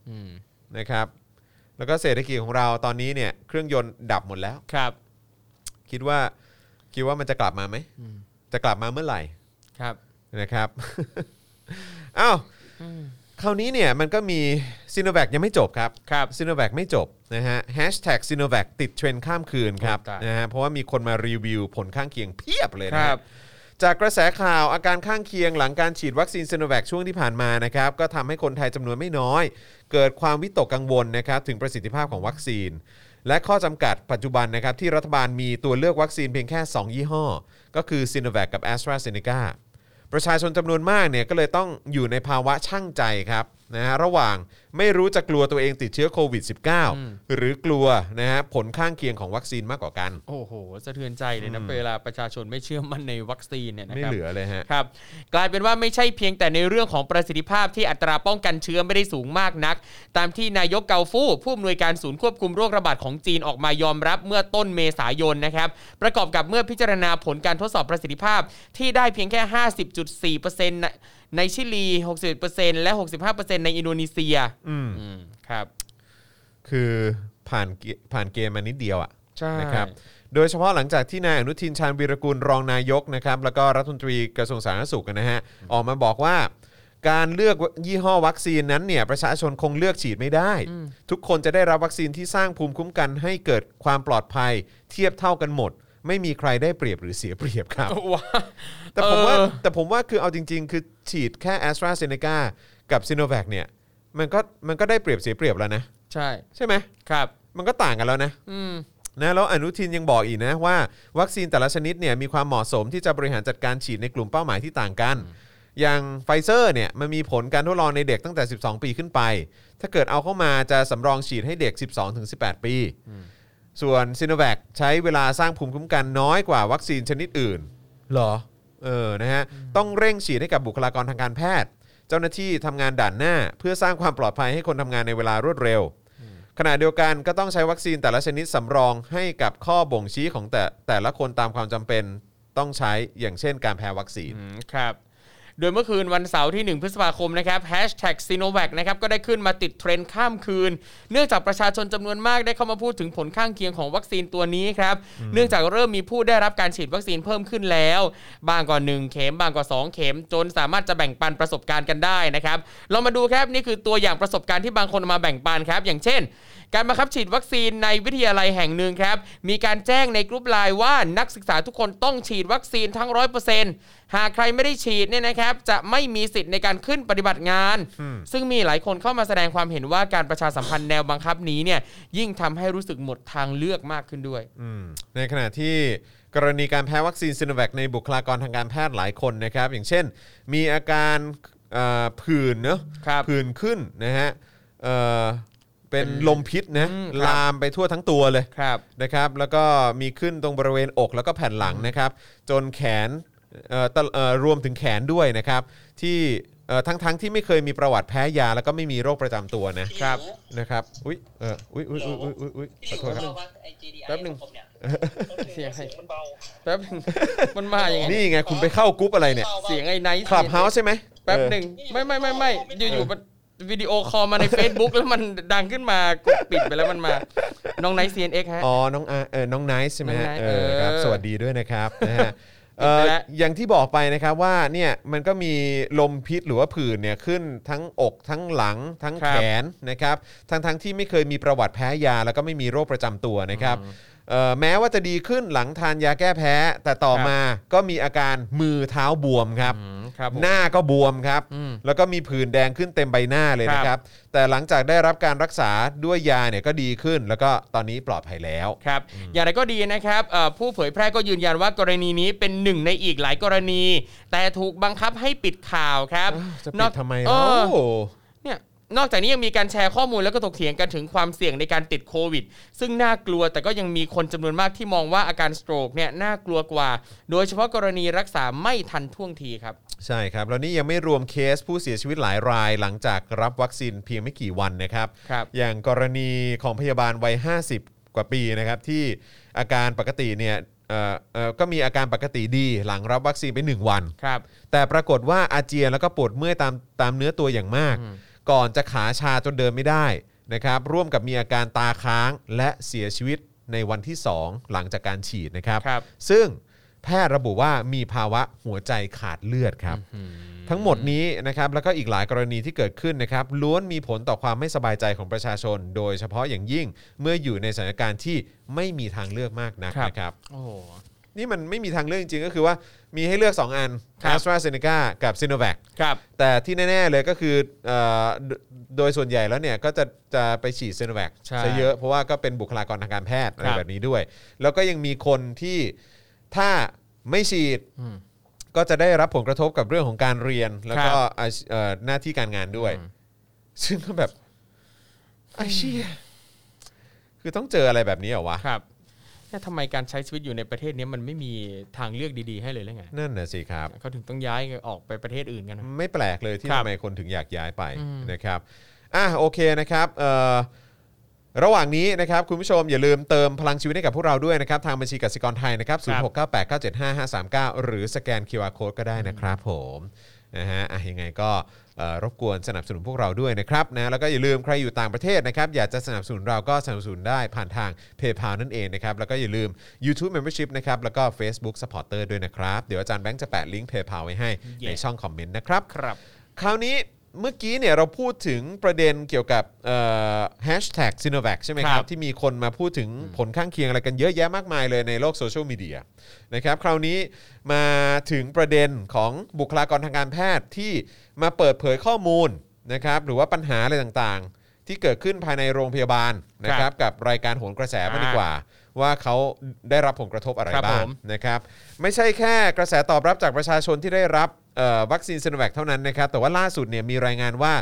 Speaker 3: อืม
Speaker 2: นะครับ แล้วก็เศรษฐกิจของเราตอนนี้เนี่ย เครื่องยนต์ดับหมดแล้ว
Speaker 3: ครับ
Speaker 2: คิดว่าคิดว่ามันจะกลับมาไหม
Speaker 3: อืม
Speaker 2: จะกลับมาเมื่อไหร่
Speaker 3: ครับ
Speaker 2: นะครับ อ้าว
Speaker 3: อืม
Speaker 2: คราวนี้เนี่ยมันก็มีซีโนแว c ยังไม่จบครับ
Speaker 3: ครับ
Speaker 2: ซีโนแว c ไม่จบนะฮะแฮชแท็กซีโนแว c ติดเทรนด์ข้ามคืนครับ
Speaker 3: โอ้ตาย
Speaker 2: นะฮะเพราะว่ามีคนมารีวิวผลข้างเคียงเพียบเลย
Speaker 3: ค
Speaker 2: นะ
Speaker 3: รั
Speaker 2: ฮะ
Speaker 3: บ
Speaker 2: จากกระแสข่าวอาการข้างเคียงหลังการฉีดวัคซีนซ i โนแว c ช่วงที่ผ่านมานะครับก็ทำให้คนไทยจำนวนไม่น้อย เกิดความวิตกกังวลนะครับถึงประสิทธิภาพของวัคซีน และข้อจำกัดปัจจุบันนะครับที่รัฐบาลมีตัวเลือกวัคซีนเพียงแค่ 2 ยี่ห้อ ก็คือซ i โนแว c กับ a s t r a z เซ e c a ประชาชนจำนวนมากเนี่ยก็เลยต้องอยู่ในภาวะช่างใจครับนะฮะระหว่างไม่รู้จะกลัวตัวเองติดเชื้อโควิด -19 หรือกลัวนะฮะผลข้างเคียงของวัคซีนมากกว่ากัน
Speaker 3: โอ้โห สะเทือนใจเลยนะเวลาประชาชนไม่เชื่อมั่นในวัคซีนเนี่ยนะ
Speaker 2: ไม่
Speaker 3: ครับ
Speaker 2: เหลือเลยฮะ
Speaker 3: ครับกลายเป็นว่าไม่ใช่เพียงแต่ในเรื่องของประสิทธิภาพที่อัตราป้องกันเชื้อไม่ได้สูงมากนัก ตามที่นายกเกาฟู่ผู้อำนวยการศูนย์ควบคุมโรคระบาดของจีนออกมายอมรับเมื่อต้นเมษายนนะครับ ประกอบกับเมื่อพิจารณาผลการทดสอบประสิทธิภาพที่ได้เพียงแค่ 50.4%ในในชิลี 61%และ 65%ในอินโดนีเซีย
Speaker 2: อืม
Speaker 3: อืมครับ
Speaker 2: คือผ่านเกผ่านเกมมานิดเดียวอะ
Speaker 3: ใช่
Speaker 2: นะครับโดยเฉพาะหลังจากที่นายอนุทินชาญวีรกุลรองนายกนะครับแล้วก็รัฐมนตรีกระทรวงสาธารณสุขนะฮะออกมาบอกว่า การเลือกยี่ห้อวัคซีนนั้นเนี่ยประชาชนคงเลือกฉีดไม่ได้ ทุกคนจะได้รับวัคซีนที่สร้างภูมิคุ้มกันให้เกิดความปลอดภัย เทียบเท่ากันหมด ไม่มีใครได้เปรียบหรือเสียเปรียบครับ
Speaker 3: ว้า
Speaker 2: แต่ผมว่า
Speaker 3: เออ
Speaker 2: แต่ผมว่าคือเอาจริง ๆ คือฉีดแค่แอสตราเซเนกากับซิโนแวคเนี่ยมันก็มันก็ได้เปรียบเสียเปรียบแล้วนะ
Speaker 3: ใช่
Speaker 2: ใช่ไหม
Speaker 3: ครับ
Speaker 2: มันก็ต่างกันแล้วนะ
Speaker 3: อืม
Speaker 2: นะแล้วอนุทินยังบอกอีกนะว่าวัคซีนแต่ละชนิดเนี่ยมีความเหมาะสมที่จะบริหารจัดการฉีดในกลุ่มเป้าหมายที่ต่างกัน อย่างไฟเซอร์เนี่ยมันมีผลการทดลองในเด็กตั้งแต่ 12 ปีขึ้นไป ถ้าเกิดเอาเข้ามาจะสำรองฉีดให้เด็ก 12-18 ปี ส่วนซ i โนแว c ใช้เวลาสร้างภูมิคุ้มกันน้อยกว่าวัคซีนชนิดอื่น เหรอ เออ นะฮะ ต้องเร่งฉีดให้กับบุคลากรทางการแพทย์ เจ้าหน้าที่ทำงานด่านหน้า เพื่อสร้างความปลอดภัยให้คนทำงานในเวลารวดเร็ว ขณะเดียวกันก็ต้องใช้วัคซีนแต่ละชนิดสำรองให้กับข้อบ่งชี้ของแต่แต่ละคนตามความจำเป็นต้องใช้อย่างเช่นการแพ้วัคซีน
Speaker 3: อืมครับ โดยเมื่อคืนวันเสาร์ที่ 1 พฤษภาคมนะครับแฮชแท็กซีโนแวคนะครับก็ได้ขึ้นมาติดเทรนด์ข้ามคืน เนื่องจากประชาชนจำนวนมากได้เข้ามาพูดถึงผลข้างเคียงของวัคซีนตัวนี้ครับ เนื่องจากเริ่มมีผู้ได้รับการฉีดวัคซีนเพิ่มขึ้นแล้ว บางกว่า 1 เข็ม บางกว่า 2 เข็ม จนสามารถจะแบ่งปันประสบการณ์กันได้นะครับ เรามาดูครับนี่คือตัวอย่างประสบการณ์ที่บางคนเอามาแบ่งปันครับ อย่างเช่น การบังคับฉีดวัคซีนในวิทยาลัยแห่งหนึ่งครับ มีการแจ้งในกรุ๊ปไลน์ว่านักศึกษาทุกคนต้องฉีดวัคซีนทั้ง 100%หากใครไม่ได้ฉีดเนี่ยนะครับ จะไม่มีสิทธิ์ในการขึ้นปฏิบัติงาน ซึ่งมีหลายคนเข้ามาแสดงความเห็นว่าการประชาสัมพันธ์แนวบังคับนี้เนี่ยยิ่งทำให้รู้สึกหมดทางเลือกมากขึ้นด้วย
Speaker 2: อืมในขณะที่กรณีการแพ้วัคซีนซิโนแวคในบุคลากรทางการแพทย์หลายคนนะครับ อย่างเช่น มีอาการเอ่อผื่นเนอะ
Speaker 3: ครับ
Speaker 2: ผื่นขึ้นนะฮะเอ่อเป็นลมพิษนะ
Speaker 3: อืมครับ
Speaker 2: ลามไปทั่วทั้งตัวเลย
Speaker 3: ครับ
Speaker 2: นะครับ แล้วก็มีขึ้นตรงบริเวณอกแล้วก็แผ่นหลังนะครับ จนแขนเอ่อตะเอ่อรวมถึงแขนด้วยนะครับ ที่เอ่อทั้งทั้งๆที่ไม่เคยมีประวัติแพ้ยา แล้วก็ไม่มีโรคประจำตัวนะ
Speaker 3: ค
Speaker 5: ค
Speaker 3: รั
Speaker 5: รับ บ
Speaker 2: นะครับอุ้ยเอออุ้ยอุ้ยอุ้ยอุ้ยอุ้ยขอโทษครับ
Speaker 3: แป๊
Speaker 5: แป๊
Speaker 3: บบ ห
Speaker 5: ห
Speaker 3: นึ่
Speaker 5: นึ่
Speaker 3: ง
Speaker 5: ง
Speaker 3: เสียงใคร
Speaker 5: มันเบา
Speaker 3: แป๊บนึงมันมาอย่างไง
Speaker 2: นี่ไงคุณไปเข้ากรุ๊ปอะไรเนี่ย
Speaker 5: บาๆ
Speaker 3: เสียงไอ้ไนท์
Speaker 2: คลับเฮาส์ใช่ไหม
Speaker 3: แป๊บหนึ่งไม่ไม่ไม่ไม่อยู่ๆมันวิดีโอคอลมาใน Facebook แล้วมันดังขึ้นมากดปิดไปแล้วมันมาน้องไนท์ CNX ฮะ
Speaker 2: เอออ๋อ น้องอาเออน้องไนท์ใช่ไหมฮะ
Speaker 3: น้องไนท์
Speaker 2: เออครับ
Speaker 3: เออ
Speaker 2: สวัสดีด้วยนะครับ นะฮะเอ
Speaker 3: ติดไป
Speaker 2: อ
Speaker 3: แล้ว
Speaker 2: อย่างที่บอกไปนะครับว่าเนี่ยมันก็มีลมพิษหรือว่าผื่นเนี่ยขึ้นทั้งอกทั้งหลังทั้งแขนนะครับทั้งทั้งๆที่ไม่เคยมีประวัติแพ้ยา แล้วก็ไม่มีโรคประจำตัวนะครับเอ่อแม้ว่าจะดีขึ้นหลังทานยาแก้แพ้ แต่ต่อมาก็มีอาการมือเท้าบวมครับ
Speaker 3: อืมครับผม
Speaker 2: หน้าก็บวมครับ
Speaker 3: อืม
Speaker 2: แล้วก็มีผื่นแดงขึ้นเต็มใบหน้าเลยนะครับ แต่หลังจากได้รับการรักษาด้วยยาเนี่ยก็ดีขึ้น แล้วก็ตอนนี้ปลอดภัยแล้ว
Speaker 3: ครับอย่างไรก็ดีนะครับเอ่อผู้เผยแพร่ก็ยืนยันว่ากรณีนี้เป็นหนึ่งในอีกหลายกรณี แต่ถูกบังคับให้ปิดข่าวครับ
Speaker 2: จะ
Speaker 3: น
Speaker 2: ปิ
Speaker 3: อก
Speaker 2: ดทำไมเล
Speaker 3: เอ
Speaker 2: ่า
Speaker 3: อเนี่ยนอกจากนี้ยังมีการแชร์ข้อมูลแล้วก็ถกเถียงกันถึงความเสี่ยงในการติดโควิด ซึ่งน่ากลัวแต่ก็ยังมีคนจำนวนมากที่มองว่าอาการสโตรกเนี่ยน่ากลัวกว่า โดยเฉพาะกรณีรักษาไม่ทันท่วงทีครับ
Speaker 2: ใช่ครับ แล้วนี่ยังไม่รวมเคสผู้เสียชีวิตหลายราย หลังจากรับวัคซีนเพียงไม่กี่วันนะครับ
Speaker 3: ครับ
Speaker 2: อย่างกรณีของพยาบาลวัย 50 กว่าปีนะครับ ที่อาการปกติเนี่ยเอ่อเอ่อก็มีอาการปกติดีหลังรับวัคซีนไป 1 วัน
Speaker 3: ครับ
Speaker 2: แต่ปรากฏว่าอาเจียนแล้วก็ปวดเมื่อยตามตามเนื้อตัวอย่างมาก ก่อนจะขาชาจนเดินไม่ได้นะครับ ร่วมกับมีอาการตาค้างและเสียชีวิตในวันที่ 2 หลังจากการฉีดนะครับ
Speaker 3: ครับ
Speaker 2: ซึ่งแพทย์ระบุว่ามีภาวะหัวใจขาดเลือดครับ ทั้งหมดนี้นะครับแล้วก็อีกหลายกรณีที่เกิดขึ้นนะครับล้วนมีผลต่อความไม่สบายใจของประชาชน โดยเฉพาะอย่างยิ่งเมื่ออยู่ในสถานการณ์ที่ไม่มีทางเลือกมากนัก
Speaker 3: ครับ
Speaker 2: นะครับ
Speaker 3: โอ้โห
Speaker 2: นี่มันไม่มีทางเลือกจริงๆ ก็คือว่ามีให้เลือก 2 อัน
Speaker 3: ครับ
Speaker 2: a s t r a z e ซ e c a กับ s i n o v a c
Speaker 3: ครับ
Speaker 2: แต่ที่แน่ ๆ เลยก็คือเอ่อโดโดยส่วนใหญ่แล้วเนี่ยก็จะจะไปฉีด s i n o v a c
Speaker 3: ใช่
Speaker 2: ซะเยอะเพราะว่าก็เป็นบุคลากรทางการแพทย์อะไร
Speaker 3: ครับ
Speaker 2: แบบนี้ด้วย แล้วก็ยังมีคนที่ถ้าไม่ฉีด
Speaker 3: อืม
Speaker 2: ก็จะได้รับผลกระทบกับเรื่องของการเรียน แล้วก็อาชเอ่อหน้าที่การงานด้วย
Speaker 3: อืม
Speaker 2: ซึ่งก็แบบไอ้เชี่ยคือต้องเจออะไรแบบนี้เหรอวะ
Speaker 3: ครับแต่ทำไมการใช้ชีวิตอยู่ในประเทศเนี้ยมันไม่มีทางเลือกดีๆ ให้เลยหรือไง
Speaker 2: นั่นน่ะสิครับ
Speaker 3: เขาถึงต้องย้ายออกไปประเทศอื่นกันนะ
Speaker 2: ไม่แปลกเลยที่
Speaker 3: ครับ
Speaker 2: ทำไมคนถึงอยากย้ายไป
Speaker 3: อืม
Speaker 2: นะครับ อ่ะโอเคนะครับเอ่อระหว่างนี้นะครับคุณผู้ชมอย่าลืมเติมพลังชีวิตให้กับพวกเราด้วยนะครับ ทางบัญชีกสิกรไทยนะครับ
Speaker 3: ครับ
Speaker 2: 0698975539 หรือสแกน QR Code ก็ได้นะครับผมนะฮะอ่ะยังไงก็เอ่อรบกวนสนับสนุนพวกเราด้วยนะครับนะแล้วก็อย่าลืมใครอยู่ต่างประเทศนะครับ อยากจะสนับสนุนเราก็สนับสนุนได้ผ่านทาง PayPal นั่นเองนะครับ แล้วก็อย่าลืม YouTube Membership นะครับแล้วก็ Facebook Supporter ด้วยนะครับ เดี๋ยวอาจารย์แบงค์จะแปะลิงก์ PayPal ไว้ให้ในช่องคอมเมนต์นะครับ
Speaker 3: ครับ
Speaker 2: คราวนี้เมื่อกี้เนี่ยเราพูดถึงประเด็นเกี่ยวกับแฮชแท็กซีโนแวคใช่ไหมค
Speaker 3: ค
Speaker 2: รั
Speaker 3: รับ บ
Speaker 2: ที่มีคนมาพูดถึงผลข้างเคียงอะไรกันเยอะแยะมากมายเลยในโลกโซเชียลมีเดียนะครับคราวนี้มาถึงประเด็นของบุคลากรทางการแพทย์ที่มาเปิดเผยข้อมูลนะครับหรือว่าปัญหาอะไรต่างๆ ที่เกิดขึ้นภายในโรงพยาบาลนะครับกับรายการโหนกระแสมางดีกว่า ว่าเขาได้รับผลกระทบอะไร
Speaker 3: ครับ
Speaker 2: บ้า
Speaker 3: ผ
Speaker 2: ง
Speaker 3: ม
Speaker 2: นะครับไม่ใช่แค่กระแสตอบรับจากประชาชนที่ได้รับเอ่อวัคซีนซ i โนแวคเท่านั้นนะครับแต่ว่าล่าสุดเนี่ยมีรายงานว่า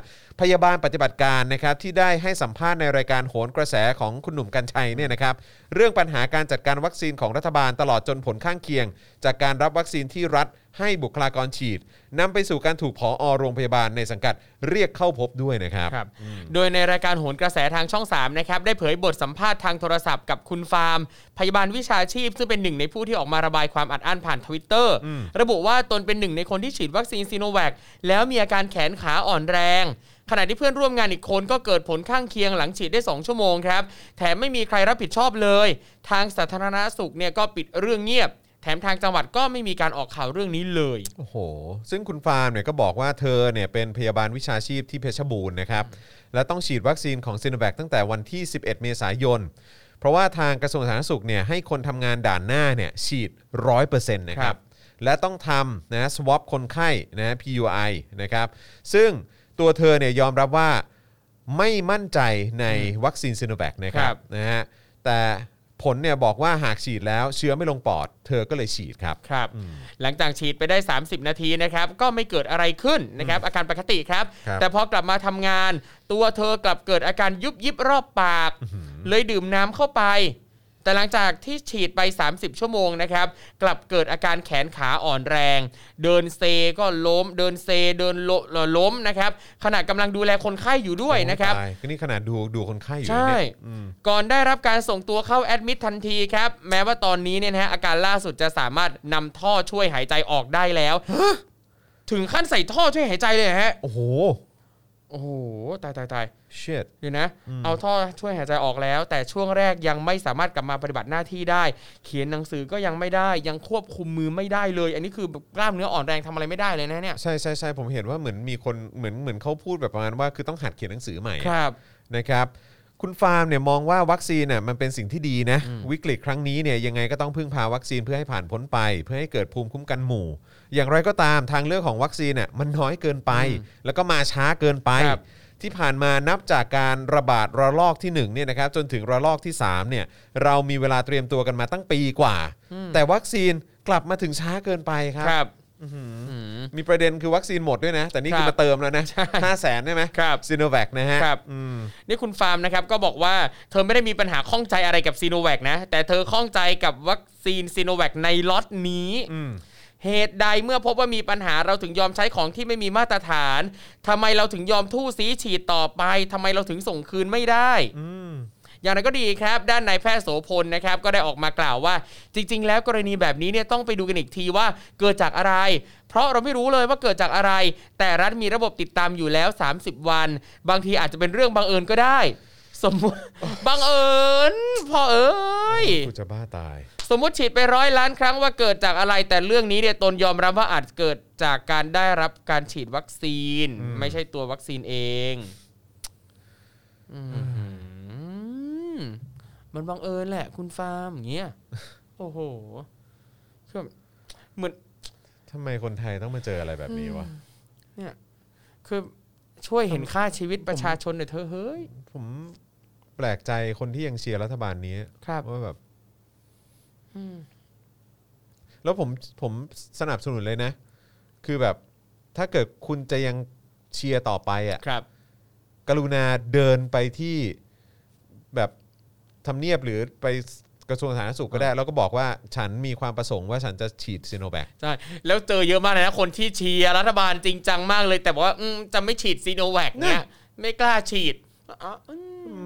Speaker 2: พยาบาลปฏิบัติการนะครับที่ได้ให้สัมภาษณ์ในรายการโหนกระแสของคุณหนุ่มกัญชัยเนี่ยนะครับเรื่องปัญหาการจัดการวัคซีนของรัฐบาลตลอดจนผลข้างเคียง จากการรับวัคซีนที่รัฐให้บุคลากรฉีดนำไปสู่การถูกผอโรงพยาบาลในสังกัดเรียกเข้าพบด้วยนะครับ
Speaker 3: ครับโดยในรายการโหนกระแสทางช่อง 3 นะครับ ได้เผยบทสัมภาษณ์ทางโทรศัพท์กับคุณฟาร์ม พยาบาลวิชาชีพ ซึ่งเป็นหนึ่งในผู้ที่ออกมาระบายความอัดอั้นผ่านทวิตเตอร์ระบุว่าตนเป็นหนึ่งในคนที่ฉีดวัคซีนซีโนแวคแล้วมีอาการแขนขาอ่อนแรง ขณะที่เพื่อนร่วมงานอีกคนก็เกิดผลข้างเคียงหลังฉีดได้ 2 ชั่วโมงครับ แถมไม่มีใครรับผิดชอบเลย ทางสาธารณสุขเนี่ยก็ปิดเรื่องเงียบ แถมทางจังหวัดก็ไม่มีการออกข่าวเรื่องนี้เลย
Speaker 2: โอ้โห ซึ่งคุณฟาร์มเนี่ยก็บอกว่าเธอเนี่ยเป็นพยาบาลวิชาชีพที่เพชรบูรณ์นะครับ และต้องฉีดวัคซีนของซ i n น v a c ตั้งแต่วันที่ 11 เมษายน เพราะว่าทางกระทรวงสาธารณสุขเนี่ยให้คนทำงานด่านหน้าเนี่ยฉีด 100%นะค
Speaker 3: ครั
Speaker 2: รับ
Speaker 3: บ
Speaker 2: และต้องทำนะ swab คนไข้นะ PUI นะครับ ซึ่งตัวเธอเนี่ยยอมรับว่าไม่มั่นใจในวัคซีนซ i n น v a c นะครั
Speaker 3: ครับ บ
Speaker 2: นะฮะ แต่ผลเนี่ยบอกว่าหากฉีดแล้วเชื้อไม่ลงปอด เธอก็เลยฉีดครับ
Speaker 3: ครับหลังจากฉีดไปได้ 30 นาทีนะครับก็ไม่เกิดอะไรขึ้นนะครับอาการปกติครับ
Speaker 2: ครับ
Speaker 3: แต่พอกลับมาทำงาน ตัวเธอกลับเกิดอาการยุบยิบรอบปาก เลยดื่มน้ำเข้าไป แต่หลังจากที่ฉีดไป 30 ชั่วโมงนะครับกลับเกิดอาการแขนขาอ่อนแรง เดินเซก็ล้ม เดินเซเดินโลเอ่อล้มนะครับขณะกำลังดูแลคนไข้อยู่ด้วยนะครับ
Speaker 2: โอ้ตายก็นี่ขนาดดูดูคนไข้อยู่นะ
Speaker 3: ใช่
Speaker 2: เนี่ย
Speaker 3: ก่อนได้รับการส่งตัวเข้าแอดมิดทันทีครับ แม้ว่าตอนนี้เนี่ยนะฮะอาการล่าสุดจะสามารถนำท่อช่วยหายใจออกได้แล้ว ถึงขั้นใส่ท่อช่วยหายใจเลยเหรอฮะ
Speaker 2: โอ้โห
Speaker 3: โอ้โห ตายตายตาย
Speaker 2: shit
Speaker 3: เดี๋ยวนะ เอาท่อช่วยหายใจออกแล้ว แต่ช่วงแรกยังไม่สามารถกลับมาปฏิบัติหน้าที่ได้ เขียนหนังสือก็ยังไม่ได้ ยังควบคุมมือไม่ได้เลย อันนี้คือแบบกล้ามเนื้ออ่อนแรงทำอะไรไม่ได้เลยนะเนี่ย
Speaker 2: ใช่ใช่ใช่ผมเห็นว่าเหมือนมีคนเหมือนเหมือนเขาพูดแบบประมาณว่าคือต้องหัดเขียนหนังสือใหม่อะ
Speaker 3: ครับ
Speaker 2: นะครับ คุณฟาร์มเนี่ยมองว่าวัคซีนน่ะมันเป็นสิ่งที่ดีนะ วิกฤตครั้งนี้เนี่ยยังไงก็ต้องพึ่งพาวัคซีนเพื่อให้ผ่านพ้นไป เพื่อให้เกิดภูมิคุ้มกันหมู่ อย่างไรก็ตามทางเลือกของวัคซีนน่ะมันน้อยเกินไป แล้วก็มาช้าเกินไป
Speaker 3: ครับ
Speaker 2: ที่ผ่านมานับจากการระบาดระลอกที่1เนี่ยนะครับจนถึงระลอกที่3เนี่ยเรามีเวลาเตรียมตัวกันมาตั้งปีกว่า แต่วัคซีนกลับมาถึงช้าเกินไปครับ
Speaker 3: ครับ
Speaker 2: มีประเด็นคือวัคซีนหมดด้วยนะ แต่นี่
Speaker 3: ครับ
Speaker 2: คือมาเติมแล้วนะ
Speaker 3: ใช่
Speaker 2: ห้าแสนได้ไหม
Speaker 3: ครับ
Speaker 2: ซีโนแวคนะฮะ
Speaker 3: ครับ
Speaker 2: อืม
Speaker 3: นี่คุณฟาร์มนะครับก็บอกว่าเธอไม่ได้มีปัญหาข้องใจอะไรกับซีโนแวคนะ แต่เธอข้องใจกับวัคซีนซีโนแวคในล็อตนี้
Speaker 2: อืม
Speaker 3: เหตุใดเมื่อพบว่ามีปัญหาเราถึงยอมใช้ของที่ไม่มีมาตรฐานทำไมเราถึงยอมทู่ซีฉีดต่อไปทำไมเราถึงส่งคืนไม่ได้
Speaker 2: อืม
Speaker 3: อย่างไรก็ดีครับ ด้านนายแพทย์โสพลนะครับ ก็ได้ออกมากล่าวว่า จริง ๆ แล้วกรณีแบบนี้เนี่ยต้องไปดูกันอีกทีว่าเกิดจากอะไร เพราะเราไม่รู้เลยว่าเกิดจากอะไร แต่รัฐมีระบบติดตามอยู่แล้ว 30 วัน บางทีอาจจะเป็นเรื่องบังเอิญก็ได้ สมมติ บังเอิญพ่อเอ้ย
Speaker 2: กูจะบ้าตาย
Speaker 3: สมมติฉีดไปร้อยล้านครั้งว่าเกิดจากอะไรแต่เรื่องนี้เนี่ยตนยอมรับว่าอาจเกิดจากการได้รับการฉีดวัคซีน ไม่ใช่ตัววัคซีนเองมมันบังเอิญแหละ คุณฟาร์มอย่างเงี้ยโอ้โหคือแบบเหมือน
Speaker 2: ทำไมคนไทยต้องมาเจออะไรแบบนี้วะ
Speaker 3: เนี่ยคือช่วยเห็นค่าชีวิตประชาชนหน่อยเธอะเฮ้ย
Speaker 2: ผมแปลกใจคนที่ยังเชียร์รัฐบาลนี้
Speaker 3: ครับ
Speaker 2: ว่าแบบแล้วผมผมสนับสนุนเลยนะ คือแบบถ้าเกิดคุณจะยังเชียร์ต่อไปอ่ะ
Speaker 3: ครับ
Speaker 2: กรุณาเดินไปที่แบบทำเนียบหรือไปกระทรวงสาธารณสุขก็ได้ แล้วก็บอกว่าฉันมีความประสงค์ว่าฉันจะฉีดซีโนแวค
Speaker 3: ใช่แล้วเจอเยอะมากเลยนะ คนที่เชียร์รัฐบาลจริงจังมากเลย แต่บอกว่าอืมจะไม่ฉีดซีโนแวคเนี่
Speaker 2: น่ะ
Speaker 3: ยไม่กล้าฉีดอ๋ออืม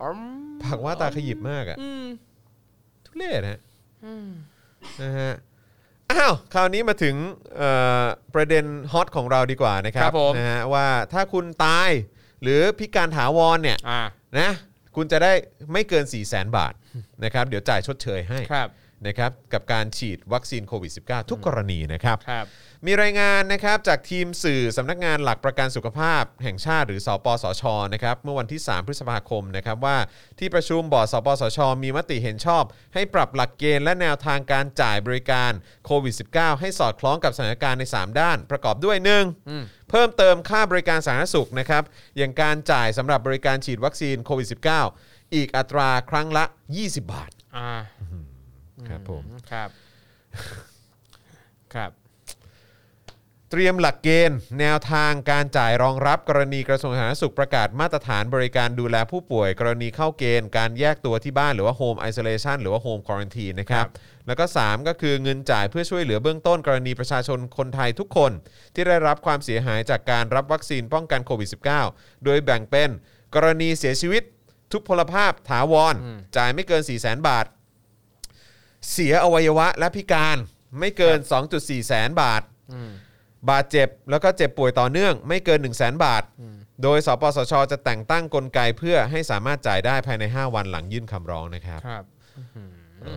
Speaker 3: อ๋อ
Speaker 2: ปากว่าตาขยิบมากอะ
Speaker 3: อืม
Speaker 2: ทุเรศฮะนะฮะอ้าวคราวนี้มาถึงเอ่อประเด็นฮอตของเราดีกว่านะครับนะฮะว่าถ้าคุณตายหรือพิการถาวรเนี่ย
Speaker 3: อ่า
Speaker 2: นะคุณจะได้ไม่เกิน 4 0 0แสนบาทนะครับ เดี๋ยวจ่ายชดเชยให้
Speaker 3: ครับ
Speaker 2: นะครับกับการฉีดวัคซีนโควิด -19 ทุกกรณีนะครับ
Speaker 3: ครับ
Speaker 2: มีรายงานนะครับจากทีมสื่อสำนักงานหลักประกันสุขภาพแห่งชาติหรือสปสชนะครับเมื่อวันที่ 3 พฤษภาคมนะครับว่าที่ประชุมบอร์ดสปสช มีมติเห็นชอบ ให้ปรับหลักเกณฑ์และแนวทางการจ่ายบริการโควิด -19 ให้สอดคล้องกับสถานการณ์ใน 3 ด้าน ประกอบด้วย 1. เพิ่มเติมค่าบริการสาธารณสุขนะครับอย่างการจ่ายสำหรับบริการฉีดวัคซีนโควิด -19 อีกอัตราครั้งละ 20 บาท
Speaker 3: อ่า
Speaker 2: ครับผม
Speaker 3: ครับ ครับ
Speaker 2: เตรียมหลักเกณฑ์ แนวทางการจ่ายรองรับกรณีกระทรวงสาธารณสุขประกาศมาตรฐานบริการดูแลผู้ป่วย กรณีเข้าเกณฑ์การแยกตัวที่บ้านหรือว่า Home Isolation หรือว่า Home Quarantine นะครับ แล้วก็ 3 ก็คือเงินจ่ายเพื่อช่วยเหลือเบื้องต้นกรณีประชาชนคนไทยทุกคน ที่ได้รับความเสียหายจากการรับวัคซีนป้องกันโควิด -19 โดยแบ่งเป็น กรณีเสียชีวิต ทุพพลภาพถาวร จ่ายไม่เกิน 4 0 0 0 0 0 บาท เสียอวัยวะและพิการไม่เกิน 2.4 แสนบาท บาดเจ็บแล้วก็เจ็บป่วยต่อเนื่องไม่เกิน 1 0 0 0 0แบาท โดยสปสช จะแต่งตั้งกลไกเพื่อให้สามารถจ่ายได้ภายใน 5 วันหลังยื่นคำร้องนะครับ
Speaker 3: ครับ
Speaker 2: โอ้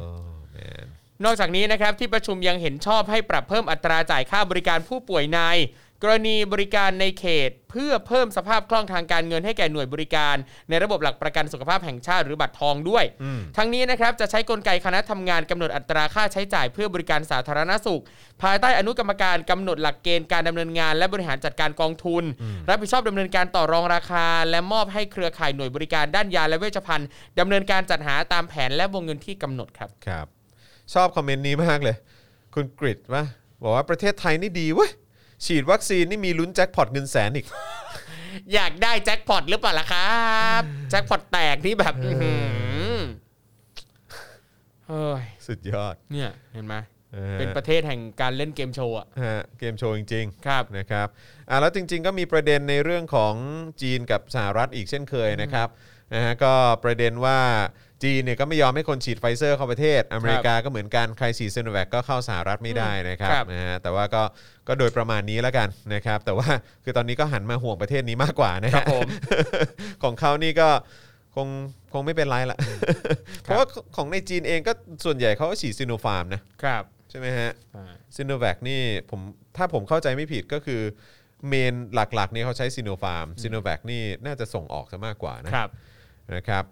Speaker 2: แมน
Speaker 3: นอกจากนี้นะครับที่ประชุมยังเห็นชอบให้ปรับเพิ่มอัตราจ่ายค่าบริการผู้ป่วยใน กรณีบริการในเขต เพื่อเพิ่มสภาพคล่องทางการเงินให้แก่หน่วยบริการ ในระบบหลักประกันสุขภาพแห่งชาติหรือบัตรทองด้วย
Speaker 2: อืม
Speaker 3: ทั้งนี้นะครับจะใช้กลไกคณะทำงานกำหนดอัตราค่าใช้จ่ายเพื่อบริการสาธารณสุข ภายใต้อนุกรรมการกำหนดหลักเกณฑ์การดำเนินงาน และบริหารจัดการกองทุน รับผิดชอบดำเนินการต่อรองราคา และมอบให้เครือข่ายหน่วยบริการด้านยาและเวชภัณฑ์ดำเนินการจัดหาตามแผนและวงเงินที่กำหนดครับ
Speaker 2: ครับชอบคอมเมนต์นี้มากเลย คุณกริดว่าบอกว่าประเทศไทยนี่ดีเว้ยฉีดวัคซีนนี่มีลุ้นแจ็คพอตเงินแสนอีก
Speaker 3: อยากได้แจ็คพอตหรือเปล่าล่ะครับแจ็คพอตแตกนี่แบบอื้อหือเฮ้ย
Speaker 2: สุดยอด
Speaker 3: เนี่ยเห็นไหม
Speaker 2: ออ
Speaker 3: เป็นประเทศแห่งการเล่นเกมโชว์อะ
Speaker 2: ฮะเกมโชว์จริง
Speaker 3: ครับ
Speaker 2: ๆนะครับอ่ะแล้วจริง ๆ ก็มีประเด็นในเรื่องของจีนกับสหรัฐอีกเช่นเคยนะครับนะฮะก็ประเด็นว่าจีนเนี่ยก็ไม่ยอมให้คนฉีดไฟเซอร์เข้าประเทศ อเมริกาก็เหมือนกันใครฉีดซโนแวคก็เข้าสหรัฐไม่ได้นะครับ
Speaker 3: ครับ
Speaker 2: นะฮะแต่ว่าก็ก็โดยประมาณนี้แล้วกันนะครับแต่ว่าคือตอนนี้ก็หันมาห่วงประเทศนี้มากกว่านะฮะ
Speaker 3: ครับผม
Speaker 2: ของเขานี่ก็คงคงไม่เป็นไรละ เพราะว่าของในจีนเองก็ส่วนใหญ่เขาก็ฉีดซิโนฟาร์มนะครับ ใช่ไหมฮะ
Speaker 3: อ่า
Speaker 2: ซิโนแวคนี่ผมถ้าผมเข้าใจไม่ผิดก็คือเมนหลักๆนี่เขาใช้ซิโนฟาร์มซิโนแวคนี่น่าจะส่งออกซะมากกว่านะ
Speaker 3: ครับ
Speaker 2: นะครับ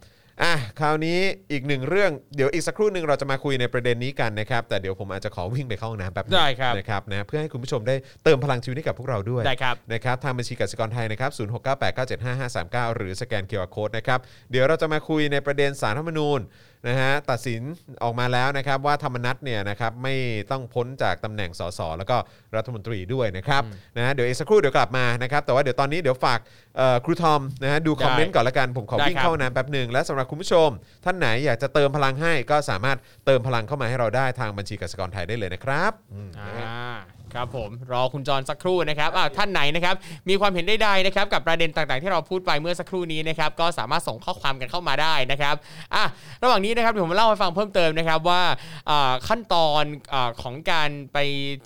Speaker 2: อ่ะคราวนี้อีกหนึ่งเรื่องเดี๋ยวอีกสักครู่หนึ่งเราจะมาคุยในประเด็นนี้กันนะครับแต่เดี๋ยวผมอาจจะขอวิ่งไปเข้าห้องน้ำแป๊บนึง
Speaker 3: ได้ครับ
Speaker 2: นะครับนะเพื่อให้คุณผู้ชมได้เติมพลังชีวิตให้กับพวกเราด้วย
Speaker 3: ได้ครับ
Speaker 2: นะครับทางบัญชีกสิกรไทยนะครับ0 6 9 8 9 7 5 5 3 9 หรือสแกนเคอร์โคดนะครับ เดี๋ยวเราจะมาคุยในประเด็นสารรัฐธรรมนูญนะฮะตัดสินออกมาแล้วนะครับว่าธรรมนัตเนี่ยนะครับไม่ต้องพ้นจากตำแหน่งสสแล้วก็รัฐมนตรีด้วยนะครับนะฮะเดี๋ยวอีกสักครู่เดี๋ยวกลับมานะครับแต่ว่าเดี๋ยวตอนนี้เดี๋ยวฝากเอ่อครูทอมนะฮะดูคอมเมนต์ก่อนละกันผมขอ
Speaker 3: ได้
Speaker 2: วิ่ง
Speaker 3: ครับ
Speaker 2: เข้า ช่วงนั้นแป๊บหนึ่งและสำหรับคุณผู้ชม ท่านไหนอยากจะเติมพลังให้ก็สามารถเติมพลังเข้ามาให้เราได้ทางบัญชีกสิกรไทยได้เลยนะครับอืม
Speaker 3: อ่าครับผมรอคุณจรสักครู่นะครับอ้าวท่านไหนนะครับมีความเห็นใดๆนะครับกับประเด็นต่างๆ ที่เราพูดไปเมื่อสักครู่นี้นะครับก็สามารถส่งข้อความกันเข้ามาได้นะครับอ่ะระหว่างนี้นะครับเดี๋ยวผมเล่าให้ฟังเพิ่มเติมนะครับว่าอ่าขั้นตอนอาของการไป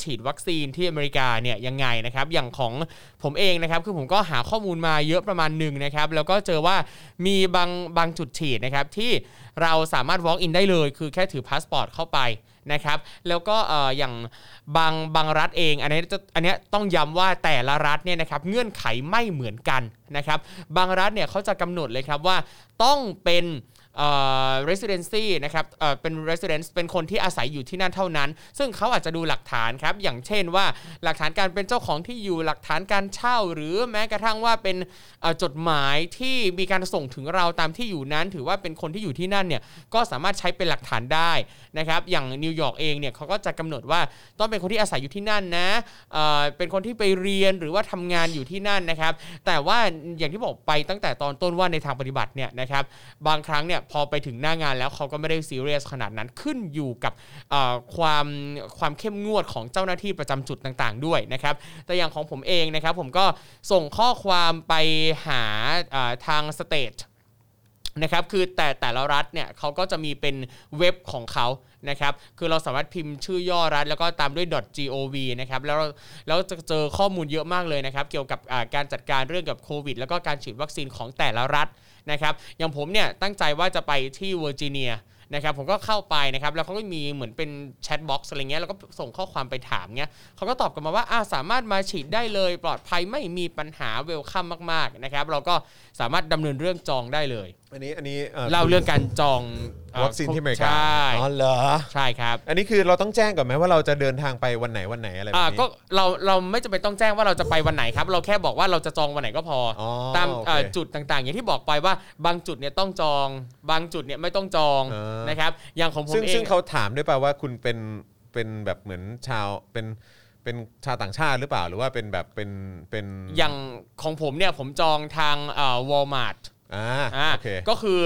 Speaker 3: ฉีดวัคซีนที่อเมริกาเนี่ยยังไงนะครับอย่างของผมเองนะครับคือผมก็หาข้อมูลมาเยอะประมาณหนึ่งนะครับแล้วก็เจอว่ามีบางบางจุดฉีดนะครับที่เราสามารถ walk in ได้เลยคือแค่ถือพาสปอร์ตเข้าไปนะครับแล้วก็เอ่ออย่าง บางบางรัฐเองอันนี้จะอันเนี้ยต้องย้ำว่าแต่ละรัฐเนี่ยนะครับเงื่อนไขไม่เหมือนกันนะครับบางรัฐเนี่ยเขาจะกำหนดเลยครับว่าต้องเป็นเอ่อ residency นะครับเอ่อเป็น residence เป็นคนที่อาศัยอยู่ที่นั่นเท่านั้น ซึ่งเขาอาจจะดูหลักฐานครับอย่างเช่นว่าหลักฐานการเป็นเจ้าของที่อยู่หลักฐานการเช่า หรือแม้กระทั่งว่าเป็นเอ่อจดหมายที่มีการส่งถึงเราตามที่อยู่นั้น ถือว่าเป็นคนที่อยู่ที่นั่นเนี่ยก็สามารถใช้เป็นหลักฐานได้นะครับอย่างนิวยอร์กเองเนี่ยเขาก็จะกำหนดว่า ต้องเป็นคนที่อาศัยอยู่ที่นั่นนะเอ่อเป็นคนที่ไปเรียนหรือว่าทำงานอยู่ที่นั่นนะครับ แต่ว่าอย่างที่บอกไปตั้งแต่ตอนต้นว่าในทางปฏิบัติเนี่ยนะครับ บางครั้งเนี่ยพอไปถึงหน้างานแล้วเขาก็ไม่ได้ซีเรียสขนาดนั้นขึ้นอยู่กับเอ่อความความเข้มงวดของเจ้าหน้าที่ประจำจุดต่างๆ ด้วยนะครับ แต่อย่างของผมเองนะครับ ผมก็ส่งข้อความไปหาเอ่อทางสเตท นะครับคือแต่แต่ละรัฐเนี่ยเขาก็จะมีเป็นเว็บของเขานะครับคือเราสามารถพิมพ์ชื่อย่อรัฐ แล้วก็ตามด้วย .gov นะครับแล้วเราแล้วจะเจอข้อมูลเยอะมากเลยนะครับเกี่ยวกับอ่าการจัดการเรื่องกับโควิด แล้วก็การฉีดวัคซีนของแต่ละรัฐนะครับอย่างผมเนี่ยตั้งใจว่าจะไปที่เวอร์จิเนียนะครับผมก็เข้าไปนะครับแล้วเขาก็มีเหมือนเป็นแชทบ็อกซ์อะไรเงี้ยแล้วก็ส่งข้อความไปถามเงี้ยเขาก็ตอบกลับมาว่าอ่าสามารถมาฉีดได้เลย ปลอดภัยไม่มีปัญหาเวลคัมมากๆนะครับเราก็สามารถดำเนินเรื่องจองได้เลย
Speaker 2: อันนี้อันนี้
Speaker 3: เล่าเรื่องการจองเอ่อ
Speaker 2: วัคซีนที่อเมริกา
Speaker 3: ใช่
Speaker 2: อ๋อเหรอ
Speaker 3: ใช่ครับ
Speaker 2: อันนี้คือเราต้องแจ้งก่อนไหมว่าเราจะเดินทางไปวันไหนวันไหนอะไรแบบ
Speaker 3: อ่า
Speaker 2: นี้
Speaker 3: ก็เราเราไม่จำเป็นต้องแจ้งว่าเราจะไปวันไหนครับ เราแค่บอกว่าเราจะจองวันไหนก็พออ
Speaker 2: อ
Speaker 3: ตามเอ่อ
Speaker 2: โอเค
Speaker 3: จุดต่างๆ อย่างที่บอกไปว่าบางจุดเนี่ยต้องจอง บางจุดเนี่ยไม่ต้องจอง
Speaker 2: เออ
Speaker 3: นะครับอย่างของผม
Speaker 2: ซึ่ง
Speaker 3: เอ
Speaker 2: ซึ่
Speaker 3: ง
Speaker 2: งเขาถามด้วยป่ะว่าคุณเป็นเป็นแบบเหมือนชาวเป็น เป็นชาวต่างชาติหรือเปล่าหรือว่าเป็นแบบเป็นเป็น
Speaker 3: อย่างของผมเนี่ยผมจองทางวอลมาร์ท
Speaker 2: อ่าโอเค
Speaker 3: ก็คือ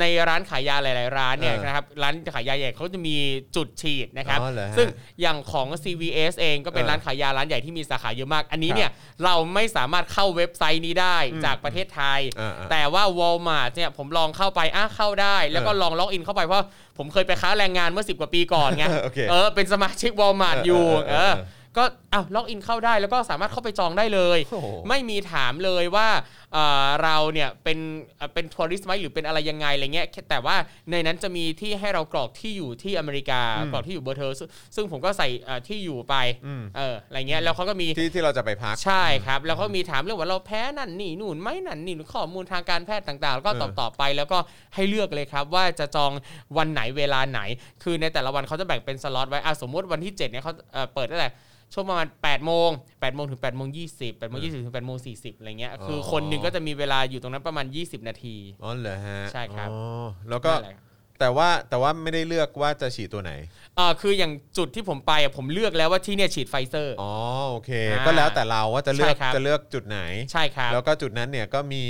Speaker 3: ในร้านขายยาหลาย ๆ ร้านเนี่ย
Speaker 2: เออ
Speaker 3: นะครับร้านขายยาใหญ่เขาจะมีจุดฉีดนะครับ
Speaker 2: อ๋อเหรอฮะ
Speaker 3: ซึ่งอย่างของ CVS เองก็เป็น
Speaker 2: เออ
Speaker 3: ร้านขายยาร้านใหญ่ที่มีสาขาเยอะมาก อันนี้เนี่ยเราไม่สามารถเข้าเว็บไซต์นี้ได้
Speaker 2: อืม
Speaker 3: จากประเทศไทย
Speaker 2: อ่าๆ
Speaker 3: แต่ว่า Walmart เนี่ยผมลองเข้าไปอ้าเข้าได้ แล้วก็
Speaker 2: เออ
Speaker 3: ลองล็อกอินเข้าไปเพราะผมเคยไปค้าแรงงานเมื่อ 10 กว่าปีก่อนไง
Speaker 2: โอเค
Speaker 3: เออเป็นสมาชิก Walmart
Speaker 2: เออ
Speaker 3: อ
Speaker 2: อยู่ เออเออ
Speaker 3: เออก็อ้าวล็อกอินเข้าได้แล้วก็สามารถเข้าไปจองได้เลย
Speaker 2: โอ้โห
Speaker 3: ไม่มีถามเลยว่าเอ่อเราเนี่ยเป็นเอ่อเป็นทัวริสต์ไหมหรือเป็นอะไรยังไงอะไรเงี้ยแค่แต่ว่าในนั้นจะมีที่ให้เรากรอกที่อยู่ที่อเมริกา
Speaker 2: อืม
Speaker 3: กรอกที่อยู่เบอร์เธอซึ่งซึ่งผมก็ใส่เอ่อที่อยู่ไป
Speaker 2: อืม
Speaker 3: เอออะไรเงี้ยแล้วเขาก็มี
Speaker 2: ที่ที่เราจะไปพัก
Speaker 3: ใช่ครับ แล้วก็มีถามเรื่องว่าเราแพ้นั่นนี่นู่นไหมนั่นนี่นู่นข้อมูลทางการแพทย์ต่างๆ แล้วก็
Speaker 2: เออ
Speaker 3: ตอบต่อไปแล้วก็ให้เลือกเลยครับ ว่าจะจองวันไหนเวลาไหน คือในแต่ละวันเขาจะแบ่งเป็นสล็อตไว้อ่ะสมมติวันที่7เนี่ยเขาเอ่อเปิดตั้งแต่ ช่วงประมาณ8โมง8โมงถึง8โมง20 8โมง20ถึง8โมง40 อะไรเงี้ย คือ
Speaker 2: อ
Speaker 3: คนหนึ่งก็จะมีเวลาอยู่ตรงนั้นประมาณ 20 นาที
Speaker 2: อ๋อเหรอฮะ
Speaker 3: ใช่ครับ
Speaker 2: อ๋อแล้วก็
Speaker 3: นั่นแหละ
Speaker 2: แต่ว่าแต่ว่าไม่ได้เลือกว่าจะฉีดตัวไหน
Speaker 3: เอ่อคืออย่างจุดที่ผมไปอ่ะผมเลือกแล้วว่าที่เนี่ยฉีดไฟเซอร์
Speaker 2: อ๋อโอเค
Speaker 3: อ่า
Speaker 2: ก็แล้วแต่เราว่าจะเลือก
Speaker 3: ใช่ครับ
Speaker 2: จะเลือกจุดไหน
Speaker 3: ใช่ครับ
Speaker 2: แล้วก็จุดนั้นเนี่ยก็มี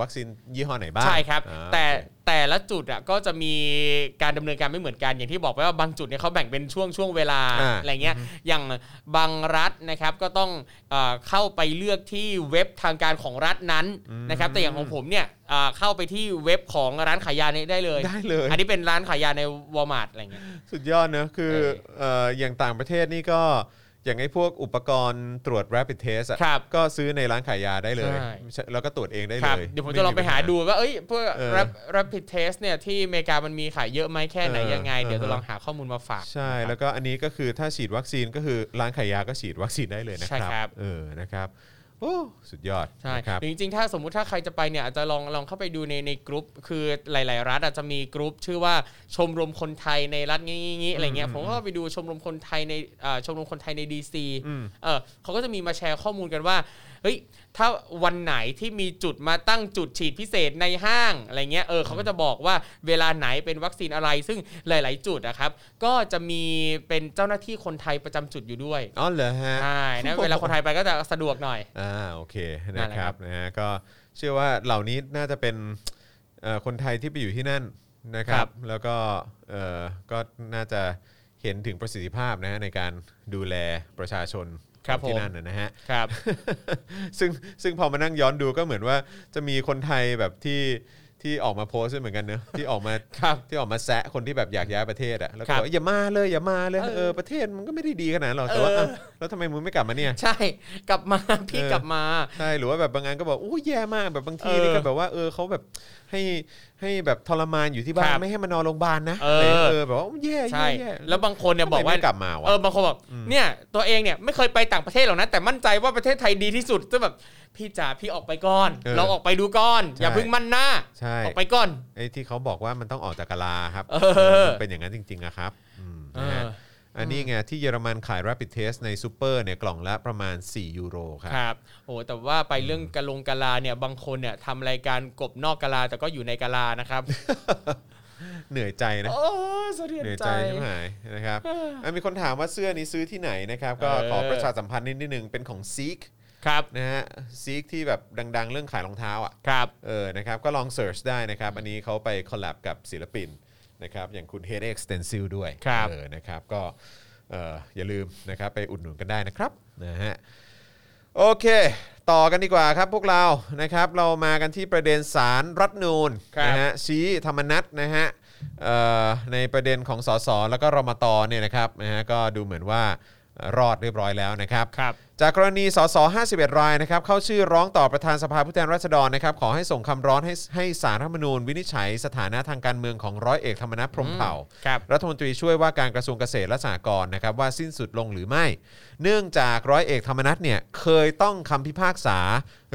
Speaker 2: วัคซีนยี่ห้อไหนบ้าง
Speaker 3: ใช่ครับ
Speaker 2: อ่า
Speaker 3: แต่
Speaker 2: โอเค
Speaker 3: แต่ละจุดอ่ะก็จะมีการดำเนินการไม่เหมือนกัน อย่างที่บอกไปว่าบางจุดเนี่ยเขาแบ่งเป็นช่วงช่วงเวลา
Speaker 2: อ่า
Speaker 3: อะไรเงี้ยอย่างบางรัฐนะครับก็ต้องเอ่อเข้าไปเลือกที่เว็บทางการของรัฐนั้นนะครับแต่อย่างของผมเนี่ยเอ่อเข้าไปที่เว็บของร้านขายยานี้ได้เลย
Speaker 2: ได้เลย
Speaker 3: อันนี้เป็นร้านขายยาในวอลมาร์ทอะไรเงี้ย
Speaker 2: สุดยอดเนอะคือ
Speaker 3: เออ
Speaker 2: เอ่ออย่างต่างประเทศนี่ก็ อย่างไอ้พวกอุปกรณ์ตรวจ rapid test อะ
Speaker 3: ครับ
Speaker 2: ก็ซื้อในร้านขายยาได้เลย
Speaker 3: ใช่
Speaker 2: แล้วก็ตรวจเองได้
Speaker 3: ค
Speaker 2: เล
Speaker 3: รับ
Speaker 2: ย
Speaker 3: เดี๋ยวผมจะลองไปหาดู
Speaker 2: ญ
Speaker 3: ว่าเอ้ยเพื่อ
Speaker 2: เออ
Speaker 3: rap- rapid test เนี่ยที่อเมริกามันมีขายเยอะไหมแค่ไหนยังไง เดี๋ยวจะลองหาข้อมูลมาฝาก
Speaker 2: หาใช่
Speaker 3: นะครับ
Speaker 2: แล้วก็อันนี้ก็คือถ้าฉีดวัคซีนก็คือร้านขายยาก็ฉีดวัคซีนได้เลยนะค
Speaker 3: ใช่
Speaker 2: รั
Speaker 3: ครับ
Speaker 2: เออนะครับโอ้สุดยอด
Speaker 3: ใช่
Speaker 2: นะครับ
Speaker 3: หรือจริงๆ ถ้าสมมุติถ้าใครจะไปเนี่ยอาจจะลองลองเข้าไปดูในในกรุ๊ปคือหลาย ๆ รัฐอาจจะมีกรุ๊ปชื่อว่าชมรมคนไทยในรัฐงี้ๆๆอะไรเงี้ยผมก็ไปดูชมรมคนไทยในเอ่อชมรมคนไทยในดีซี
Speaker 2: อืม
Speaker 3: เออเขาก็จะมีมาแชร์ข้อมูลกันว่าเฮ้ยถ้าวันไหนที่มีจุดมาตั้งจุดฉีดพิเศษในห้างอะไรเงี้ยเออเขาก็จะบอกว่าเวลาไหนเป็นวัคซีนอะไร ซึ่งหลาย ๆ จุดนะครับก็จะมีเป็นเจ้าหน้าที่คนไทยประจำจุดอยู่ด้วย
Speaker 2: อ๋อเหรอฮะ
Speaker 3: ใช่นะเวลาคนไทยไปก็จะสะดวกหน่อย
Speaker 2: อ่าโอเค
Speaker 3: นั่
Speaker 2: นะ
Speaker 3: นแห
Speaker 2: ค
Speaker 3: ละครั
Speaker 2: รับบนะฮะก็เชื่อว่าเหล่านี้น่าจะเป็นเอ่อคนไทยที่ไปอยู่ที่นั่นนะครั
Speaker 3: ครับ บ
Speaker 2: แล้วก็เอ่อก็น่าจะเห็นถึงประสิทธิภาพนะฮะในการดูแลประชาชน
Speaker 3: ครับ
Speaker 2: ที่
Speaker 3: ผม
Speaker 2: นั่นนะนะฮะ
Speaker 3: ครับ
Speaker 2: ซึ่งซึ่งพอมานั่งย้อนดูก็เหมือนว่าจะมีคนไทยแบบที่ที่ออกมาโพสต์ด้วยเหมือนกันเนอะที่ออกมา
Speaker 3: ครับ
Speaker 2: ที่ออกมาแซะคนที่แบบอยากย้ายประเทศอะแล้วก็
Speaker 3: ครับ
Speaker 2: บอกว่าอย่ามาเลยอย่ามาเลย
Speaker 3: เออ
Speaker 2: เออประเทศมันก็ไม่ได้ดีขนาดนั้นหรอกแต่ว่า
Speaker 3: เออ
Speaker 2: เอ้าแล้วทำไมมึงไม่กลับมาเนี่ย
Speaker 3: ใช่กลับมา พี่
Speaker 2: เออ
Speaker 3: กลับมา
Speaker 2: ใช่หรือว่าแบบบางงานก็บอกอู้แย่มากแบบบางที
Speaker 3: เออ
Speaker 2: นี่ก็แบบว่าเออเขาแบบให้ให้แบบทรมานอยู่ที่บ้าน
Speaker 3: ครับ
Speaker 2: ไม่ให้มานอนโรงพยาบาลนะ
Speaker 3: เออ
Speaker 2: ะไรเออแบบว่าอู้แย่แย่
Speaker 3: ใช่
Speaker 2: แย่
Speaker 3: แล้วบางคนเนี่ย
Speaker 2: ทำ
Speaker 3: บ
Speaker 2: ไม
Speaker 3: อกว่า
Speaker 2: ไม่กลับมาวะ
Speaker 3: เออบางคนบอกเนี่ยตัวเองเนี่ยไม่เคยไปต่างประเทศหรอกนะแต่มั่นใจว่าประเทศไทยดีที่สุดจะแบบพี่จ๋าพี่ออกไปก่อนลองออกไปดูก่อน อย่าเพิ่งมั่นหน้า
Speaker 2: ใช่
Speaker 3: ออกไปก่อน
Speaker 2: ไอ้ที่เขาบอกว่ามันต้องออกจากกะลาครับ
Speaker 3: เออ
Speaker 2: มันเป็นอย่างนั้นจริงๆอะครับอืม
Speaker 3: เอ
Speaker 2: นะฮะ
Speaker 3: อ
Speaker 2: อันนี้ไงที่เยอรมันขาย rapid test ในซูเปอร์เนี่ยกล่องละประมาณ 4 ยูโรครับ
Speaker 3: ครับโอ้แต่ว่าไปเรื่องกะลงกะลาเนี่ยบางคนเนี่ยทำรายการกบนอกกะลาแต่ก็อยู่ในกะลานะครับ
Speaker 2: เหนื่อยใจนะ
Speaker 3: โอ้สะเทือน
Speaker 2: เหนื่อย
Speaker 3: ใจ
Speaker 2: ใจใช่ไหมนะครับอ่ะมีคนถามว่าเสื้อนี้ซื้อที่ไหนนะครับ ก็ขอ
Speaker 3: เออ
Speaker 2: ประชาสัมพันธ์นิดนึงเป็นของซีก
Speaker 3: ครับ
Speaker 2: นะฮะซีกที่แบบดัง ๆ เรื่องขายรองเท้าอ่ะ
Speaker 3: ครับ
Speaker 2: เออนะครับก็ลองเสิร์ชได้นะครับ อันนี้เขาไปคอลแลบกับศิลปินนะครับอย่างคุณ Head Extensil ด้วย
Speaker 3: ครับ
Speaker 2: เออนะครับก็เอออย่าลืมนะครับไปอุดหนุนกันได้นะครับนะฮะโอเค ต่อกันดีกว่าครับพวกเรานะครับเรามากันที่ประเด็นสารรัฐธรรมนูน
Speaker 3: ครับ
Speaker 2: นะฮะชี้ธรรมนัตนะฮะเอ่อในประเด็นของสสแล้วก็รมตเนี่ยนะครับนะฮะก็ดูเหมือนว่ารอดเรียบร้อยแล้วนะครับ
Speaker 3: ครับ
Speaker 2: จากกรณีสส51 รายนะครับเข้าชื่อร้องต่อประธานสภาผู้แทนราษฎรนะครับขอให้ส่งคำร้อนให้ให้สารรัฐธรรมนูญวินิจฉัยสถานะทางการเมืองของร้อยเอกธรรมนัฐพรหมเผ่า
Speaker 3: ครับ
Speaker 2: รัฐมนตรีช่วยว่าการกระทรวงเกษตรและสหกรณ์นะครับว่าสิ้นสุดลงหรือไม่ เนื่องจากร้อยเอกธรรมนัฐเนี่ยเคยต้องคำพิพากษา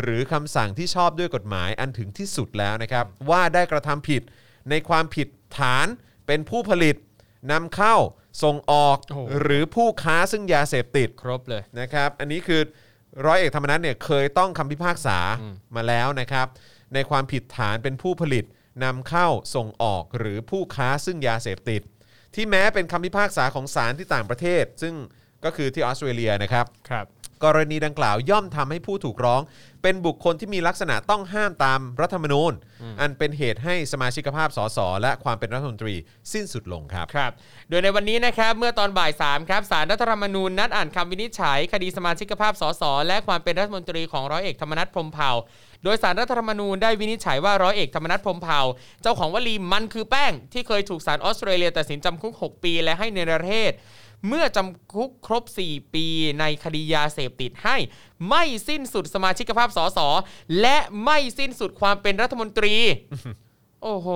Speaker 2: หรือคำสั่งที่ชอบด้วยกฎหมายอันถึงที่สุดแล้วนะครับว่าได้กระทำผิดในความผิดฐานเป็นผู้ผลิตนำเข้าส่งออก
Speaker 3: โอ้โห
Speaker 2: หรือผู้ค้าซึ่งยาเสพติด
Speaker 3: ครบเลย
Speaker 2: นะครับอันนี้คือร้อยเอกธรรมนัฐเนี่ยเคยต้องคำพิพากษามาแล้วนะครับ ในความผิดฐานเป็นผู้ผลิตนำเข้าส่งออกหรือผู้ค้าซึ่งยาเสพติด ที่แม้เป็นคำพิพากษาของศาลที่ต่างประเทศ ซึ่ง ก็คือที่ออสเตรเลียนะครับ
Speaker 4: ครับ
Speaker 2: กรณีดังกล่าวย่อมทำให้ผู้ถูกร้อง เป็นบุคคลที่มีลักษณะต้องห้ามตามรัฐธรรมนูญ อันเป็นเหตุให้สมาชิกภาพสสและความเป็นรัฐมนตรีสิ้นสุดลงครับ
Speaker 3: ครับ โดยในวันนี้นะครับเมื่อตอนบ่าย3ครับสารรัฐธรรมนูญนัดอ่านคำวินิจฉัย คดีสมาชิกภาพสสและความเป็นรัฐมนตรีของร้อยเอกธรรมนัฐพรหมเผ่า โดยสารรัฐธรรมนูญได้วินิจฉัยว่าร้อยเอกธรรมนัฐพรหมเผ่า เจ้าของวลีมันคือแป้ง ที่เคยถูกสารออสเตรเลียตัดสินจำคุก 6 ปีและให้ในประเทศ เมื่อจำคุกครบ 4 ปีในคดียาเสพติดให้ ไม่สิ้นสุดสมาชิกภาพสสและไม่สิ้นสุดความเป็นรัฐมนตรี โอ้โห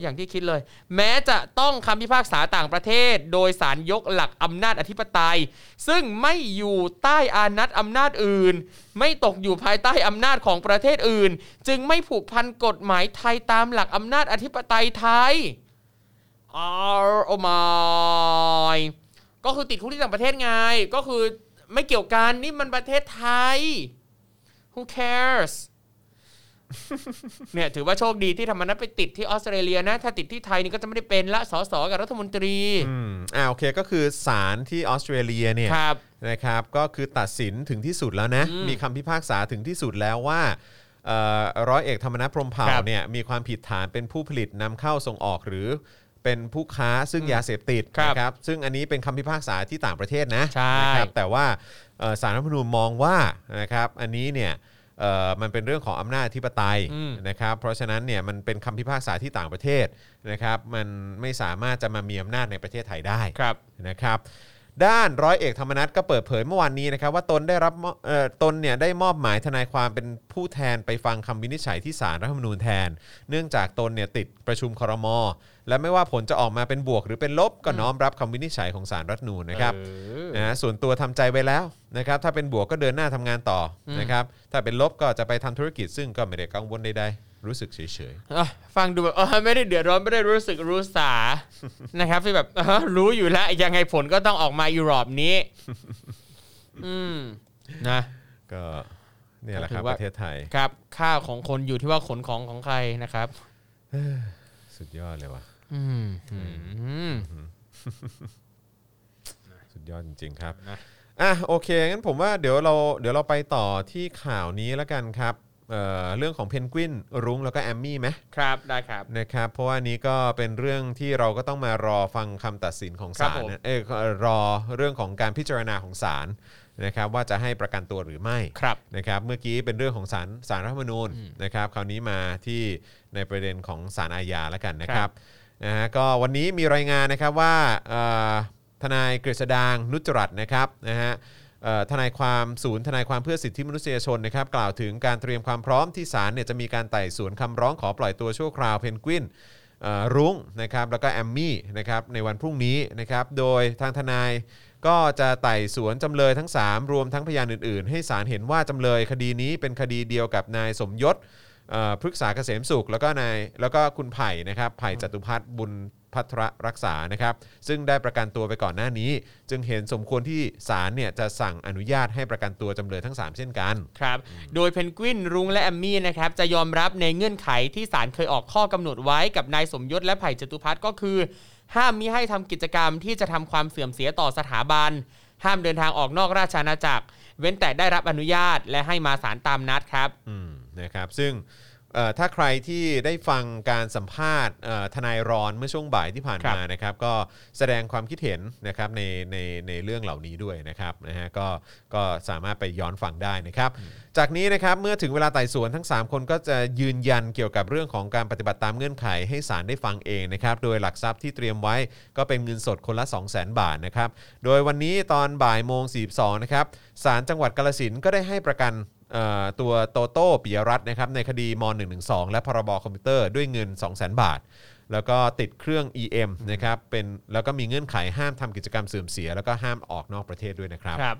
Speaker 3: อย่างที่คิดเลย แม้จะต้องคำพิพากษาต่างประเทศ โดยสารยกหลักอำนาจอธิปไตย ซึ่งไม่อยู่ใต้อานัตอำนาจอื่น ไม่ตกอยู่ภายใต้อำนาจของประเทศอื่น จึงไม่ผูกพันกฎหมายไทยตามหลักอำนาจอธิปไตยไทยอ้าวโอมายก็คือติดคุกที่ต่างประเทศไง ก็คือไม่เกี่ยวกันนี่มันประเทศไทย who cares เนี่ยถือว่าโชคดีที่ธรรมนัฐไปติดที่ออสเตรเลียนะ ถ้าติดที่ไทยนี่ก็จะไม่ได้เป็นละสสกับรัฐมนตรี
Speaker 2: อืมอ่าโอเคก็คือศาลที่ออสเตรเลียเนี่ย
Speaker 3: ครับ
Speaker 2: นะครับก็คือตัดสินถึงที่สุดแล้วนะ มีคำพิพากษาถึงที่สุดแล้วว่าเอ่อร้อยเอกธรรมนัฐพรหมเผ่า
Speaker 3: ครับ
Speaker 2: เนี่ยมีความผิดฐานเป็นผู้ผลิตนำเข้าส่งออกหรือเป็นผู้ค้าซึ่งยาเสพติด
Speaker 3: ครับ
Speaker 2: นะครับซึ่งอันนี้เป็นคำพิพากษาที่ต่างประเทศนะ
Speaker 3: ใช่
Speaker 2: นะครับแต่ว่าเอ่อศาลรัฐธรรมนูญมองว่านะครับอันนี้เนี่ยเอ่อมันเป็นเรื่องของอำนาจอธิปไตย
Speaker 3: อืม
Speaker 2: นะครับเพราะฉะนั้นเนี่ยมันเป็นคำพิพากษาที่ต่างประเทศนะครับมันไม่สามารถจะมามีอำนาจในประเทศไทยได้
Speaker 3: ครับ
Speaker 2: นะครับด้านร้อยเอกธรรมนัฐก็เปิดเผยเมื่อวานนี้นะครับว่าตนได้รับมอบเอ่อตนเนี่ยได้มอบหมายทนายความเป็นผู้แทนไปฟังคำวินิจฉัยที่ศาลรัฐธรรมนูญแทน เนื่องจากตนเนี่ยติดประชุมครม และไม่ว่าผลจะออกมาเป็นบวกหรือเป็นลบก็น้อมรับคำวินิจฉัยของศาลรัฐธรรมนูญนะครับ นะฮะส่วนตัวทำใจไว้แล้วนะครับถ้าเป็นบวกก็เดินหน้าทำงานต่ออ
Speaker 3: ม
Speaker 2: นะครับถ้าเป็นลบก็จะไปทำธุรกิจซึ่งก็ไม่ได้กังวลใดๆรู้สึกเฉย
Speaker 3: อ่ะฟังดูแบบเออไม่ได้เดือดร้อนไม่ได้รู้สึกรู้ สา นะครับที่แบบเออรู้อยู่แล้ว ยังไงผลก็ต้องออกมายุโรปนี้ อืมนะ
Speaker 2: ๆ ก็เนี่ยแหละครับ
Speaker 3: ก็ถือว่า
Speaker 2: ประเทศไทย
Speaker 3: ครับค่าของคนอยู่ที่ว่าขนของของใครนะครับ
Speaker 2: สุดยอดเลยว่ะ
Speaker 3: อืมอืม
Speaker 2: สุดยอดจริง ๆ ครับ
Speaker 3: นะ
Speaker 2: อ่ะโอเคงั้นผมว่าเดี๋ยวเราเดี๋ยวเราไปต่อที่ข่าวนี้แล้วกันครับเอ่อเรื่องของเพนกวินรุ้งแล้วก็แอมมี่ไหม
Speaker 3: ครับได้ครับ
Speaker 2: นะครับเพราะว่านี้ก็เป็นเรื่องที่เราก็ต้องมารอฟังคำตัดสินของศา
Speaker 3: ครับ
Speaker 2: ล
Speaker 3: ผม
Speaker 2: นะเออรอเรื่องของการพิจารณาของศาลนะครับว่าจะให้ประกันตัวหรือไม่
Speaker 3: ครับ
Speaker 2: นะครับเมื่อกี้เป็นเรื่องของศาลศาลรัฐธรรมนูญนะครับคราวนี้มาที่ในประเด็นของศาลอาญาแล้วกันนะค
Speaker 3: ครั
Speaker 2: รับบ นะฮะก็วันนี้มีรายงานนะครับว่าเอ่อทนายกฤษดางนุจจรัตน์นะครับนะฮะเอ่อทนายความศูนย์ทนายความเพื่อสิทธิมนุษยชนนะครับกล่าวถึงการเตรียมความพร้อมที่ศาลเนี่ยจะมีการไต่สวนคำร้องขอปล่อยตัวชั่วคราวเพนกวิน เอ่อรุ้งนะครับแล้วก็แอมมี่นะครับในวันพรุ่งนี้นะครับโดยทางทนายก็จะไต่สวนจำเลยทั้ง 3 รวมทั้งพยานอื่นๆ ให้ศาลเห็นว่าจำเลยคดีนี้เป็นคดีเดียวกับนายสมยศเอ่อพฤกษาเกษมสุข แล้วก็นายแล้วก็คุณไผ่นะครับไผ่จตุพัฒน์บุญพัทรรักษานะครับซึ่งได้ประกันตัวไปก่อนหน้านี้ จึงเห็นสมควรที่ศาลเนี่ยจะสั่งอนุญาตให้ประกันตัวจำเลยทั้ง 3 เช่นกัน
Speaker 3: ครับ โดยเพนกวินรุ้งและแอมมี่นะครับจะยอมรับในเงื่อนไขที่ศาลเคยออกข้อกำหนดไว้กับนายสมยศและไผ่จตุพัฒน์ก็คือ ห้ามมิให้ทำกิจกรรมที่จะทำความเสื่อมเสียต่อสถาบัน ห้ามเดินทางออกนอกราชอาณาจักร เว้นแต่ได้รับอนุญาตและให้มาศาลตามนัดครับ
Speaker 2: อืมนะครับซึ่งเอ่อถ้าใครที่ได้ฟังการสัมภาษณ์เอ่อทนายรอนเมื่อช่วงบ่ายที่ผ่านมานะครับก็แสดงความคิดเห็นนะครับในในในเรื่องเหล่านี้ด้วยนะครับนะฮะก็ก็สามารถไปย้อนฟังได้นะครับ จากนี้นะครับเมื่อถึงเวลาไต่สวนทั้ง 3 คนก็จะยืนยันเกี่ยวกับเรื่องของการปฏิบัติตามเงื่อนไขให้ศาลได้ฟังเองนะครับโดยหลักทรัพย์ที่เตรียมไว้ก็เป็นเงินสดคนละ 2 0 0 0 0 0 บาทนะครับโดยวันนี้ตอนบ่ายโมง42นะครับศาลจังหวัดกาลสินธุ์ก็ได้ให้ประกัน เอ่อตัวโตโต้ปิยรัตน์นะครับในคดีม .112 และพรบคอมพิวเตอร์ด้วยเงิน 200,000 บาท แล้วก็ติดเครื่อง EM นะครับเป็นแล้วก็มีเงื่อนไขห้ามทำกิจกรรมเสื่อมเสีย แล้วก็ห้ามออกนอกประเทศด้วยนะครับ
Speaker 3: ครับ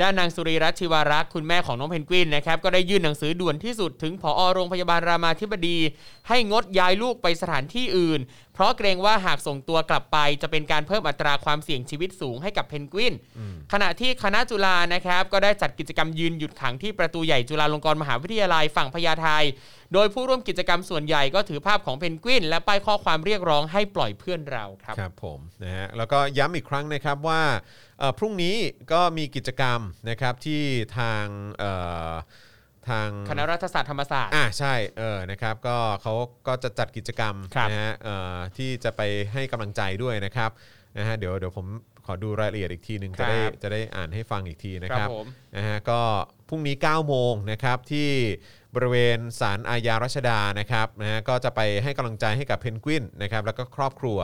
Speaker 3: ด้านนางสุริรัตน์ชีวารักษ์คุณแม่ของน้องเพนกวินนะครับก็ได้ยื่นหนังสือด่วนที่สุดถึงผอโรงพยาบาลรามาธิบดี ให้งดย้ายลูกไปสถานที่อื่น เพ ราะเกรงว่าหากส่งตัวกลับไปจะเป็นการเพิ่มอัตราความเสี่ยงชีวิตสูงให้กับเพนกวิน ขณะที่คณะจุฬานะครับก็ได้จัดกิจกรรมยืนหยุดขังที่ประตูใหญ่จุฬาลงกรณ์มหาวิทยาลัยฝั่งพญาไท โดยผู้ร่วมกิจกรรมส่วนใหญ่ก็ถือภาพของเพนกวิน และป้ายข้อความเรียกร้องให้ปล่อยเพื่อนเราครับ
Speaker 2: ครับผมนะฮะแล้วก็ย้ำอีกครั้งนะครับว่าเอ่อพรุ่งนี้ก็มีกิจกรรมนะครับที่ทางเอ่อทาง
Speaker 3: คณะรัฐศาสตร์ธรรมศาสตร์
Speaker 2: อ่าใช่เออนะครับก็เขาก็จะจัดกิจกรรม
Speaker 3: ครับ
Speaker 2: นะฮะเอ่อที่จะไปให้กำลังใจด้วยนะครับนะฮะเดี๋ยวเดี๋ยวผมขอดูรายละเอียดอีกทีหนึ่ง
Speaker 3: ครั
Speaker 2: จะ
Speaker 3: บ
Speaker 2: ได้จะได้อ่านให้ฟังอีกทีนะครับ
Speaker 3: ครับผม
Speaker 2: นะฮะก็พรุ่งนี้ 9 โมงนะครับที่บริเวณศาลอาญารัชดานะครับนะฮะก็จะไปให้กำลังใจให้กับเพนกวินนะครับแล้วก็ครอบครัว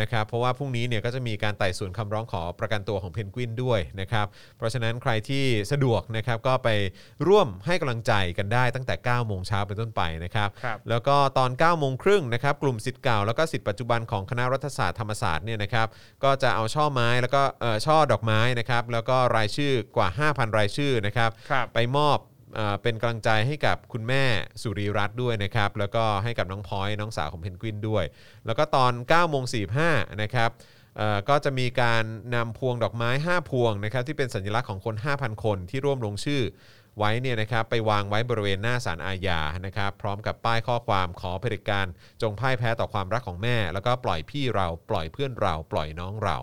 Speaker 2: นะครับเพราะว่าพรุ่งนี้เนี่ยก็จะมีการไต่สวนคำร้องขอประกันตัวของเพนกวินด้วยนะครับเพราะฉะนั้นใครที่สะดวกนะครับก็ไปร่วมให้กำลังใจกันได้ตั้งแต่ 9 โมงเช้าเป็นต้นไปนะครับ
Speaker 3: ครับ
Speaker 2: แล้วก็ตอน 9 โมงครึ่งนะครับ กลุ่มสิทธิ์เก่าแล้วก็สิทธิ์ปัจจุบันของคณะรัฐศาสตร์ธรรมศาสตร์เนี่ยนะครับ ก็จะเอาช่อไม้แล้วก็เอ่อช่อดอกไม้นะครับ แล้วก็รายชื่อกว่า 5,000 รายชื่อนะครับ
Speaker 3: ครับ
Speaker 2: ไปมอบเอ่อเป็นกำลังใจให้กับคุณแม่สุรีรัตน์ด้วยนะครับ แล้วก็ให้กับน้องพลอยน้องสาวของเพนกวินด้วย แล้วก็ตอน9โมง45นะครับเอ่อก็จะมีการนำพวงดอกไม้ 5 พวงนะครับที่เป็นสัญลักษณ์ของคน 5,000 คนที่ร่วมลงชื่อไว้เนี่ยนะครับไปวางไว้บริเวณหน้าศาลอาญานะครับพร้อมกับป้ายข้อความขอเผด็จการจงพ่ายแพ้ต่อความรักของแม่ แล้วก็ปล่อยพี่เราปล่อยเพื่อนเรา ปล่อยน้องเรา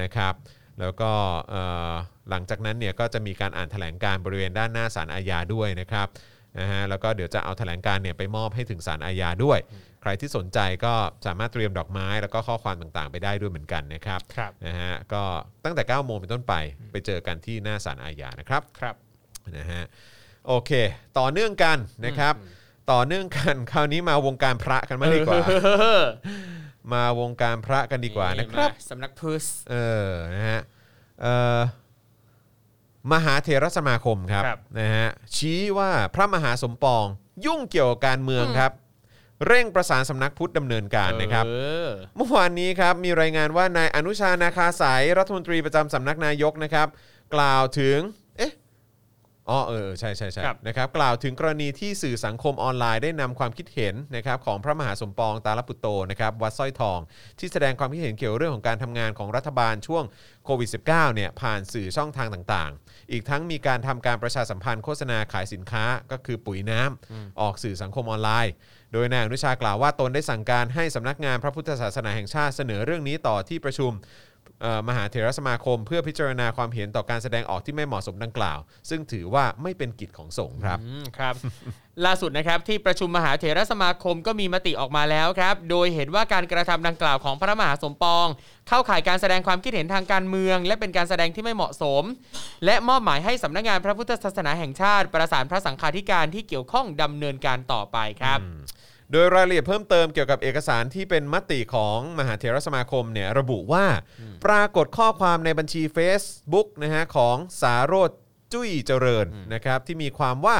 Speaker 2: นะครับ แล้วก็เอ่อหลังจากนั้นเนี่ยก็จะมีการอ่านแถลงการบริเวณด้านหน้าศาลอาญาด้วยนะครับนะฮะแล้วก็เดี๋ยวจะเอาแถลงการเนี่ยไปมอบให้ถึงศาลอาญาด้วย ใครที่สนใจก็สามารถเตรียมดอกไม้ แล้วก็ข้อความต่างๆ ไปได้ด้วยเหมือนกันนะครับ
Speaker 3: ครับ
Speaker 2: นะฮะก็ตั้งแต่ 9 โมงเป็นต้นไปไปเจอกันที่หน้าศาลอาญานะครับ
Speaker 3: ครับ
Speaker 2: นะฮะโอเค ต่อเนื่องกันนะครับ ต่อเนื่องกัน คราวนี้มาวงการพระกันมางดีกว่า มาวงการพระกันดีกว่านะครับ
Speaker 3: มาสำนักพุทธ
Speaker 2: เออ นะฮะเอ่อมหาเทรสมาคมครับ
Speaker 3: ครับ
Speaker 2: นะฮะ ชี้ว่าพระมหาสมปองยุ่งเกี่ยวกับการเมืองครับ เร่งประสานสำนักพุทธดำเนินการนะครับ
Speaker 3: เออ
Speaker 2: เมื่อวานนี้ครับมีรายงานว่านายอนุชานาคาสายรัฐมนตรีประจำสำนักนายกนะครับ กล่าวถึงเอ๊ะอ๋อเออใช่ใช่ใช่
Speaker 3: ครับ
Speaker 2: นะครับกล่าวถึงกรณีที่สื่อสังคมออนไลน์ได้นำความคิดเห็นนะครับของพระมหาสมปองตาลปุตโตนะครับวัดสร้อยทอง ที่แสดงความคิดเห็นเกี่ยวเรื่องของการทำงานของรัฐบาลช่วงโควิด -19 เนี่ยผ่านสื่อช่องทางต่างๆ อีกทั้งมีการทำการประชาสัมพันธ์โฆษณาขายสินค้าก็คือปุ๋ยน้ำออกสื่อสังคมออนไลน์ โดยนายอนุชากล่าวว่าตนได้สั่งการให้สำนักงานพระพุทธศาสนาแห่งชาติเสนอเรื่องนี้ต่อที่ประชุมเอ่อมหาเถรสมาคม เพื่อพิจารณาความเห็นต่อการแสดงออกที่ไม่เหมาะสมดังกล่าว ซึ่งถือว่าไม่เป็นกิจของสงฆ์ครับ
Speaker 3: อืมครับ ล่าสุดนะครับที่ประชุมมหาเถรสมาคมก็มีมติออกมาแล้วครับ โดยเห็นว่าการกระทำดังกล่าวของพระมหาสมปอง เข้าข่ายการแสดงความคิดเห็นทางการเมือง และเป็นการแสดงที่ไม่เหมาะสม และมอบหมายให้สำนักงานพระพุทธศาสนาแห่งชาติ ประสานพระสังฆาธิการที่เกี่ยวข้องดำเนินการต่อไปครับ
Speaker 2: โดยรายละเอียดเพิ่มเติมเกี่ยวกับเอกสารที่เป็นมติของมหาเถรสมาคมเนี่ยระบุว่า ปรากฏข้อความในบัญชี Facebook นะฮะของสาโรจน์จุ้ยเจริญนะครับที่มีความว่า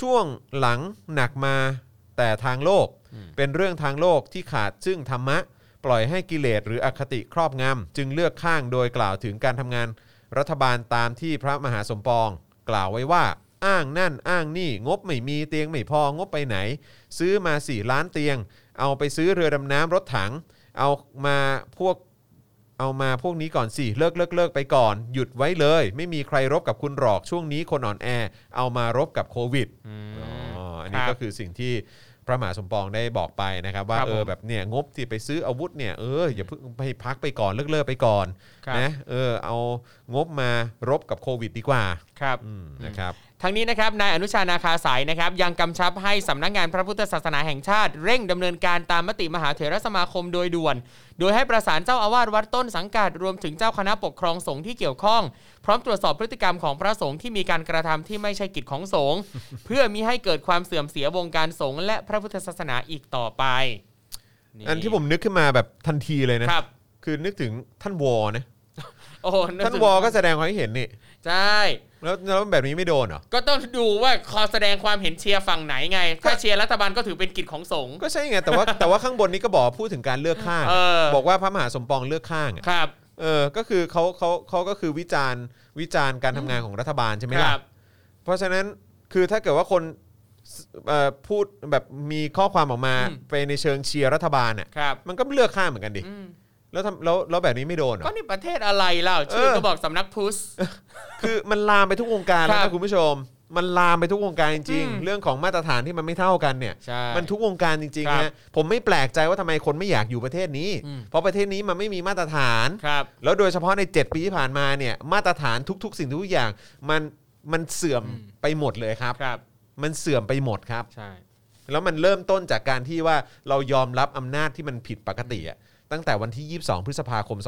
Speaker 2: ช่วงหลังหนักมาแต่ทางโลก เป็นเรื่องทางโลกที่ขาดซึ่งธรรมะ ปล่อยให้กิเลสหรืออคติครอบงำจึงเลือกข้างโดยกล่าวถึงการทำงานรัฐบาลตามที่พระมหาสมปอง กล่าวไว้ว่า อ้างนั่นอ้างนี่ งบไม่มีเตียงไม่พองบไปไหน ซื้อมา 4 ล้านเตียง เอาไปซื้อเรือดำน้ำรถถัง เอามาพวกเอามาพวกนี้ก่อนสิเลิกเลิกเลิกไปก่อน หยุดไว้เลย ไม่มีใครรบกับคุณหรอกช่วงนี้คนอ่อนแอ เอามารบกับโควิดอ๋ออันนี้
Speaker 3: ครับ
Speaker 2: ก็คือสิ่งที่พระมหาสมปองได้บอกไปนะครับ ว่า
Speaker 3: ครับ
Speaker 2: เอ
Speaker 3: ผ
Speaker 2: อ
Speaker 3: ม
Speaker 2: แบบเนี่ยงบที่ไปซื้ออาวุธเนี่ยเอออย่าเพิ่งไปพักไปก่อนเลิกเลิกไปก่อน
Speaker 3: ครับ
Speaker 2: นะเออเอางบมารบกับโควิด ดีกว่า
Speaker 3: ครับ
Speaker 2: อืมนะครับ
Speaker 3: ทั้งนี้นะครับนายอนุชานาคาสายนะครับ ยังกำชับให้สำนักงานพระพุทธศาสนาแห่งชาติ เร่งดำเนินการตามมติมหาเถรสมาคมโดยด่วน โดยให้ประสานเจ้าอาวาสวัดต้นสังกัดรวมถึงเจ้าคณะปกครองสงฆ์ที่เกี่ยวข้อง พร้อมตรวจสอบพฤติกรรมของพระสงฆ์ที่มีการกระทำที่ไม่ใช่กิจของสงฆ์ เพื่อมิให้เกิดความเสื่อมเสียวงการสงฆ์และพระพุทธศาสนาอีกต่อไป
Speaker 2: อันที่ผมนึกขึ้นมาแบบทันทีเลยนะ
Speaker 3: ครับ
Speaker 2: คือนึกถึงท่านวอนะ
Speaker 3: โอ้โหก
Speaker 2: ท่านวอก็แสดงความคิดเห็นนี่
Speaker 3: ใช่
Speaker 2: แล้วแล้วแบบนี้ไม่โดนเหรอ
Speaker 3: ก็ต้องดูว่าขอแสดงความเห็นเชียร์ฝั่งไหนไง ถ้าเชียร์รัฐบาลก็ถือเป็นกิจของสงฆ์
Speaker 2: ก็ใช่ไงแต่ว่า แต่ว่าข้างบนนี้ก็บอกพูดถึงการเลือกข้าง
Speaker 3: เออ
Speaker 2: บอกว่าพระมหาสมปองเลือกข้างอะ
Speaker 3: ครับ
Speaker 2: เออก็คือเขาเขาเขาก็คือวิจารณ์วิจารณ์การทำงานของรัฐบาลใช่ไหม
Speaker 3: ค
Speaker 2: ล่ะ
Speaker 3: รับ
Speaker 2: เพราะฉะนั้นคือถ้าเกิดว่าคน เอ่อพูดแบบมีข้อความออกมา
Speaker 3: อืม
Speaker 2: ไปในเชิงเชียร์รัฐบาลอ่ะ
Speaker 3: ครับ
Speaker 2: มันก็เลือกข้างเหมือนกันดิ
Speaker 3: อืม
Speaker 2: แล้วทำแล้วแล้วแบบนี้ไม่โดนเหร
Speaker 3: ก็
Speaker 2: อ
Speaker 3: นี่ประเทศอะไรเล่าชื่อ
Speaker 2: เออ
Speaker 3: ก็บอกสำนักพุทธ
Speaker 2: คือมันลามไปทุกวงการแล้ว
Speaker 3: ครับ
Speaker 2: นะคุณผู้ชม มันลามไปทุกวงการจริง
Speaker 3: อืม
Speaker 2: ๆเรื่องของมาตรฐานที่มันไม่เท่ากันเนี่ย
Speaker 3: ใช่
Speaker 2: มันทุกวงการจริง
Speaker 3: ครั
Speaker 2: ๆ
Speaker 3: บ
Speaker 2: นะผมไม่แปลกใจว่าทำไมคนไม่อยากอยู่ประเทศนี้
Speaker 3: อืม
Speaker 2: เพราะประเทศนี้มันไม่มีมาตรฐาน
Speaker 3: ครับ
Speaker 2: แล้วโดยเฉพาะใน 7 ปีที่ผ่านมาเนี่ยมาตรฐานทุกๆ สิ่งทุกอย่างมันมันเสื่อม
Speaker 3: อืม
Speaker 2: ไปหมดเลยครับ
Speaker 3: ครับ
Speaker 2: มันเสื่อมไปหมดครับ
Speaker 3: ใช่
Speaker 2: แล้วมันเริ่มต้นจากการที่ว่าเรายอมรับอำนาจที่มันผิดปกติอะตั้งแต่วันที่ 22 พฤษภาคม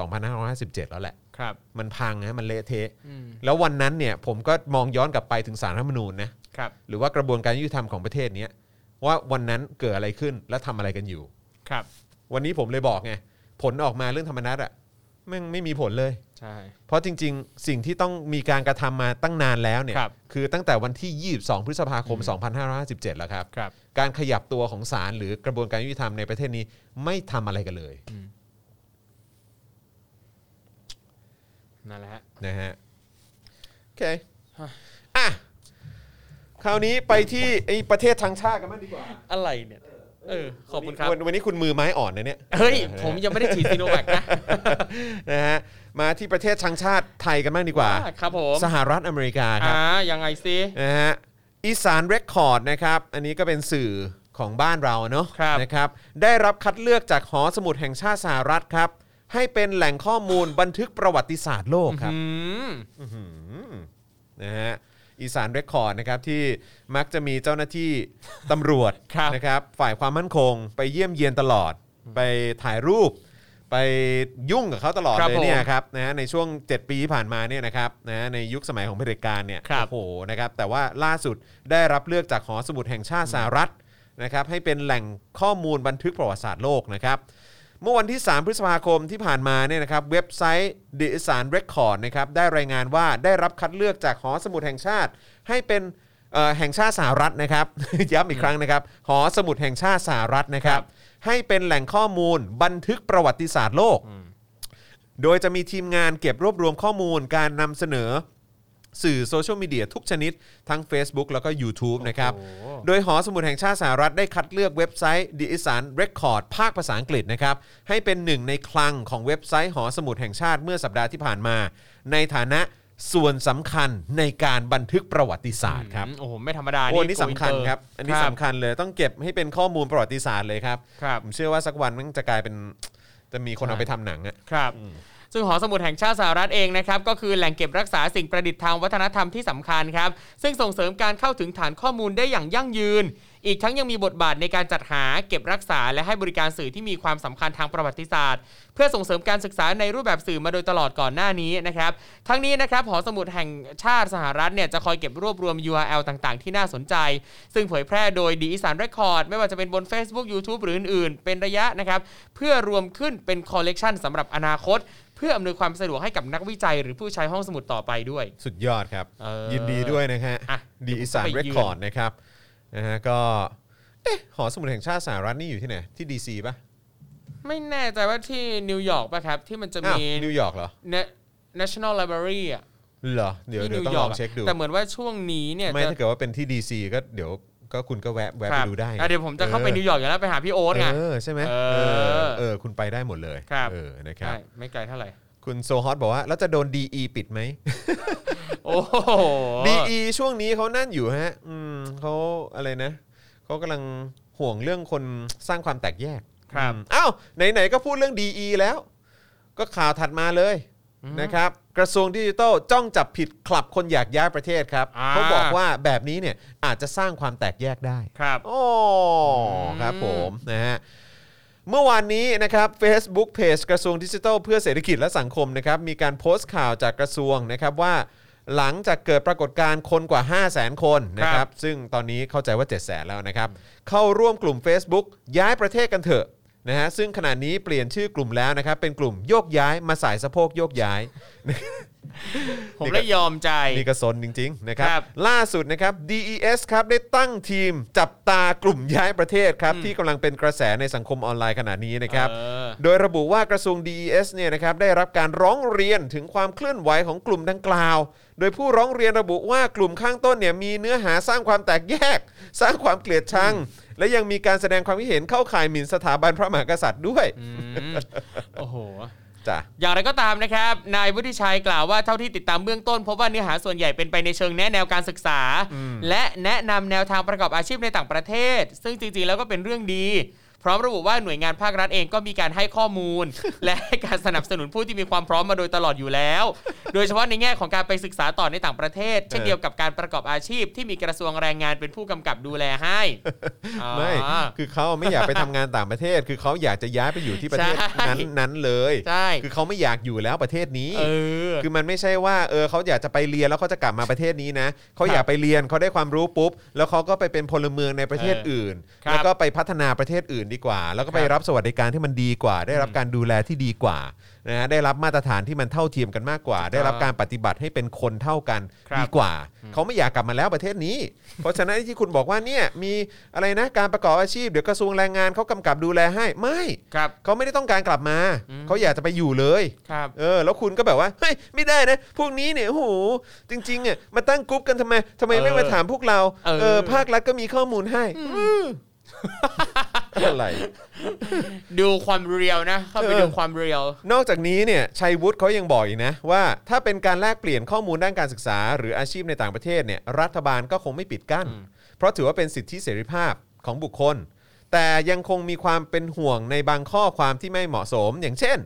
Speaker 2: 2557 แล้วแหละ
Speaker 3: ครับ
Speaker 2: มันพังนะมันเละเทะ
Speaker 3: อืม
Speaker 2: แล้ววันนั้นเนี่ยผมก็มองย้อนกลับไปถึงสารรัฐธรรมนูญนะครับ หรือว่ากระบวนการยุติธรรมของประเทศเนี้ยว่าวันนั้นเกิดอะไรขึ้นและทำอะไรกันอยู่
Speaker 3: ครับ
Speaker 2: วันนี้ผมเลยบอกไงผลออกมาเรื่องธรรมนัตอะแม่งไม่มีผลเลย
Speaker 3: ใช่
Speaker 2: เพราะจริง ๆ สิ่งที่ต้องมีการกระทำมาตั้งนานแล้วเนี่ย
Speaker 3: ครับ
Speaker 2: คือตั้งแต่วันที่ 22 พฤษภาคม 2557 แล้วครับ
Speaker 3: ครับ
Speaker 2: การขยับตัวของศาลหรือกระบวนการยุติธรรมในประเทศนี้ไม่ทำอะไรกันเลย
Speaker 3: นั่นแหละฮะ
Speaker 2: นะฮะโอเค
Speaker 3: ฮะ
Speaker 2: อ่ะคราวนี้ไปที่ไอ้ประเทศทางชาติกันบ้างดีกว่า
Speaker 3: อะไรเนี่ย เออ ขอบคุณครับ
Speaker 2: วันวันนี้คุณมือไม้อ่อนนะเนี่ย
Speaker 3: เฮ้ย ผมยังไม่ได้ฉีดซีโนแวคนะ
Speaker 2: นะฮะมาที่ประเทศทางชาติไทยกันบ้างดีกว่า
Speaker 3: ครับผม
Speaker 2: สหรัฐอเมริกาครับ
Speaker 3: อ่ายังไงซิ
Speaker 2: นะฮะอีสานเรคคอร์ดนะครับ อันนี้ก็เป็นสื่อของบ้านเราเนาะนะครับ ได้รับคัดเลือกจากหอสมุดแห่งชาติสหรัฐครับ ให้เป็นแหล่งข้อมูลบันทึกประวัติศาสตร์โลกครับ
Speaker 3: อืม
Speaker 2: นะฮะอีสานเรคคอร์ดนะครับที่มักจะมีเจ้าหน้า ที่ตำรวจ
Speaker 3: ครับ
Speaker 2: นะครับฝ่ายความมั่นคง ไปเยี่ยมเยียนตลอด ไปถ่ายรูป ไปยุ่งกับเขาตลอด
Speaker 3: ครับ
Speaker 2: เลยเนี่ย
Speaker 3: ผม
Speaker 2: ครับนะฮะในช่วง 7 ปีที่ผ่านมาเนี่ยนะครับนะฮะในยุคสมัยของเผด็จการเนี่ย
Speaker 3: ครับ
Speaker 2: โอ้โหนะครับแต่ว่าล่าสุดได้รับเลือกจากหอสมุดแห่งชาติสหรัฐนะครับให้เป็นแหล่งข้อมูลบันทึกประวัติศาสตร์โลกนะครับ เมื่อวันที่ 3 พฤษภาคมที่ผ่านมาเนี่ยนะครับเว็บไซต์ดิสานเรคคอร์ดนะครับได้รายงานว่าได้รับคัดเลือกจากหอสมุดแห่งชาติ ให้เป็นเอ่อแห่งชาติสหรัฐนะครับ ย้ำอีกครั้งนะครับหอสมุดแห่งชาติสหรัฐนะครับ ให้เป็นแหล่งข้อมูลบันทึกประวัติศาสตร์โลก โดยจะมีทีมงานเก็บรวบรวมข้อมูลการนำเสนอสื่อโซเชียลมีเดียทุกชนิด ทั้ง Facebook แล้วก็ YouTube นะครับ
Speaker 3: โอ้โห
Speaker 2: โดยหอสมุดแห่งชาติสหรัฐได้คัดเลือกเว็บไซต์ดิสานเรคคอร์ดภาคภาษาอังกฤษนะครับ ให้เป็นหนึ่งในคลังของเว็บไซต์หอสมุดแห่งชาติเมื่อสัปดาห์ที่ผ่านมา ในฐานะส่วนสำคัญในการบันทึกประวัติศาสตร์ครับ
Speaker 3: อืมโอ้โห ไม่ธรรมดา
Speaker 2: โอ้อันนี้
Speaker 3: โก
Speaker 2: สำคัญ
Speaker 3: อิเตอ
Speaker 2: ครับ อันนี้สำคัญเลยต้องเก็บให้เป็นข้อมูลประวัติศาสตร์เลยครับ
Speaker 3: ครับ
Speaker 2: ผมเชื่อว่าสักวันมันจะกลายเป็นจะมีคนเอาไปทำหนังอะ
Speaker 3: ครับ ซึ่งหอสมุดแห่งชาติสหรัฐเองนะครับ ก็คือแหล่งเก็บรักษาสิ่งประดิษฐ์ทางวัฒนธรรมที่สำคัญครับ ซึ่งส่งเสริมการเข้าถึงฐานข้อมูลได้อย่างยั่งยืน อีกทั้งยังมีบทบาทในการจัดหา เก็บรักษา และให้บริการสื่อที่มีความสำคัญทางประวัติศาสตร์ เพื่อส่งเสริมการศึกษาในรูปแบบสื่อมาโดยตลอดก่อนหน้านี้นะครับ ทั้งนี้นะครับหอสมุดแห่งชาติสหรัฐเนี่ยจะคอยเก็บรวบรวม URL ต่างๆ ที่น่าสนใจ ซึ่งเผยแพร่โดยดีอีสานเรคคอร์ดไม่ว่าจะเป็นบน Facebook YouTube หรืออื่นๆ เป็นระยะนะครับเพื่อรวมขึ้นเป็นคอลเลกชันสำหรับอนาคต เพื่ออำนวยความสะดวกให้กับนักวิจัย หรือผู้ใช้ห้องสมุดต่อไปด้วย
Speaker 2: สุดยอดครับ
Speaker 3: เออ
Speaker 2: ยินดีด้วยนะฮะ
Speaker 3: อ่ะ
Speaker 2: ดีอีสาน
Speaker 3: ไปยืน
Speaker 2: เรคคอร์ดนะครับนะฮะก็เอ๊ะหอสมุดแห่งชาติสหรัฐนี่อยู่ที่ไหน ที่ดีซีป่ะ
Speaker 3: ไม่แน่ใจว่าที่นิวยอร์กป่ะครับ ที่มันจะ
Speaker 2: อ้าว
Speaker 3: มี
Speaker 2: นิวยอร์กเหรอ
Speaker 3: Na- National Library อ่ะ
Speaker 2: เหรอ เดี๋ยว
Speaker 3: ที่
Speaker 2: เดี๋ยว
Speaker 3: นิ
Speaker 2: ต้อง
Speaker 3: ย
Speaker 2: ล
Speaker 3: อ
Speaker 2: อง
Speaker 3: ร์ะ
Speaker 2: เช็คดู
Speaker 3: แต่เหมือนว่าช่วงนี้เนี่ย
Speaker 2: ไม่
Speaker 3: จะ
Speaker 2: ถ้าเกิดว่าเป็นที่ดีซีก็เดี๋ยวก็คุณก็แวะแวะ
Speaker 3: ค
Speaker 2: ไป
Speaker 3: รับ
Speaker 2: ดูได้ไง
Speaker 3: อ่ะเดี๋ยวผมจะเข้าไปนิวยอร์กอยู่แล้วไปหาพี่โอ๊ตไง
Speaker 2: เออใช่ไหม
Speaker 3: เออ
Speaker 2: เออเออคุณไปได้หมดเลย
Speaker 3: ครับ
Speaker 2: เออนะครับ
Speaker 3: ใช่ไม่ไกลเท่าไหร่
Speaker 2: คุณโซฮอตบอกว่า แล้วจะโดนดีปิดไหม
Speaker 3: โอ้โห
Speaker 2: ดีอีช่วงนี้เขานั่นอยู่ฮะ อืมเขาอะไรนะ เขากำลังห่วงเรื่องคนสร้างความแตกแยก
Speaker 3: ครับ
Speaker 2: อืมอ้าว ไหน ๆ ก็พูดเรื่องดีอีแล้ว ก็ข่าวถัดมาเลยนะครับ กระทรวงดิจิทัลจ้องจับผิดคลับคนอยากย้ายประเทศครับ
Speaker 3: อ่า
Speaker 2: เขาบอกว่าแบบนี้เนี่ยอาจจะสร้างความแตกแยกได้
Speaker 3: ครับ
Speaker 2: โอ้ครับผมนะฮะเมื่อวานนี้นะครับ Facebook Page กระทรวงดิจิทัลเพื่อเศรษฐกิจและสังคมนะครับมีการโพสต์ข่าวจากกระทรวงนะครับว่าหลังจากเกิดปรากฏการณ์คนกว่า 5 0 0 0 0 0 คนนะค
Speaker 3: ค
Speaker 2: รั
Speaker 3: รับ บ
Speaker 2: ซึ่งตอนนี้เข้าใจว่า 7 0 0 0 0 0แล้วนะครับ เข้าร่วมกลุ่ม Facebook ย้ายประเทศกันเถอะ นะฮะซึ่งขณะนี้เปลี่ยนชื่อกลุ่มแล้วนะครับ เป็นกลุ่มโยกย้ายมาสายสะโพกโยกย้าย
Speaker 3: ผมเลยยอมใจ
Speaker 2: นี่ก็สนจริงๆนะครับ
Speaker 3: ครับ
Speaker 2: ล่าสุดนะครับ DES ครับได้ตั้งทีมจับตากลุ่มย้ายประเทศครับ ที่กำลังเป็นกระแสในสังคมออนไลน์ขณะนี้นะครับ
Speaker 3: เออ
Speaker 2: โดยระบุว่ากระทรวง DES เนี่ยนะครับได้รับการร้องเรียนถึงความเคลื่อนไหวของกลุ่มดังกล่าว โดยผู้ร้องเรียนระบุว่ากลุ่มข้างต้นเนี่ยมีเนื้อหาสร้างความแตกแยก สร้างความเกลียดชัง และยังมีการแสดงความคิดเห็นเข้าข่ายหมิ่นสถาบันพระมหากษัตริย์ด้วย
Speaker 3: โอ้โห
Speaker 2: จ้ะ
Speaker 3: อย่างไรก็ตามนะครับ นายวุฒิชัยกล่าวว่าเท่าที่ติดตามเบื้องต้น พบว่าเนื้อหาส่วนใหญ่เป็นไปในเชิงแนะแนวการศึกษา และแนะนำแนวทางประกอบอาชีพในต่างประเทศ ซึ่งจริงๆ แล้วก็เป็นเรื่องดี พร้อมระบุว่าหน่วยงานภาครัฐเองก็มีการให้ข้อมูล และให้การสนับสนุนผู้ที่มีความพร้อมมาโดยตลอดอยู่แล้ว โดยเฉพาะในแง่ของการไปศึกษาต่อในต่างประเทศ เช่นเดียวกับการประกอบอาชีพที่มีกระทรวงแรงงานเป็นผู้กำกับดูแลให้
Speaker 2: ไม่
Speaker 3: อ๋อ
Speaker 2: คือเขาไม่อยากไปทำงานต่างประเทศ คือเขาอยากจะย้ายไปอยู่ที่ประเทศ
Speaker 3: ใช่
Speaker 2: นั้นนั้นๆเลย
Speaker 3: ใช่
Speaker 2: คือเขาไม่อยากอยู่แล้วประเทศนี้
Speaker 3: เออ
Speaker 2: คือมันไม่ใช่ว่าเออเขาอยากจะไปเรียนแล้วเขาจะกลับมาประเทศนี้นะเขาอยากไปเรียนเขาได้ความรู้ปุ๊บ แล้วเขาก็ไปเป็นพลเมืองในประเทศ
Speaker 3: เอออื่
Speaker 2: อื่น
Speaker 3: ครับ
Speaker 2: แล้วก็ไปพัฒนาประเทศอื่นดีกว่า แล้วก็ไป
Speaker 3: ครับ
Speaker 2: รับสวัสดิการที่มันดีกว่า ได้รับการดูแลที่ดีกว่านะฮะได้รับมาตรฐานที่มันเท่าเทียมกันมากกว่า ได้รับการปฏิบัติให้เป็นคนเท่ากัน
Speaker 3: ครับ
Speaker 2: ดีกว่า เขาไม่อยากกลับมาแล้วประเทศนี้ เพราะฉะนั้นที่คุณบอกว่าเนี่ยมีอะไรนะการประกอบอาชีพเดี๋ยวกระทรวงแรงงานเขากำกับดูแลให้ไม่
Speaker 3: ครับ
Speaker 2: เขาไม่ได้ต้องการกลับมาเขาอยากจะไปอยู่เลย
Speaker 3: ครับ
Speaker 2: เออแล้วคุณก็แบบว่าเฮ้ยไม่ได้นะ พวกนี้เนี่ยโอ้โหจริงๆอ่ะมาตั้งกรุ๊ปกันทำไมทำไมไม่
Speaker 3: เออ
Speaker 2: มาถามพวกเรา
Speaker 3: เออ
Speaker 2: ภาครัฐก็มีข้อมูลให้อะไร
Speaker 3: ดูความเรียวนะ เข้าไป
Speaker 2: เออ
Speaker 3: ดูความเรียว
Speaker 2: นอกจากนี้เนี่ยชัยวุฒิเขายังบอกอีกนะ ว่าถ้าเป็นการแลกเปลี่ยนข้อมูลด้านการศึกษา หรืออาชีพในต่างประเทศเนี่ยรัฐบาลก็คงไม่ปิดกั้น เพราะถือว่าเป็นสิทธิเสรีภาพของบุคคล แต่ยังคงมีความเป็นห่วงในบางข้อความที่ไม่เหมาะสม อย่างเช่น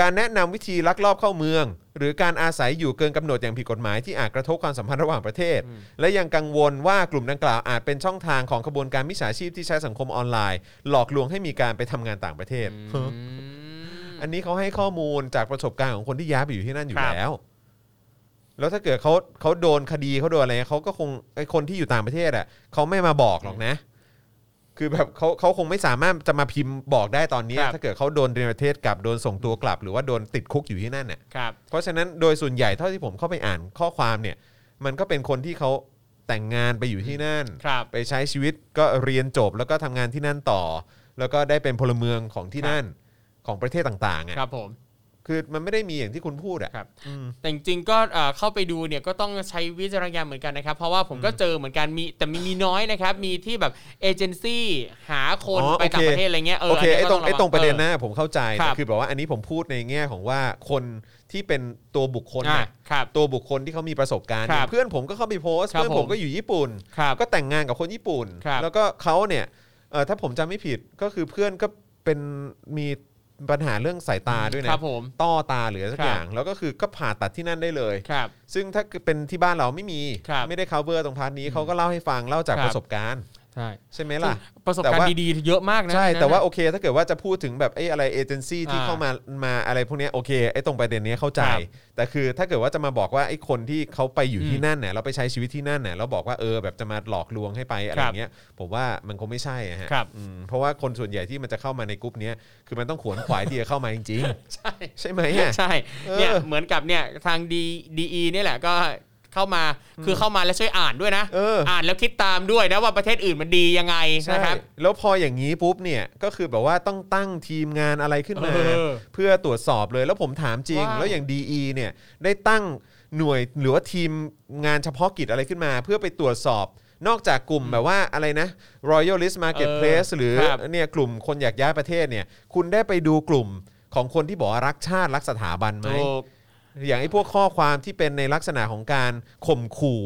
Speaker 2: การแนะนำวิธีลักลอบเข้าเมือง หรือการอาศัยอยู่เกินกำหนดอย่างผิดกฎหมายที่อาจกระทบความสัมพันธ์ระหว่างประเทศ และยังกังวลว่ากลุ่มดังกล่าวอาจเป็นช่องทางของขบวนการมิจฉาชีพที่ใช้สังคมออนไลน์ หลอกลวงให้มีการไปทำงานต่างประเทศ อันนี้เขาให้ข้อมูลจากประสบการณ์ของคนที่ย้ายไปอยู่ที่นั่นอยู่
Speaker 3: ครับ
Speaker 2: แล้ว แล้วถ้าเกิดเขาเขาโดนคดีเขาโดนอะไรเขาก็คงไอคนที่อยู่ต่างประเทศอ่ะเขาไม่มาบอกหรอกนะ คือแบบเขาเขาคงไม่สามารถจะมาพิมพ์บอกได้ตอนนี้
Speaker 3: ครับ
Speaker 2: ถ้าเกิดเขาโดนในประเทศกลับโดนส่งตัวกลับ หรือว่าโดนติดคุกอยู่ที่นั่นเนี่ย
Speaker 3: ครับ
Speaker 2: เพราะฉะนั้นโดยส่วนใหญ่เท่าที่ผมเข้าไปอ่านข้อความเนี่ย มันก็เป็นคนที่เขาแต่งงานไปอยู่ที่นั่น
Speaker 3: ครับ
Speaker 2: ไปใช้ชีวิตก็เรียนจบแล้วก็ทำงานที่นั่นต่อ แล้วก็ได้เป็นพลเมืองของที่นั่นของประเทศต่างๆอ่ะ
Speaker 3: ครับผม
Speaker 2: คือมันไม่ได้มีอย่างที่คุณพูดอะ
Speaker 3: ครับ
Speaker 2: อืม
Speaker 3: แต่จริงๆก็เอ่อเข้าไปดูเนี่ยก็ต้องใช้วิจารณญาณเหมือนกันนะครับ เพราะว่าผมก็เจอเหมือนกันมีแต่มีมีน้อยนะครับ มีที่แบบเอเจนซี่หาคน
Speaker 2: อ๋อ
Speaker 3: ไปต่าง
Speaker 2: โอเค
Speaker 3: ประเทศอะไรเงี้ยเออ
Speaker 2: โอเคไอ้ตรง
Speaker 3: น
Speaker 2: ไอ้
Speaker 3: นี้ก็
Speaker 2: ตรงประเด็น
Speaker 3: ออ
Speaker 2: นะผมเข้าใจ
Speaker 3: ครับ
Speaker 2: แต่คือแบบว่าอันนี้ผมพูดในแง่ของว่าคนที่เป็นตัวบุคคล
Speaker 3: อ่ะ
Speaker 2: น่ะ
Speaker 3: ครับ
Speaker 2: ตัวบุคคลที่เขามีประสบการณ์
Speaker 3: ครับ
Speaker 2: อย่างเพื่อนผมก็เข้าไปโพสต์
Speaker 3: ครับ
Speaker 2: เพื่อนผ
Speaker 3: ผม ม
Speaker 2: ก็อยู่ญี่ปุ่น
Speaker 3: ครับ
Speaker 2: ก็แต่งงานกับคนญี่ปุ่น
Speaker 3: ครับ
Speaker 2: แล้วก็เขาเนี่ยเอ่อถ้าผมจำไม่ผิดก็คือเพื่อนก็เป็นมีปัญหาเรื่องสายตาด้วยนะครับ
Speaker 3: ผม
Speaker 2: ต้อตาหรืออะไรสัก
Speaker 3: ครับ
Speaker 2: อย่าง แล้วก็คือก็ผ่าตัดที่นั่นได้เลย
Speaker 3: ครับ
Speaker 2: ซึ่งถ้าเป็นที่บ้านเราไม่มี
Speaker 3: ครับ
Speaker 2: ไม่ได้ cover ตรงพาร์ทนี้เขาก็เล่าให้ฟังเล่าจาก
Speaker 3: ครับ
Speaker 2: ประสบการณ์
Speaker 3: ใช่
Speaker 2: ใช่ไหมล่ะ
Speaker 3: ประสบ
Speaker 2: แต่
Speaker 3: การ
Speaker 2: ว่า
Speaker 3: ณ์ดีๆเยอะมากนะ
Speaker 2: ใช่
Speaker 3: อันนั้น
Speaker 2: แต่ว่า
Speaker 3: น่ะ
Speaker 2: โอเค ถ้าเกิดว่าจะพูดถึงแบบไอ้อะไรเอเจนซี่ที่
Speaker 3: อ่า
Speaker 2: เข้ามามาอะไรพวกเนี้ยโอเคไอ้ตรงประเด็นเนี้ยเข้าใจ
Speaker 3: ครับ
Speaker 2: แต่คือถ้าเกิดว่าจะมาบอกว่าไอ้คนที่เขาไปอยู่
Speaker 3: อืม
Speaker 2: ที่นั่นเนี่ยเราไปใช้ชีวิตที่นั่นเนี่ยเราบอกว่าเออแบบจะมาหลอกลวงให้ไปอะไร
Speaker 3: ครับ
Speaker 2: เงี้ยผมว่ามันคงไม่ใช่อะฮะ
Speaker 3: ครับ
Speaker 2: อืมเพราะว่าคนส่วนใหญ่ที่มันจะเข้ามาในกลุ่มเนี้ยคือมันต้องขวนขวายที่จะเข้ามาจริงๆ
Speaker 3: ใช่
Speaker 2: ใช่ไหมอะ
Speaker 3: ใช่
Speaker 2: เออ
Speaker 3: เนี่ยเหมือนกับเนี่ยทางดีดีเนี่ยแหละก็เข้ามาคือเข้ามาแล้วช่วยอ่านด้วยนะ
Speaker 2: เออ
Speaker 3: อ่านแล้วคิดตามด้วยนะว่าประเทศอื่นมันดียังไง
Speaker 2: ใช่
Speaker 3: นะครับ
Speaker 2: แล้วพออย่างนี้ปุ๊บเนี่ยก็คือแบบว่าต้องตั้งทีมงานอะไรขึ้นมา
Speaker 3: เออ
Speaker 2: เพื่อตรวจสอบเลยแล้วผมถามจริง
Speaker 3: ว้าว
Speaker 2: แล้วอย่าง DE เนี่ยได้ตั้งหน่วยหรือว่าทีมงานเฉพาะกิจอะไรขึ้นมา เพื่อไปตรวจสอบ นอกจากกลุ่มแบบว่าอะไรนะ Royal List Marketplace
Speaker 3: เออ
Speaker 2: หรือ
Speaker 3: ครับ
Speaker 2: เนี่ยกลุ่มคนอยากย้ายประเทศเนี่ยคุณได้ไปดูกลุ่มของคนที่บอกว่ารักชาติรักสถาบันไหม อย่างไอ้พวกข้อความที่เป็นในลักษณะของการข่มขู่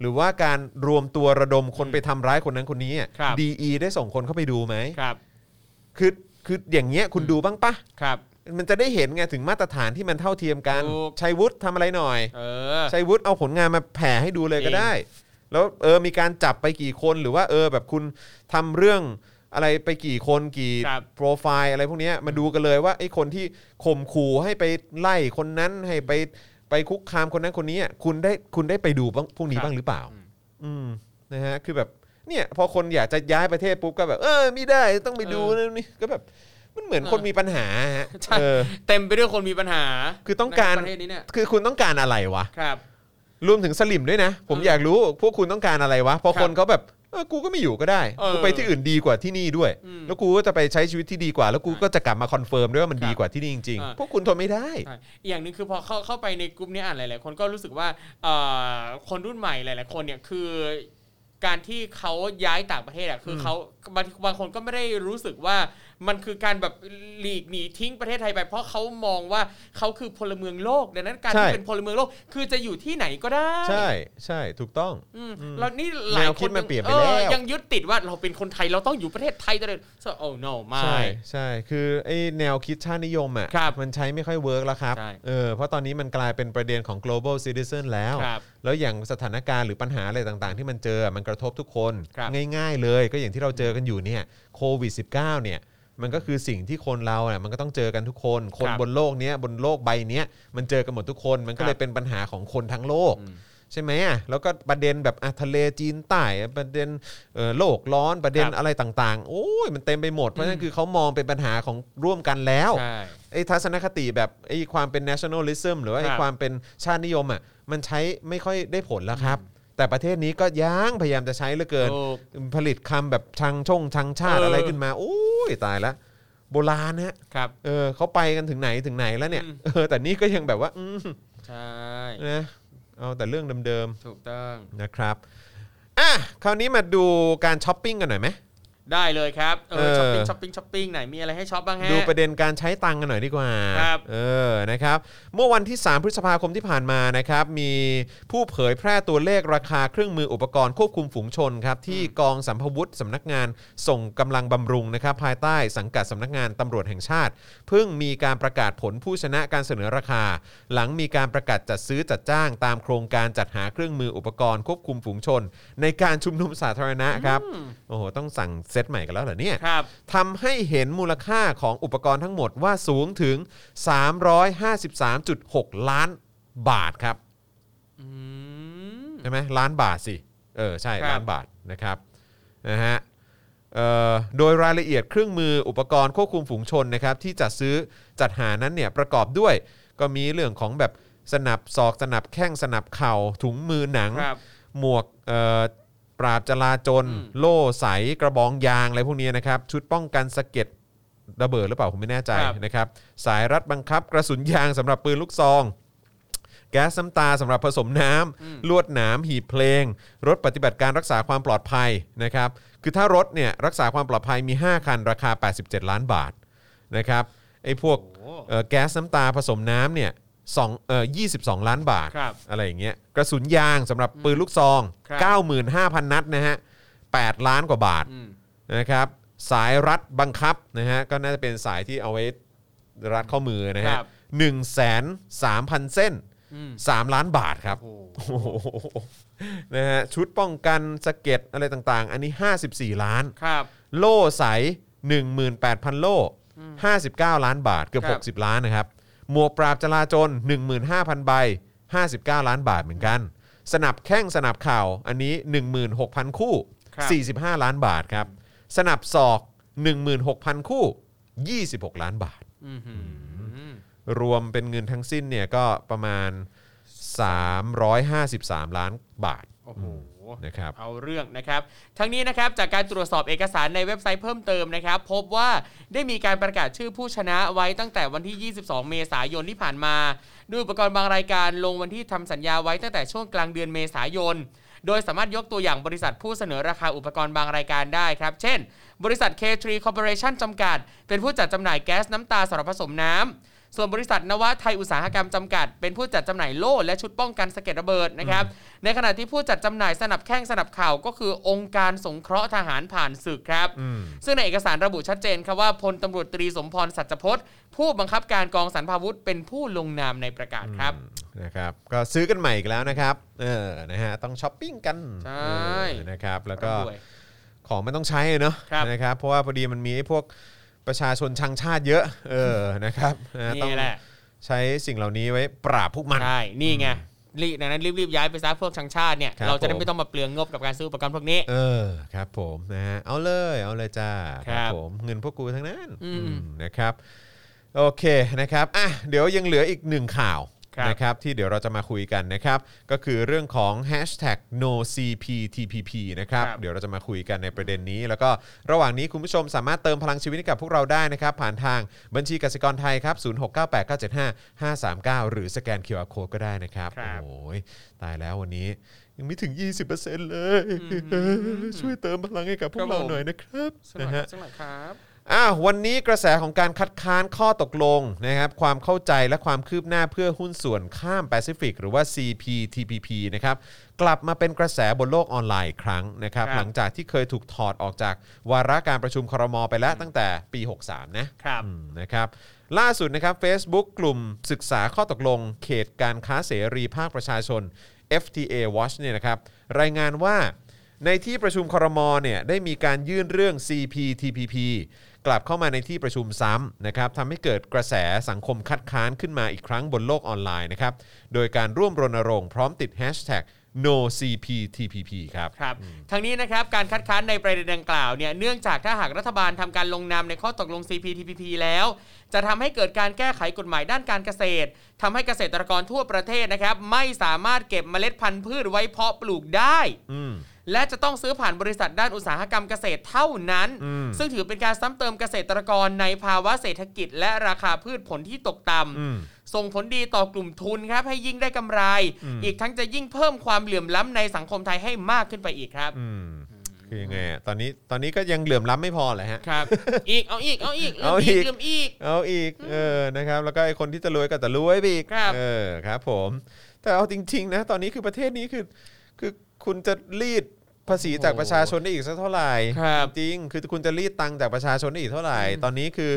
Speaker 2: หรือว่าการรวมตัวระดมคนไปทำร้ายคนนั้นคนนี้อะ
Speaker 3: ครับ
Speaker 2: DE ได้ส่งคนเข้าไปดูไหม
Speaker 3: ครับ
Speaker 2: คือคืออย่างเงี้ยคุณดูบ้างปะ
Speaker 3: ครับ
Speaker 2: มันจะได้เห็นไงถึงมาตรฐานที่มันเท่าเทียมกัน
Speaker 3: ถูก
Speaker 2: ชัยวุฒิทำอะไรหน่อย
Speaker 3: เออ
Speaker 2: ชัยวุฒิเอาผลงานมาแผ่ให้ดูเลยก็ได้ แล้วเออมีการจับไปกี่คนหรือว่าเออแบบคุณทำเรื่องอะไรไปกี่คนกี่
Speaker 3: ครับ
Speaker 2: โปรไฟล์อะไรพวกเนี้ยมาดูกันเลยว่าไอ้คนที่ข่มขู่ให้ไปไล่คนนั้นให้ไปไปคุกคามคนนั้นคนนี้อ่ะคุณได้คุณได้ไปดูบ้างพวกนี้
Speaker 3: ครับ
Speaker 2: บ้างหรือเปล่า
Speaker 3: อืม
Speaker 2: อืมนะฮะคือแบบเนี่ยพอคนอยากจะย้ายประเทศปุ๊บก็แบบ เออไม่ได้ต้องไปดูนะนี่ก็แบบ มันเหมือนคนมีปัญหาฮะ
Speaker 3: ใช่
Speaker 2: เออ
Speaker 3: เต็มไปด้วยคนมีปัญหา
Speaker 2: คือต้องการ
Speaker 3: ในประเทศนี้เนี่ย
Speaker 2: คือคุณต้องการอะไรวะ
Speaker 3: ครับ
Speaker 2: รวมถึงสลิมด้วยนะ ผม
Speaker 3: อืม
Speaker 2: อยากรู้พวกคุณต้องการอะไรวะเพราะ
Speaker 3: ครับ
Speaker 2: คนเขาแบบเออกูก็ไม่อยู่ก็ได้
Speaker 3: เออ
Speaker 2: กูไปที่อื่นดีกว่าที่นี่ด้วย
Speaker 3: อืม
Speaker 2: แล้วกูก็จะไปใช้ชีวิตที่ดีกว่า แล้วกูก็จะกลับมาคอนเฟิร์มด้วยว่ามัน
Speaker 3: ครับ
Speaker 2: ดีกว่าที่นี่จริง
Speaker 3: อ่า
Speaker 2: ๆ พวกคุณทนไม่ได้
Speaker 3: ใช่อีกอย่างหนึ่งคือพอเข้าเข้าไปในกลุ่มนี้ยอ่านหลาย ๆ คนก็รู้สึกว่าเอ่อคนรุ่นใหม่หลาย ๆ คนเนี่ยคือการที่เขาย้ายต่างประเทศอะคือเขาบางบางคนก็ไม่ได้รู้สึกว่ามันคือการแบบหลีกหนีทิ้งประเทศไทยไป เพราะเขามองว่าเขาคือพลเมืองโลกดังนั้นการ
Speaker 2: ใช่
Speaker 3: ที่เป็นพลเมืองโลก คือจะอยู่ที่ไหนก็ได้
Speaker 2: ใช่ใช่ถูกต้อง
Speaker 3: อืมแล้วนี่หลาย
Speaker 2: แนว
Speaker 3: ค
Speaker 2: คิด
Speaker 3: น
Speaker 2: มันเปลี่ยนไป
Speaker 3: ออ
Speaker 2: แล้ว
Speaker 3: ยังยึดติดว่าเราเป็นคนไทยเราต้องอยู่ประเทศไทยตลอดโอ้ no ไม่
Speaker 2: ใช่ใช่คือไอ้แนวคิดชาตินิยมอ่ะ
Speaker 3: ครับ
Speaker 2: มันใช้ไม่ค่อยเวิร์กแล้วครับ
Speaker 3: ใช่
Speaker 2: เออเพราะตอนนี้มันกลายเป็นประเด็นของ global citizen แล้ว
Speaker 3: ครับ
Speaker 2: แล้วอย่างสถานการณ์หรือปัญหาอะไรต่างๆ ที่มันเจอมันกระทบทุกคน
Speaker 3: ครับ
Speaker 2: ง่ายๆเลยก็อย่างที่เราเจอกันอยู่เนี่ยโควิด -19 เนี่ยมันก็คือสิ่งที่คนเราเนี่ยมันก็ต้องเจอกันทุกคน คน
Speaker 3: ครับ
Speaker 2: บนโลกเนี้ยบนโลกใบเนี้ยมันเจอกันหมดทุกคน มันก็
Speaker 3: ครับ
Speaker 2: เลยเป็นปัญหาของคนทั้งโลก ใช่ไหมอ่ะแล้วก็ประเด็นแบบอ่ะทะเลจีนใต้อ่ะประเด็นเอ่อโลกร้อนประเด็น
Speaker 3: ครับ
Speaker 2: อะไรต่าง ๆ โอ้ยมันเต็มไปหมด เพราะฉะนั้น
Speaker 3: อืม
Speaker 2: คือเขามองเป็นปัญหาของร่วมกันแล้ว
Speaker 3: ใช่
Speaker 2: ไอ้ทัศนคติแบบไอ้ความเป็น nationalism หรือว่าไอ้
Speaker 3: ครับ
Speaker 2: ความเป็นชาตินิยมอ่ะมันใช้ไม่ค่อยได้ผลแล้วครับ แต่ประเทศนี้ก็ยังพยายามจะใช้เหลือเกิน
Speaker 3: ถูก
Speaker 2: ผลิตคำแบบทางช่องทางชาติ
Speaker 3: เอออ
Speaker 2: อะไรขึ้นมาโอ้ยตายละโบราณฮะ
Speaker 3: ครับ
Speaker 2: เออเขาไปกันถึงไหนถึงไหนแล้วเนี่ย
Speaker 3: อืม
Speaker 2: เออแต่นี่ก็ยังแบบว่าอืม
Speaker 3: ใช่
Speaker 2: นะเอาแต่เรื่องเดิมๆ
Speaker 3: ถูกต้อง
Speaker 2: นะครับ อ่ะ คราวนี้มาดูการช้อปปิ้งกันหน่อยไหม
Speaker 3: ได้เลยครับ เออ
Speaker 2: เออ
Speaker 3: ช้อปปิ้งช้อปปิ้งช้อปปิ้งไหนมีอะไรให้ช้อปบ้างฮะ
Speaker 2: ดูประเด็นการใช้ตังค์กันหน่อยดีกว่า
Speaker 3: ครับ
Speaker 2: เออ นะครับ เมื่อวันที่ 3 พฤษภาคมที่ผ่านมานะครับ มีผู้เผยแพร่ตัวเลขราคาเครื่องมืออุปกรณ์ควบคุมฝูงชนครับ ที่กองสัมภวุฒิสำนักงานส่งกำลังบำรุงนะครับ ภายใต้สังกัดสำนักงานตำรวจแห่งชาติ เพิ่งมีการประกาศผลผู้ชนะการเสนอราคา หลังมีการประกาศจัดซื้อจัดจ้าง ตามโครงการจัดหาเครื่องมืออุปกรณ์ควบคุมฝูงชน ในการชุมนุมสาธารณะครับ
Speaker 3: อืม
Speaker 2: โอ้โห ต้องสั่งเซตใหม่กันแล้วเหรอเนี่ย
Speaker 3: ครับ
Speaker 2: ทำให้เห็นมูลค่าของอุปกรณ์ทั้งหมดว่าสูงถึง 353.6 ล้านบาทครับ
Speaker 3: อืม
Speaker 2: ใช่ไหมล้านบาทสิ เออ ใช่
Speaker 3: ครับ
Speaker 2: ล้านบาทนะครับนะฮะเอ่อโดยรายละเอียดเครื่องมืออุปกรณ์ควบคุมฝูงชนนะครับ ที่จัดซื้อจัดหานั้นเนี่ยประกอบด้วย ก็มีเรื่องของแบบสนับศอกสนับแข้งสนับเข่าถุงมือหนัง
Speaker 3: ครับ
Speaker 2: หมวกเอ่อปราบจลาจล
Speaker 3: อืม
Speaker 2: โล่ใสกระบองยางอะไรพวกนี้นะครับ ชุดป้องกันสะเก็ดระเบิดหรือเปล่า ผมไม่แน่ใจ
Speaker 3: ครับ
Speaker 2: นะครับ สายรัดบังคับ กระสุนยางสำหรับปืนลูกซอง แก๊สน้ำตาสำหรับผสมน้
Speaker 3: อืม
Speaker 2: ำลวดหนามหีบเพลง รถปฏิบัติการรักษาความปลอดภัยนะครับ คือถ้ารถเนี่ยรักษาความปลอดภัยมี 5 คัน ราคา 87 ล้านบาทนะครับไอ้พวก
Speaker 4: โอ้โห
Speaker 2: เอ่อแก๊สน้ำตาผสมน้ำเนี่ยสองเอ่อ22 ล้านบาท
Speaker 3: ครับ
Speaker 2: อะไรอย่างเงี้ยกระสุนยางสำหรับปืนลูกซอง
Speaker 3: ครับ
Speaker 2: 95,000 นัดนะฮะ 8 ล้านกว่าบาท
Speaker 3: อืม
Speaker 2: นะครับ สายรัดบังคับนะฮะ ก็น่าจะเป็นสายที่เอาไว้รัดข้อมือนะฮะ
Speaker 3: ครับ
Speaker 2: หนึ่งแสนสามพันเส้น
Speaker 3: อืม
Speaker 2: 3 ล้านบาทครับโอ้โหนะฮะชุดป้องกันสะเก็ดอะไรต่างๆ อันนี้ 54 ล้าน
Speaker 3: ครับ
Speaker 2: โล่ใส 18,000 โล่ 59 ล้านบาท เกือ
Speaker 3: ครับ
Speaker 2: บ 60 ล้านนะครับ หมวกปราบจลาจล 15,000 ใบ 59 ล้านบาทเหมือนกัน สนับแข้งสนับเข่าอันนี้ 16,000 คู่
Speaker 3: ครับ
Speaker 2: 45 ล้านบาทครับ สนับศอก 16,000 คู่ 26 ล้านบาท
Speaker 3: อืม
Speaker 2: รวมเป็นเงินทั้งสิ้นเนี่ยก็ประมาณ 353 ล้านบาท
Speaker 3: โอ้โห
Speaker 2: นะครับ
Speaker 3: เอาเรื่องนะครับ ทั้งนี้นะครับจากการตรวจสอบเอกสารในเว็บไซต์เพิ่มเติมนะครับ พบว่าได้มีการประกาศชื่อผู้ชนะไว้ตั้งแต่วันที่ 22 เมษายนที่ผ่านมาด้วยอุปกรณ์บางรายการลงวันที่ทำสัญญาไว้ตั้งแต่ช่วงกลางเดือนเมษายน โดยสามารถยกตัวอย่างบริษัทผู้เสนอราคาอุปกรณ์บางรายการได้ครับ เช่น บริษัท K3 Corporation จำกัด เป็นผู้จัดจำหน่ายแก๊สน้ำตาสำหรับผสมน้ำ ส่วนบริษัทนวะไทยอุตสาหกรรมจำกัด เป็นผู้จัดจำหน่ายโล่และชุดป้องกันสะเก็ดระเบิดนะครับ ในขณะที่ผู้จัดจำหน่ายสนับแข้งสนับเข่าก็คือองค์การสงเคราะห์ทหารผ่านศึกครับ
Speaker 2: อืม
Speaker 3: ซึ่งในเอกสารระบุชัดเจนครับว่าพลตำรวจตรีสมพรสัจจพจน์ ผู้บังคับการกองสรรพาวุธ เป็นผู้ลงนามในประกาศครับ
Speaker 2: นะครับก็ซื้อกันใหม่อีกแล้วนะครับเออนะฮะต้องช้อปปิ้งกัน
Speaker 3: ใช่
Speaker 2: เออนะครับแล้วก็
Speaker 3: ด้วย
Speaker 2: ของมันต้องใช้เนอะ
Speaker 3: ครับ
Speaker 2: นะครับเพราะว่าพอดีมันมีไอ้พวกประชาชนชังชาติเยอะเออนะครับนะต้อง
Speaker 3: นี่แหละ
Speaker 2: ใช้สิ่งเหล่านี้ไว้ปราบพวกมัน
Speaker 3: ใช่นี่ไง รีบดังนั้นรีบๆย้ายไปซะพวกชังชาติเนี่ย
Speaker 2: ครับ
Speaker 3: เราจะได้
Speaker 2: ผม
Speaker 3: ไม่ต้องมาเปลืองงบกับการซื้ออุปกรณ์พวกนี้
Speaker 2: เออครับผมนะฮะเอาเลยเอาเลยจ้า
Speaker 3: ครับ
Speaker 2: ผมเงินพวกกูทั้งนั้น
Speaker 3: อืม
Speaker 2: อืมนะครับโอเคนะครับอ่ะเดี๋ยวยังเหลืออีกหนึ่งข่าว
Speaker 3: ครับ
Speaker 2: นะครับที่เดี๋ยวเราจะมาคุยกันนะครับ ก็คือเรื่องของ hashtag no cptpp นะครับ
Speaker 3: ครับ
Speaker 2: เดี๋ยวเราจะมาคุยกันในประเด็นนี้ แล้วก็ระหว่างนี้คุณผู้ชมสามารถเติมพลังชีวิตให้กับพวกเราได้นะครับ ผ่านทางบัญชีกสิกรไทยครับ 0698975539 หรือสแกน QR Code ก็ได้นะครับ
Speaker 3: ครับ
Speaker 2: โอ้ยตายแล้ววันนี้ ยังไม่ถึง 20%เลย ช่วยเติมพลังให้กับพวกเราหน่อยนะครับ
Speaker 3: สักหน่
Speaker 2: นะ
Speaker 3: อย
Speaker 2: ฮะ
Speaker 3: สักหน่อยครับ
Speaker 2: อ้าววันนี้กระแสของการคัดค้านข้อตกลงนะครับความเข้าใจและความคืบหน้าเพื่อหุ้นส่วนข้ามแปซิฟิกหรือว่า CPTPP นะครับกลับมาเป็นกระแสบนโลกออนไลน์อีกครั้งนะครับ
Speaker 3: ครับ
Speaker 2: หลังจากที่เคยถูกถอดออกจากวาระการประชุมครมไปแล้วตั้งแต่ปี 63 นะ
Speaker 4: ครับ
Speaker 2: อืมนะครับล่าสุดนะครับ Facebook กลุ่มศึกษาข้อตกลง เขตการค้าเสรีภาคประชาชน FTA Watch เนี่ยนะครับรายงานว่าในที่ประชุมครมเนี่ยได้มีการยื่นเรื่อง CPTPP กลับเข้ามาในที่ประชุมซ้ำนะครับทำให้เกิดกระแสสังคมคัดค้านขึ้นมาอีกครั้งบนโลกออนไลน์นะครับโดยการร่วมรณรงค์พร้อมติด hashtag no CPTPP ครับ
Speaker 3: ครับทั้งนี้นะครับการคัดค้านในประเด็นดังกล่าวเนี่ยเนื่องจากถ้าหากรัฐบาลทำการลงนามในข้อตกลง CPTPP แล้ว จะทำให้เกิดการแก้ไขกฎหมายด้านการเกษตรทำให้เกษตรกรทั่วประเทศนะครับ ไม่สามารถเก็บเมล็ดพันธุ์พืชไว้เพาะปลูกได้
Speaker 2: อืม
Speaker 3: และจะต้องซื้อผ่านบริษัทด้านอุตสาหกรรมเกษตรเท่านั้น
Speaker 2: อืม
Speaker 3: ซึ่งถือเป็นการซ้ำเติมเกษตรกรในภาวะเศรษฐกิจ และราคาพืชผลที่ตกต่
Speaker 2: อืม
Speaker 3: ำส่งผลดีต่อกลุ่มทุนครับให้ยิ่งได้กำไร อีกทั้งจะยิ่งเพิ่มความเหลื่อมล้ำในสังคมไทยให้มากขึ้นไปอีกครับ
Speaker 2: อืมคือยังไงอะตอนนี้ตอนนี้ก็ยังเหลื่อมล้ำไม่พอเหรอฮะ
Speaker 3: ครับ อีก เอาอีก เอาอีกลื
Speaker 2: เอา
Speaker 3: ม
Speaker 2: อี
Speaker 3: อี
Speaker 2: ก
Speaker 3: กลืมอีก
Speaker 2: เอาอีกเออนะครับแล้วก็ไอคนที่จะรวยก็จะรวยไปอีก
Speaker 3: ครับ
Speaker 2: เออครับผมแต่เอาจริง ๆ นะ ตอนนี้คือประเทศนี้คือ คือคุณจะรีดภาษีจากประชาชนได้อีกสักเท่าไหร่
Speaker 3: ครับ
Speaker 2: จริงๆคือคุณจะรีดตังค์จากประชาชนได้อีกเท่าไหร่ ตอนนี้คือ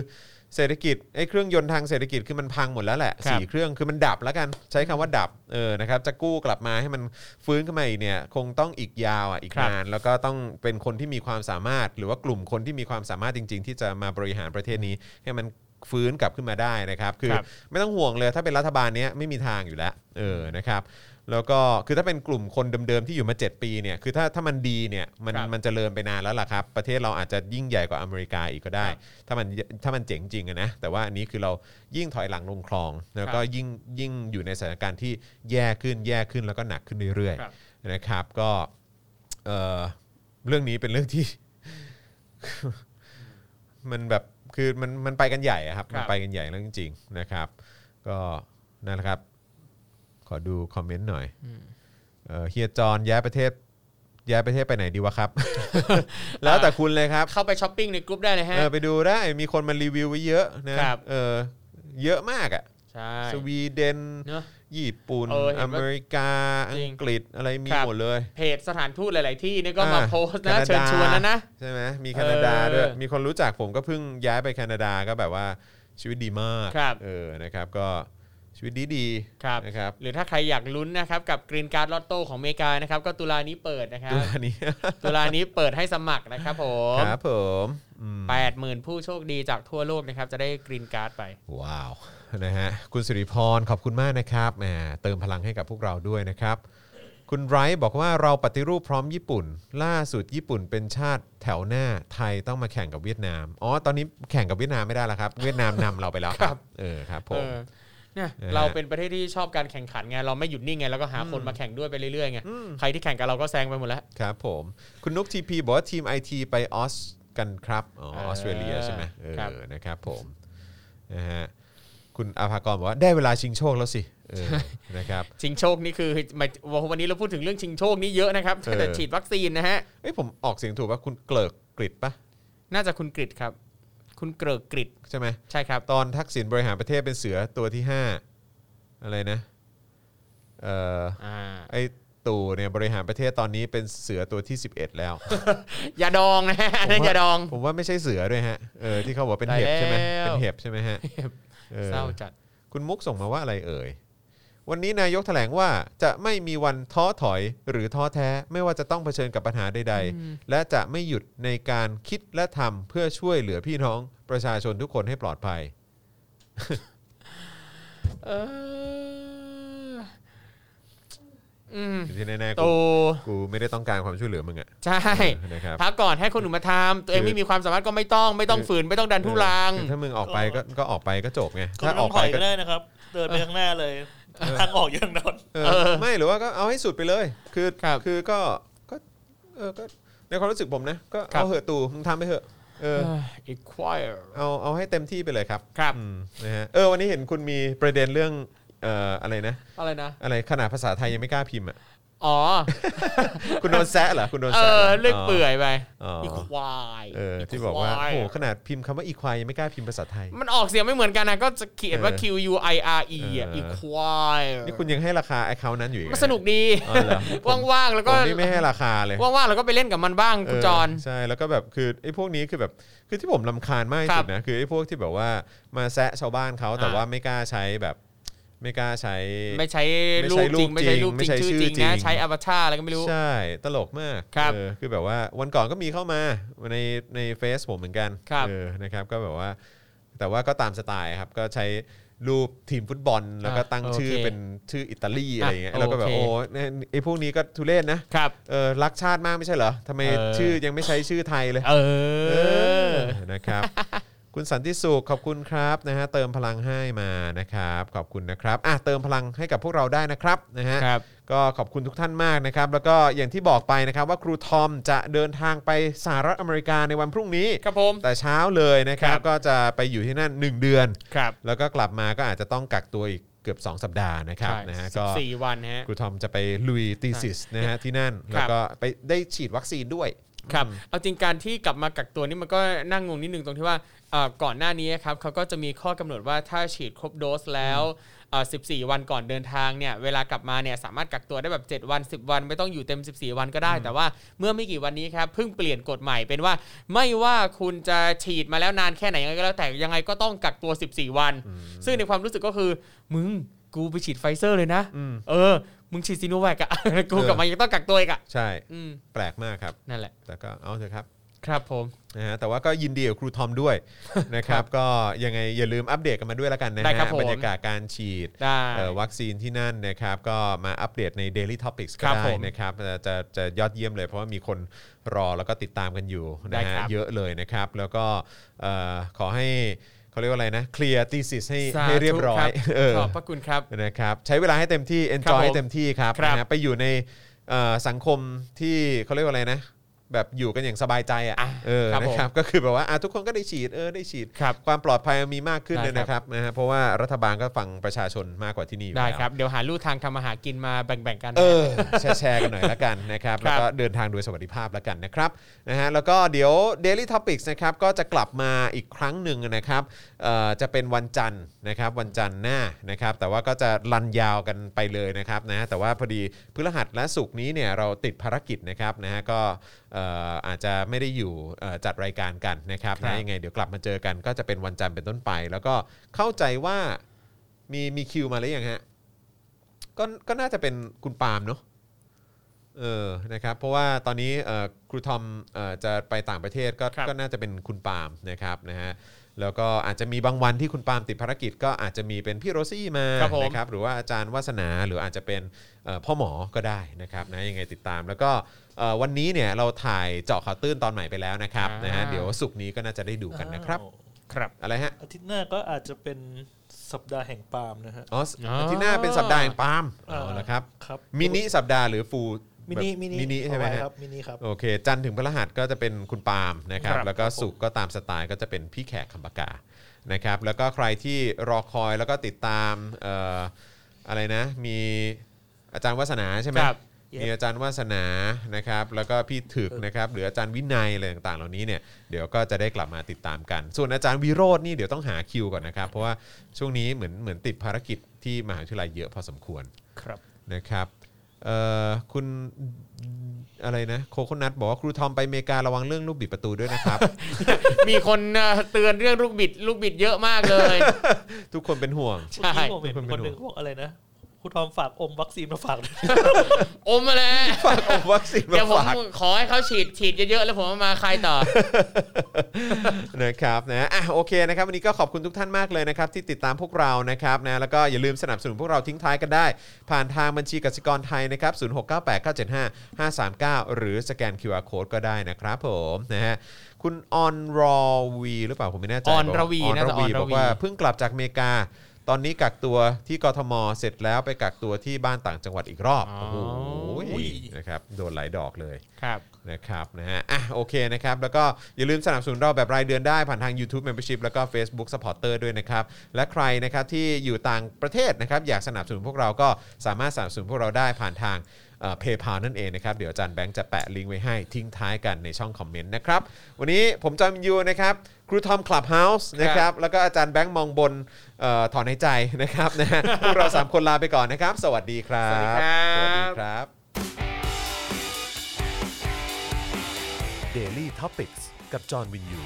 Speaker 2: เศรษฐกิจไอ้เครื่องยนต์ทางเศรษฐกิจคือมันพังหมดแล้วแหละ
Speaker 3: ครับ
Speaker 2: สี่เครื่องคือมันดับแล้วกันใช้คำว่าดับเออนะครับจะกู้กลับมาให้มันฟื้นขึ้นมาอีกเนี่ยคงต้องอีกยาวอ่ะอีกนานแล้วก็ต้องเป็นคนที่มีความสามารถ หรือว่ากลุ่มคนที่มีความสามารถจริง ๆ ที่จะมาบริหารประเทศนี้ให้มัน ฟื้นกลับขึ้นมาได้นะครับ คือ
Speaker 4: ครับ
Speaker 2: ไม่ต้องห่วงเลยถ้าเป็นรัฐบาลเนี้ยไม่มีทางอยู่แล้วเออนะครับ แล้วก็คือถ้าเป็นกลุ่มคนเดิมๆที่อยู่มา 7 ปีเนี่ยคือถ้าถ้ามันดีเนี่ยมัน
Speaker 3: ครับ
Speaker 2: มันเจริญไปนานแล้วล่ะครับ ประเทศเราอาจจะยิ่งใหญ่กว่าอเมริกาอีกก็ได้
Speaker 3: ครับ
Speaker 2: ถ้ามันถ้ามันเจ๋งจริงอะนะแต่ว่าอันนี้คือเรายิ่งถอยหลังลงคลอง แล้วก็ยิ่งยิ่งอยู่ในสถานการณ์ที่แย่ขึ้นแย่ขึ้นแล้วก็หนักขึ้นเรื่อย
Speaker 3: ครับ
Speaker 2: ๆนะครับก็เอ่อเรื่องนี้เป็นเรื่องที่ มันแบบคือมันมันไปกันใหญ่อะครับ
Speaker 3: ครับ
Speaker 2: มันไปกันใหญ่แล้วจริงๆนะครับ ก็นั่นแหละครับ ขอดูคอมเมนต์หน่อย
Speaker 3: อืม
Speaker 2: เอ่อเฮียจอนย้ายประเทศ ย้ายประเทศไปไหนดีวะ ครับ แล้วแต่คุณเลยครับ
Speaker 3: เข้าไปช้อปปิ้งในกรุ๊ปได้เลยฮะ
Speaker 2: เออไปดูได้มีคนมารีวิวไว้เยอะนะครับ เออเยอะมากอะ
Speaker 3: ใช่
Speaker 2: สวีเดน
Speaker 3: เนอะ
Speaker 2: ญี่ปุ่น
Speaker 3: เออเห็
Speaker 2: อ
Speaker 3: นว่า
Speaker 2: เมริกา อั
Speaker 3: จริ
Speaker 2: ง
Speaker 3: ง
Speaker 2: กฤษอะไรมี
Speaker 3: ครับ
Speaker 2: หมดเลย
Speaker 3: เพจสถานทูตหลาย ๆ ที่นี่ก็
Speaker 2: อ่าม
Speaker 3: มาโพสต์
Speaker 2: แค
Speaker 3: นะ
Speaker 2: นาดา
Speaker 3: เชิญชวนแล้วนะ
Speaker 2: ใช่ไหมมีแคนาดาด้วย
Speaker 3: เออ
Speaker 2: มีคนรู้จักผมก็เพิ่งย้ายไปแคนาดาก็แบบว่าชีวิตดีมาก
Speaker 3: ครับ
Speaker 2: เออ นะครับ ก็ชีวิตดีดีๆ
Speaker 3: ครับ
Speaker 2: นะครับ
Speaker 3: หรือถ้าใครอยากลุ้นนะครับ กับกรีนการ์ดลอตโต้ของอเมริกานะครับ ก็ตุลานี้เปิดนะครับ
Speaker 2: ตัวนี้
Speaker 3: ตุลานี้เปิดให้สมัครนะครับผม
Speaker 2: ครับผมอืม
Speaker 3: 80,000 ผู้โชคดีจากทั่วโลกนะครับ จะได้กรีนการ์ดไป
Speaker 2: ว้าว นะฮะ คุณสิริพร ขอบคุณมากนะครับ แหม เติมพลังให้กับพวกเราด้วยนะครับ คุณไบรท์บอกว่าเราปฏิรูปพร้อมญี่ปุ่น ล่าสุดญี่ปุ่นเป็นชาติแถวหน้า ไทยต้องมาแข่งกับเวียดนาม อ๋อ ตอนนี้แข่งกับเวียดนามไม่ได้แล้วครับ เวียดนามนำเราไปแล้วครับ เออ ครับผ
Speaker 3: เอ
Speaker 2: ม
Speaker 3: อเนี่ย
Speaker 2: นะฮะ
Speaker 3: เราเป็นประเทศที่ชอบการแข่งขันไงเราไม่หยุดนิ่งไงเราก็หาคนมาแข่งด้วยไปเรื่อยๆไงใครที่แข่งกับเราก็แซงไปหมดแล้ว
Speaker 2: ครับผม คุณนุกทีพีบอกว่าทีมไอทีไปออสกันครับอ๋ออ
Speaker 3: เออ
Speaker 2: อสเตรเลียใช่ไหมเอ
Speaker 3: ครับ
Speaker 2: อนะครับผมนะฮะคุณอาภากรบอกว่าได้เวลาชิงโชคแล้วสิเออนะครับ
Speaker 3: ชิงโชคนี่คือหมายวันนี้เราพูดถึงเรื่องชิงโชคนี่เยอะนะครับ
Speaker 2: เออ
Speaker 3: แต่ฉีดวัคซีนนะฮะ
Speaker 2: เอ้ยผมออกเสียงถูกป่ะคุณเกลิกกริดป่ะ
Speaker 3: น่าจะคุณกริดครับ คุณเกริกกริด
Speaker 2: ใช่ไหม
Speaker 3: ใช่ครับ
Speaker 2: ตอนทักษิณบริหารประเทศเป็นเสือตัวที่ 5 อะไรนะเอ่อ
Speaker 3: อ่า
Speaker 2: ไอตู่เนี่ยบริหารประเทศตอนนี้เป็นเสือตัวที่ 11 แล้ว
Speaker 3: อย่าดองนะฮะ อันนั้นอย่าดอง
Speaker 2: ผมว่าไม่ใช่เสือด้วยฮะเออที่เขาบอกเป็นเห็บใช่ไหม
Speaker 3: ตายแล้ว
Speaker 2: เป็นเห็บใช่ไหมฮะออ
Speaker 3: เศร้าจัด
Speaker 2: คุณมุกส่งมาว่าอะไรเอ่ย วันนี้นายกแถลงว่าจะไม่มีวันท้อถอยหรือท้อแท้ ไม่ว่าจะต้องเผชิญกับปัญหาใดๆ และจะไม่หยุดในการคิดและทำเพื่อช่วยเหลือพี่น้องประชาชนทุกคนให้ปลอดภัย
Speaker 3: เออ อืม
Speaker 2: ที่แน่ๆ
Speaker 3: โต
Speaker 2: กูกูไม่ได้ต้องการความช่วยเหลือมึงอ่ะ
Speaker 3: ใช่
Speaker 2: นะครับ
Speaker 3: พักก่อนให้คนอื่นมาทำตัวเอง
Speaker 2: คือ
Speaker 3: ไม่มีความสามารถก็ไม่ต้องไม่ต้องฝืนไม่ต้องดันทุรัง
Speaker 2: คือถ้ามึงออกไปก็ก็ออกไปก็จบไง
Speaker 4: ก็
Speaker 2: ถ้าอ
Speaker 4: ต้
Speaker 2: อ
Speaker 4: อก งถ
Speaker 2: ไป
Speaker 4: อย
Speaker 2: ก็
Speaker 4: ก็ได้นะครับ เดินไปข้างหน้าเลย ทางออกอยู่ทางโนั้น
Speaker 2: เออไม่หรือว่าก็เอาให้สุดไปเลย คือ
Speaker 3: ครับ
Speaker 2: คือก็ก็เออก็ในความรู้สึกผมนะก็เอาเหอะตู่มึงทำไปเหอะเออ
Speaker 3: อีควาย
Speaker 2: เอาเอาให้เต็มที่ไปเลยครับ
Speaker 3: ครับ
Speaker 2: อืมนะฮะเออวันนี้เห็นคุณมีประเด็นเรื่องเอ่ออะไรนะ
Speaker 3: อะไรนะ
Speaker 2: อะไรขนาดภาษาไทยยังไม่กล้าพิมพ์อ่ะ
Speaker 3: อ๋อ
Speaker 2: คุณโดนแซะเหรอคุณโดน
Speaker 3: เอ
Speaker 2: แซะหร
Speaker 3: อเลือกเปื่อยไป
Speaker 2: อ๋อ
Speaker 3: อีควาย
Speaker 2: เออที่บอกว่า
Speaker 3: คว
Speaker 2: โอ้
Speaker 3: ย
Speaker 2: โหขนาดพิมพ์คำว่าอีควายยังไม่กล้าพิมพ์ภาษาไทย
Speaker 3: มันออกเสียงไม่เหมือนกันนะก็จะเขียนว่า
Speaker 2: เออ
Speaker 3: Q U I R E อ่ะ
Speaker 2: เอออี
Speaker 3: อีควาย
Speaker 2: นี่คุณยังให้ราคาไอ้เขานั้นอยู่อีก
Speaker 3: มันสนุกดี
Speaker 2: อ๋อเหรอผม
Speaker 3: ว่างๆแล้วก็
Speaker 2: ผมนี่ไม่ให้ราคาเลย
Speaker 3: ว่างๆแล้วก็ไปเล่นกับมันบ้างคุณจอน
Speaker 2: เใช่แล้วก็แบบคือไอ้พวกนี้คือแบบคือที่ผมลำคาญมากที่
Speaker 3: ครั
Speaker 2: สุ
Speaker 3: บ
Speaker 2: ดนะคือไอ้พวกที่แบบว่ามาแซะชาวบ้านเขาแต่
Speaker 3: อ่า
Speaker 2: ว่าไม่กล้าใช้แบบไม่กล้าใช้
Speaker 3: ไม่ใช้
Speaker 2: ไม่
Speaker 3: รู
Speaker 2: ใช้
Speaker 3: ปจ
Speaker 2: รู
Speaker 3: ริง
Speaker 2: ป
Speaker 3: ไม่ใช้รูป
Speaker 2: จริงไม่
Speaker 3: จริง
Speaker 2: ใช้
Speaker 3: ชื่อจ
Speaker 2: ชื่
Speaker 3: ริง
Speaker 2: อจริง
Speaker 3: นะใช้อวตารอะไรก็ไม่รู้
Speaker 2: ใช่ตลกมาก
Speaker 3: ครับ
Speaker 2: เออคือแบบว่าวันก่อนก็มีเข้ามาในในเฟซผมเหมือนกัน
Speaker 3: ครับ
Speaker 2: เออนะครับก็แบบว่า แต่ว่าก็ตามสไตล์ครับก็ใช้รูปทีมฟุตบอล แล้วก็
Speaker 3: อ่ะ
Speaker 2: ตั้งชื่อ
Speaker 3: โอเค
Speaker 2: เป็นชื่ออิตาลีอะไรเงี้ย
Speaker 3: อ่ะ
Speaker 2: แล้วก็แบบ
Speaker 3: โอเค
Speaker 2: โอ้เนี่ยไอ้พวกนี้ก็ทุเรศนะครับ เออรักชาติมากไม่ใช่เหรอทำไม
Speaker 3: เออ
Speaker 2: ชื่อยังไม่ใช้ชื่อไทยเลย
Speaker 3: เอ
Speaker 2: เอ
Speaker 3: อ
Speaker 2: อนะครับ คุณสันติสุขขอบคุณครับนะฮะเติมพลังให้มานะครับ ขอบคุณนะครับอ่ะเติมพลังให้กับพวกเราได้นะครับนะฮะ
Speaker 3: ครับ
Speaker 2: ก็ขอบคุณทุกท่านมากนะครับ แล้วก็อย่างที่บอกไปนะครับว่าครูทอมจะเดินทางไปสหรัฐอเมริกาในวันพรุ่งนี้
Speaker 3: ครับผม
Speaker 2: แต่เช้าเลยนะครับ
Speaker 3: ครับ
Speaker 2: ก็จะไปอยู่ที่นั่น 1 เดือน
Speaker 3: ครับ
Speaker 2: แล้วก็กลับมาก็อาจจะต้องกักตัวอีกเกือบ 2 สัปดาห์นะครับ
Speaker 3: ใช่
Speaker 2: นะฮะ
Speaker 3: สิ
Speaker 2: ก็
Speaker 3: บสี่วันฮะ
Speaker 2: ครูทอมจะไปลุยตีสิสนะฮะที่นั่น
Speaker 3: ครับ
Speaker 2: แล้วก็ไปได้ฉีดวัคซีนด้วย
Speaker 3: ครับเอาจริงการที่กลับมากักตัวนี่มันก็นั่งงงนิดนึงตรงที่ว่าเอ่อก่อนหน้านี้ครับเขาก็จะมีข้อกำหนดว่าถ้าฉีดครบโดสแล้วเอ่อ14 วันก่อนเดินทางเนี่ยเวลากลับมาเนี่ยสามารถกักตัวได้แบบ 7 วัน 10 วัน ไม่ต้องอยู่เต็ม 14 วันก็ได้ แต่ว่าเมื่อไม่กี่วันนี้ครับเพิ่งเปลี่ยนกฎใหม่เป็นว่า ไม่ว่าคุณจะฉีดมาแล้วนานแค่ไหนยังไงก็แล้วแต่ยังไงก็ต้องกักตัว 14 วัน ซึ่งในความรู้สึกก็คือมึงกูไปฉีดไฟเซอร์เลยนะ
Speaker 2: อืม
Speaker 3: เออมึงฉีดซีโนแวคอะ กูกลับมายังต้องกักตัวอีกอะ
Speaker 2: ใช่
Speaker 3: อืม
Speaker 2: แปลกมากครับ
Speaker 3: นั่นแหละ
Speaker 2: แต่ก็เอาเถอะครับ
Speaker 3: ครับผม
Speaker 2: นะฮะแต่ว่าก็ยินดีกับครูทอมด้วย นะครับ ก็ยังไงอย่าลืมอัปเดตกันมาด้วยละกันนะ
Speaker 3: ได้ครั
Speaker 2: ฮะ
Speaker 3: บผม
Speaker 2: บรรยากาศการฉีด
Speaker 3: ได้
Speaker 2: เอ่อวัคซีนที่นั่นนะครับก็มาอัปเดตใน Daily Topics ก็
Speaker 3: ครับ
Speaker 2: ได้
Speaker 3: ผม
Speaker 2: นะครับจะจะจะยอดเยี่ยมเลยเพราะว่ามีคนรอแล้วก็ติดตามกันอยู่นะ
Speaker 3: ได้
Speaker 2: ฮะ
Speaker 3: ครับ
Speaker 2: เยอะเลยนะครับ แล้วก็เอ่อขอให้เขาเรียกว่าอะไรนะเคลียร์ตีสิสให้
Speaker 3: สาธุ
Speaker 2: ให้เรียบร้อย
Speaker 3: ครับ
Speaker 2: เออ
Speaker 3: ขอบพระคุณครับ
Speaker 2: นะครับใช้เวลาให้เต็มที่
Speaker 3: ครับผ
Speaker 2: enjoy
Speaker 3: ม
Speaker 2: ให้เต็มที่ครับ
Speaker 3: ครับ
Speaker 2: นะฮะไปอยู่ในเอ่อสังคมที่เขาเรียกว่าอะไรนะแบบอยู่กันอย่างสบายใจอ่ะเออ
Speaker 3: ครับ
Speaker 2: นะ
Speaker 3: ผม
Speaker 2: ครับก็คือแบบว่าอ่ะทุกคนก็ได้ฉีดเออได้ฉีด
Speaker 3: ครับ
Speaker 2: ความปลอดภัยมีมากขึ้น
Speaker 3: ได้
Speaker 2: เลยนะครับนะฮะเพราะว่ารัฐบาลก็ฟังประชาชนมากกว่าที่นี่อยู่
Speaker 3: ได้
Speaker 2: แล้ว
Speaker 3: ครับ เดี๋ยวหาลู่ทางทำมาหากินมาแบ่งๆกัน
Speaker 2: เออ แชร์แชร์กันหน่อยละกันนะครับ
Speaker 3: ค
Speaker 2: แล้
Speaker 3: รั
Speaker 2: ว
Speaker 3: บ
Speaker 2: ก็เดินทางโดยสวัสดิภาพละกันนะครับนะฮะแล้วก็เดี๋ยว Daily Topics นะครับก็จะกลับมาอีกครั้งหนึ่งนะครับเอ่อจะเป็นวันจันทร์นะครับวันจันทร์หน้านะครับแต่ว่าก็จะลันยาวกันไปเลยนะครับนะฮะแต่ว่าพอดีพฤหัสและศุกร์นี้เนี่ยเราติดภารกิจนะครับนะฮะก็เอ่ออาจจะไม่ได้อยู่เอ่อจัดรายการกันนะครับ
Speaker 3: ครับ
Speaker 2: นะยังไงเดี๋ยวกลับมาเจอกันก็จะเป็นวันจันทร์เป็นต้นไป แล้วก็เข้าใจว่ามีมีคิวมาหรือยังฮะ ก็ก็น่าจะเป็นคุณปาล์มเนาะเออนะครับเพราะว่าตอนนี้เอ่อครูทอมเอ่อจะไปต่างประเทศก็
Speaker 3: ครับ
Speaker 2: ก็น่าจะเป็นคุณปาล์มนะครับนะฮะแล้วก็อาจจะมีบางวันที่คุณปาล์มติดภารกิจ ก็อาจจะมีเป็นพี่โรซี่มา
Speaker 3: ครับผม
Speaker 2: นะครับหรือว่าอาจารย์วาสนาหรืออาจจะเป็นเอ่อพ่อหมอก็ได้นะครับนะยังไงติดตาม แล้วก็เอ่อวันนี้เนี่ยเราถ่ายเจาะข่าวตื้นตอนใหม่ไปแล้วนะครับนะฮะ
Speaker 3: อ่า
Speaker 2: เดี๋ยวสุกร์นี้ก็น่าจะได้ดูกันนะครับ
Speaker 3: ครับ
Speaker 2: อะไรฮะ
Speaker 4: อาทิตย์หน้าก็อาจจะเป็นสัปดาห์แห่งปาล์มนะฮะ
Speaker 2: อ๋ออาทิตย์หน้าเป็นสัปดาห์แห่งปาล์มอ๋อนะครับ
Speaker 4: ครับ
Speaker 2: มินิสัปดาห์หรือฟูล
Speaker 4: มินิ
Speaker 2: แบบ
Speaker 4: มินิ
Speaker 2: มินิใช่ไหม
Speaker 4: เอาว้
Speaker 2: ฮะ
Speaker 4: ครับมินิครับ
Speaker 2: โอเค จันทร์ถึงพฤหัสก็จะเป็นคุณปาล์มนะครับ
Speaker 4: ครับ
Speaker 2: แล้วก็
Speaker 4: ครับผม
Speaker 2: สุกร์ก็ตามสไตล์ก็จะเป็นพี่แขกคำปากานะครับ แล้วก็ใครที่รอคอยแล้วก็ติดตามเอ่ออะไรนะ มีอาจารย์วาสนาใช่ไหม
Speaker 3: ครับ
Speaker 2: มีอาจารย์วาสนานะครับ แล้วก็พี่ถึกนะครับหรืออาจารย์วินัยอะไรต่างๆ เหล่านี้เนี่ยเดี๋ยวก็จะได้กลับมาติดตามกัน ส่วนอาจารย์วิโรจน์นี่เดี๋ยวต้องหาคิวก่อนนะครับ เพราะว่าช่วงนี้เหมือนเหมือนติดภารกิจที่มหาวิทยาลัยเยอะพอสมควร
Speaker 4: ครับ
Speaker 2: นะครับเอ่อคุณอะไรนะโคโคนัทบอกว่าครูทอมไปอเมริการะวังเรื่องลูกบิดประตูด้วยนะครับ
Speaker 3: มีคนเอ่อเตือนเรื่องลูกบิด ลูกบิดเยอะมากเลย
Speaker 2: ทุกคนเป็นห่วง
Speaker 3: ใช่
Speaker 4: เมื่อกี้ผมเห็นคนหนึ่งเขาบอกอะไรนะ คุณทอมฝากอมวัคซีนมาฝากด้วย
Speaker 3: อมมาแล้ว
Speaker 2: ฝากเอาวัคซีนมา
Speaker 3: เดี๋ยวผม
Speaker 2: ฝาก
Speaker 3: ขอให้เขาฉีดฉีดเยอะๆแล้วผมเอามาคลายต่อ
Speaker 2: นะครับนะอ่ะโอเคนะครับวันนี้ก็ขอบคุณทุกท่านมากเลยนะครับที่ติดตามพวกเรานะครับนะแล้วก็อย่าลืมสนับสนุนพวกเราทิ้งท้ายกันได้ ผ่านทางบัญชีกสิกรไทยนะครับศูนย์หกเก้าแปดเก้าเจ็ดห้าห้าสามเก้าหรือสแกน QR Code ก็ได้นะครับผมนะฮะคุณออนรอวีหรือเปล่าผมไม่แน่ใจ
Speaker 3: ออนรวี
Speaker 2: บกา
Speaker 3: น่าจะ
Speaker 2: ออนรวี
Speaker 3: ออนรวี
Speaker 2: บอกว่าเพิ่งกลับจากอเมริกา ตอนนี้กักตัวที่กทมเสร็จแล้วไปกักตัวที่บ้านต่างจังหวัดอีกรอบโอ้โหนะครับโดนหลายดอกเลย
Speaker 3: ครับ
Speaker 2: นะครับนะฮะอ่ะโอเคนะครับ แล้วก็อย่าลืมสนับสนุนเราแบบรายเดือนได้ผ่านทาง YouTube Membership แล้วก็ Facebook Supporter ด้วยนะครับ และใครนะครับที่อยู่ต่างประเทศนะครับ อยากสนับสนุนพวกเราก็สามารถสนับสนุนพวกเราได้ผ่านทางเพย์พานั่นเองนะครับ เดี๋ยวอาจารย์แบงค์จะแปะลิงก์ไว้ให้ทิ้งท้ายกันในช่องคอมเมนต์นะครับ วันนี้ผมจอมยูนะครับครูทอมคลับเฮาส์นะครับ แล้วก็อาจารย์แบงค์มองบนเออถอนหายใจนะครับนะฮะพวกเราสามคนลาไปก่อนนะครับ สวัสดีครับ
Speaker 3: สวัสดีครับ
Speaker 2: สวัสดีครับ
Speaker 1: Daily t o p i c กกับจอห์นวินยู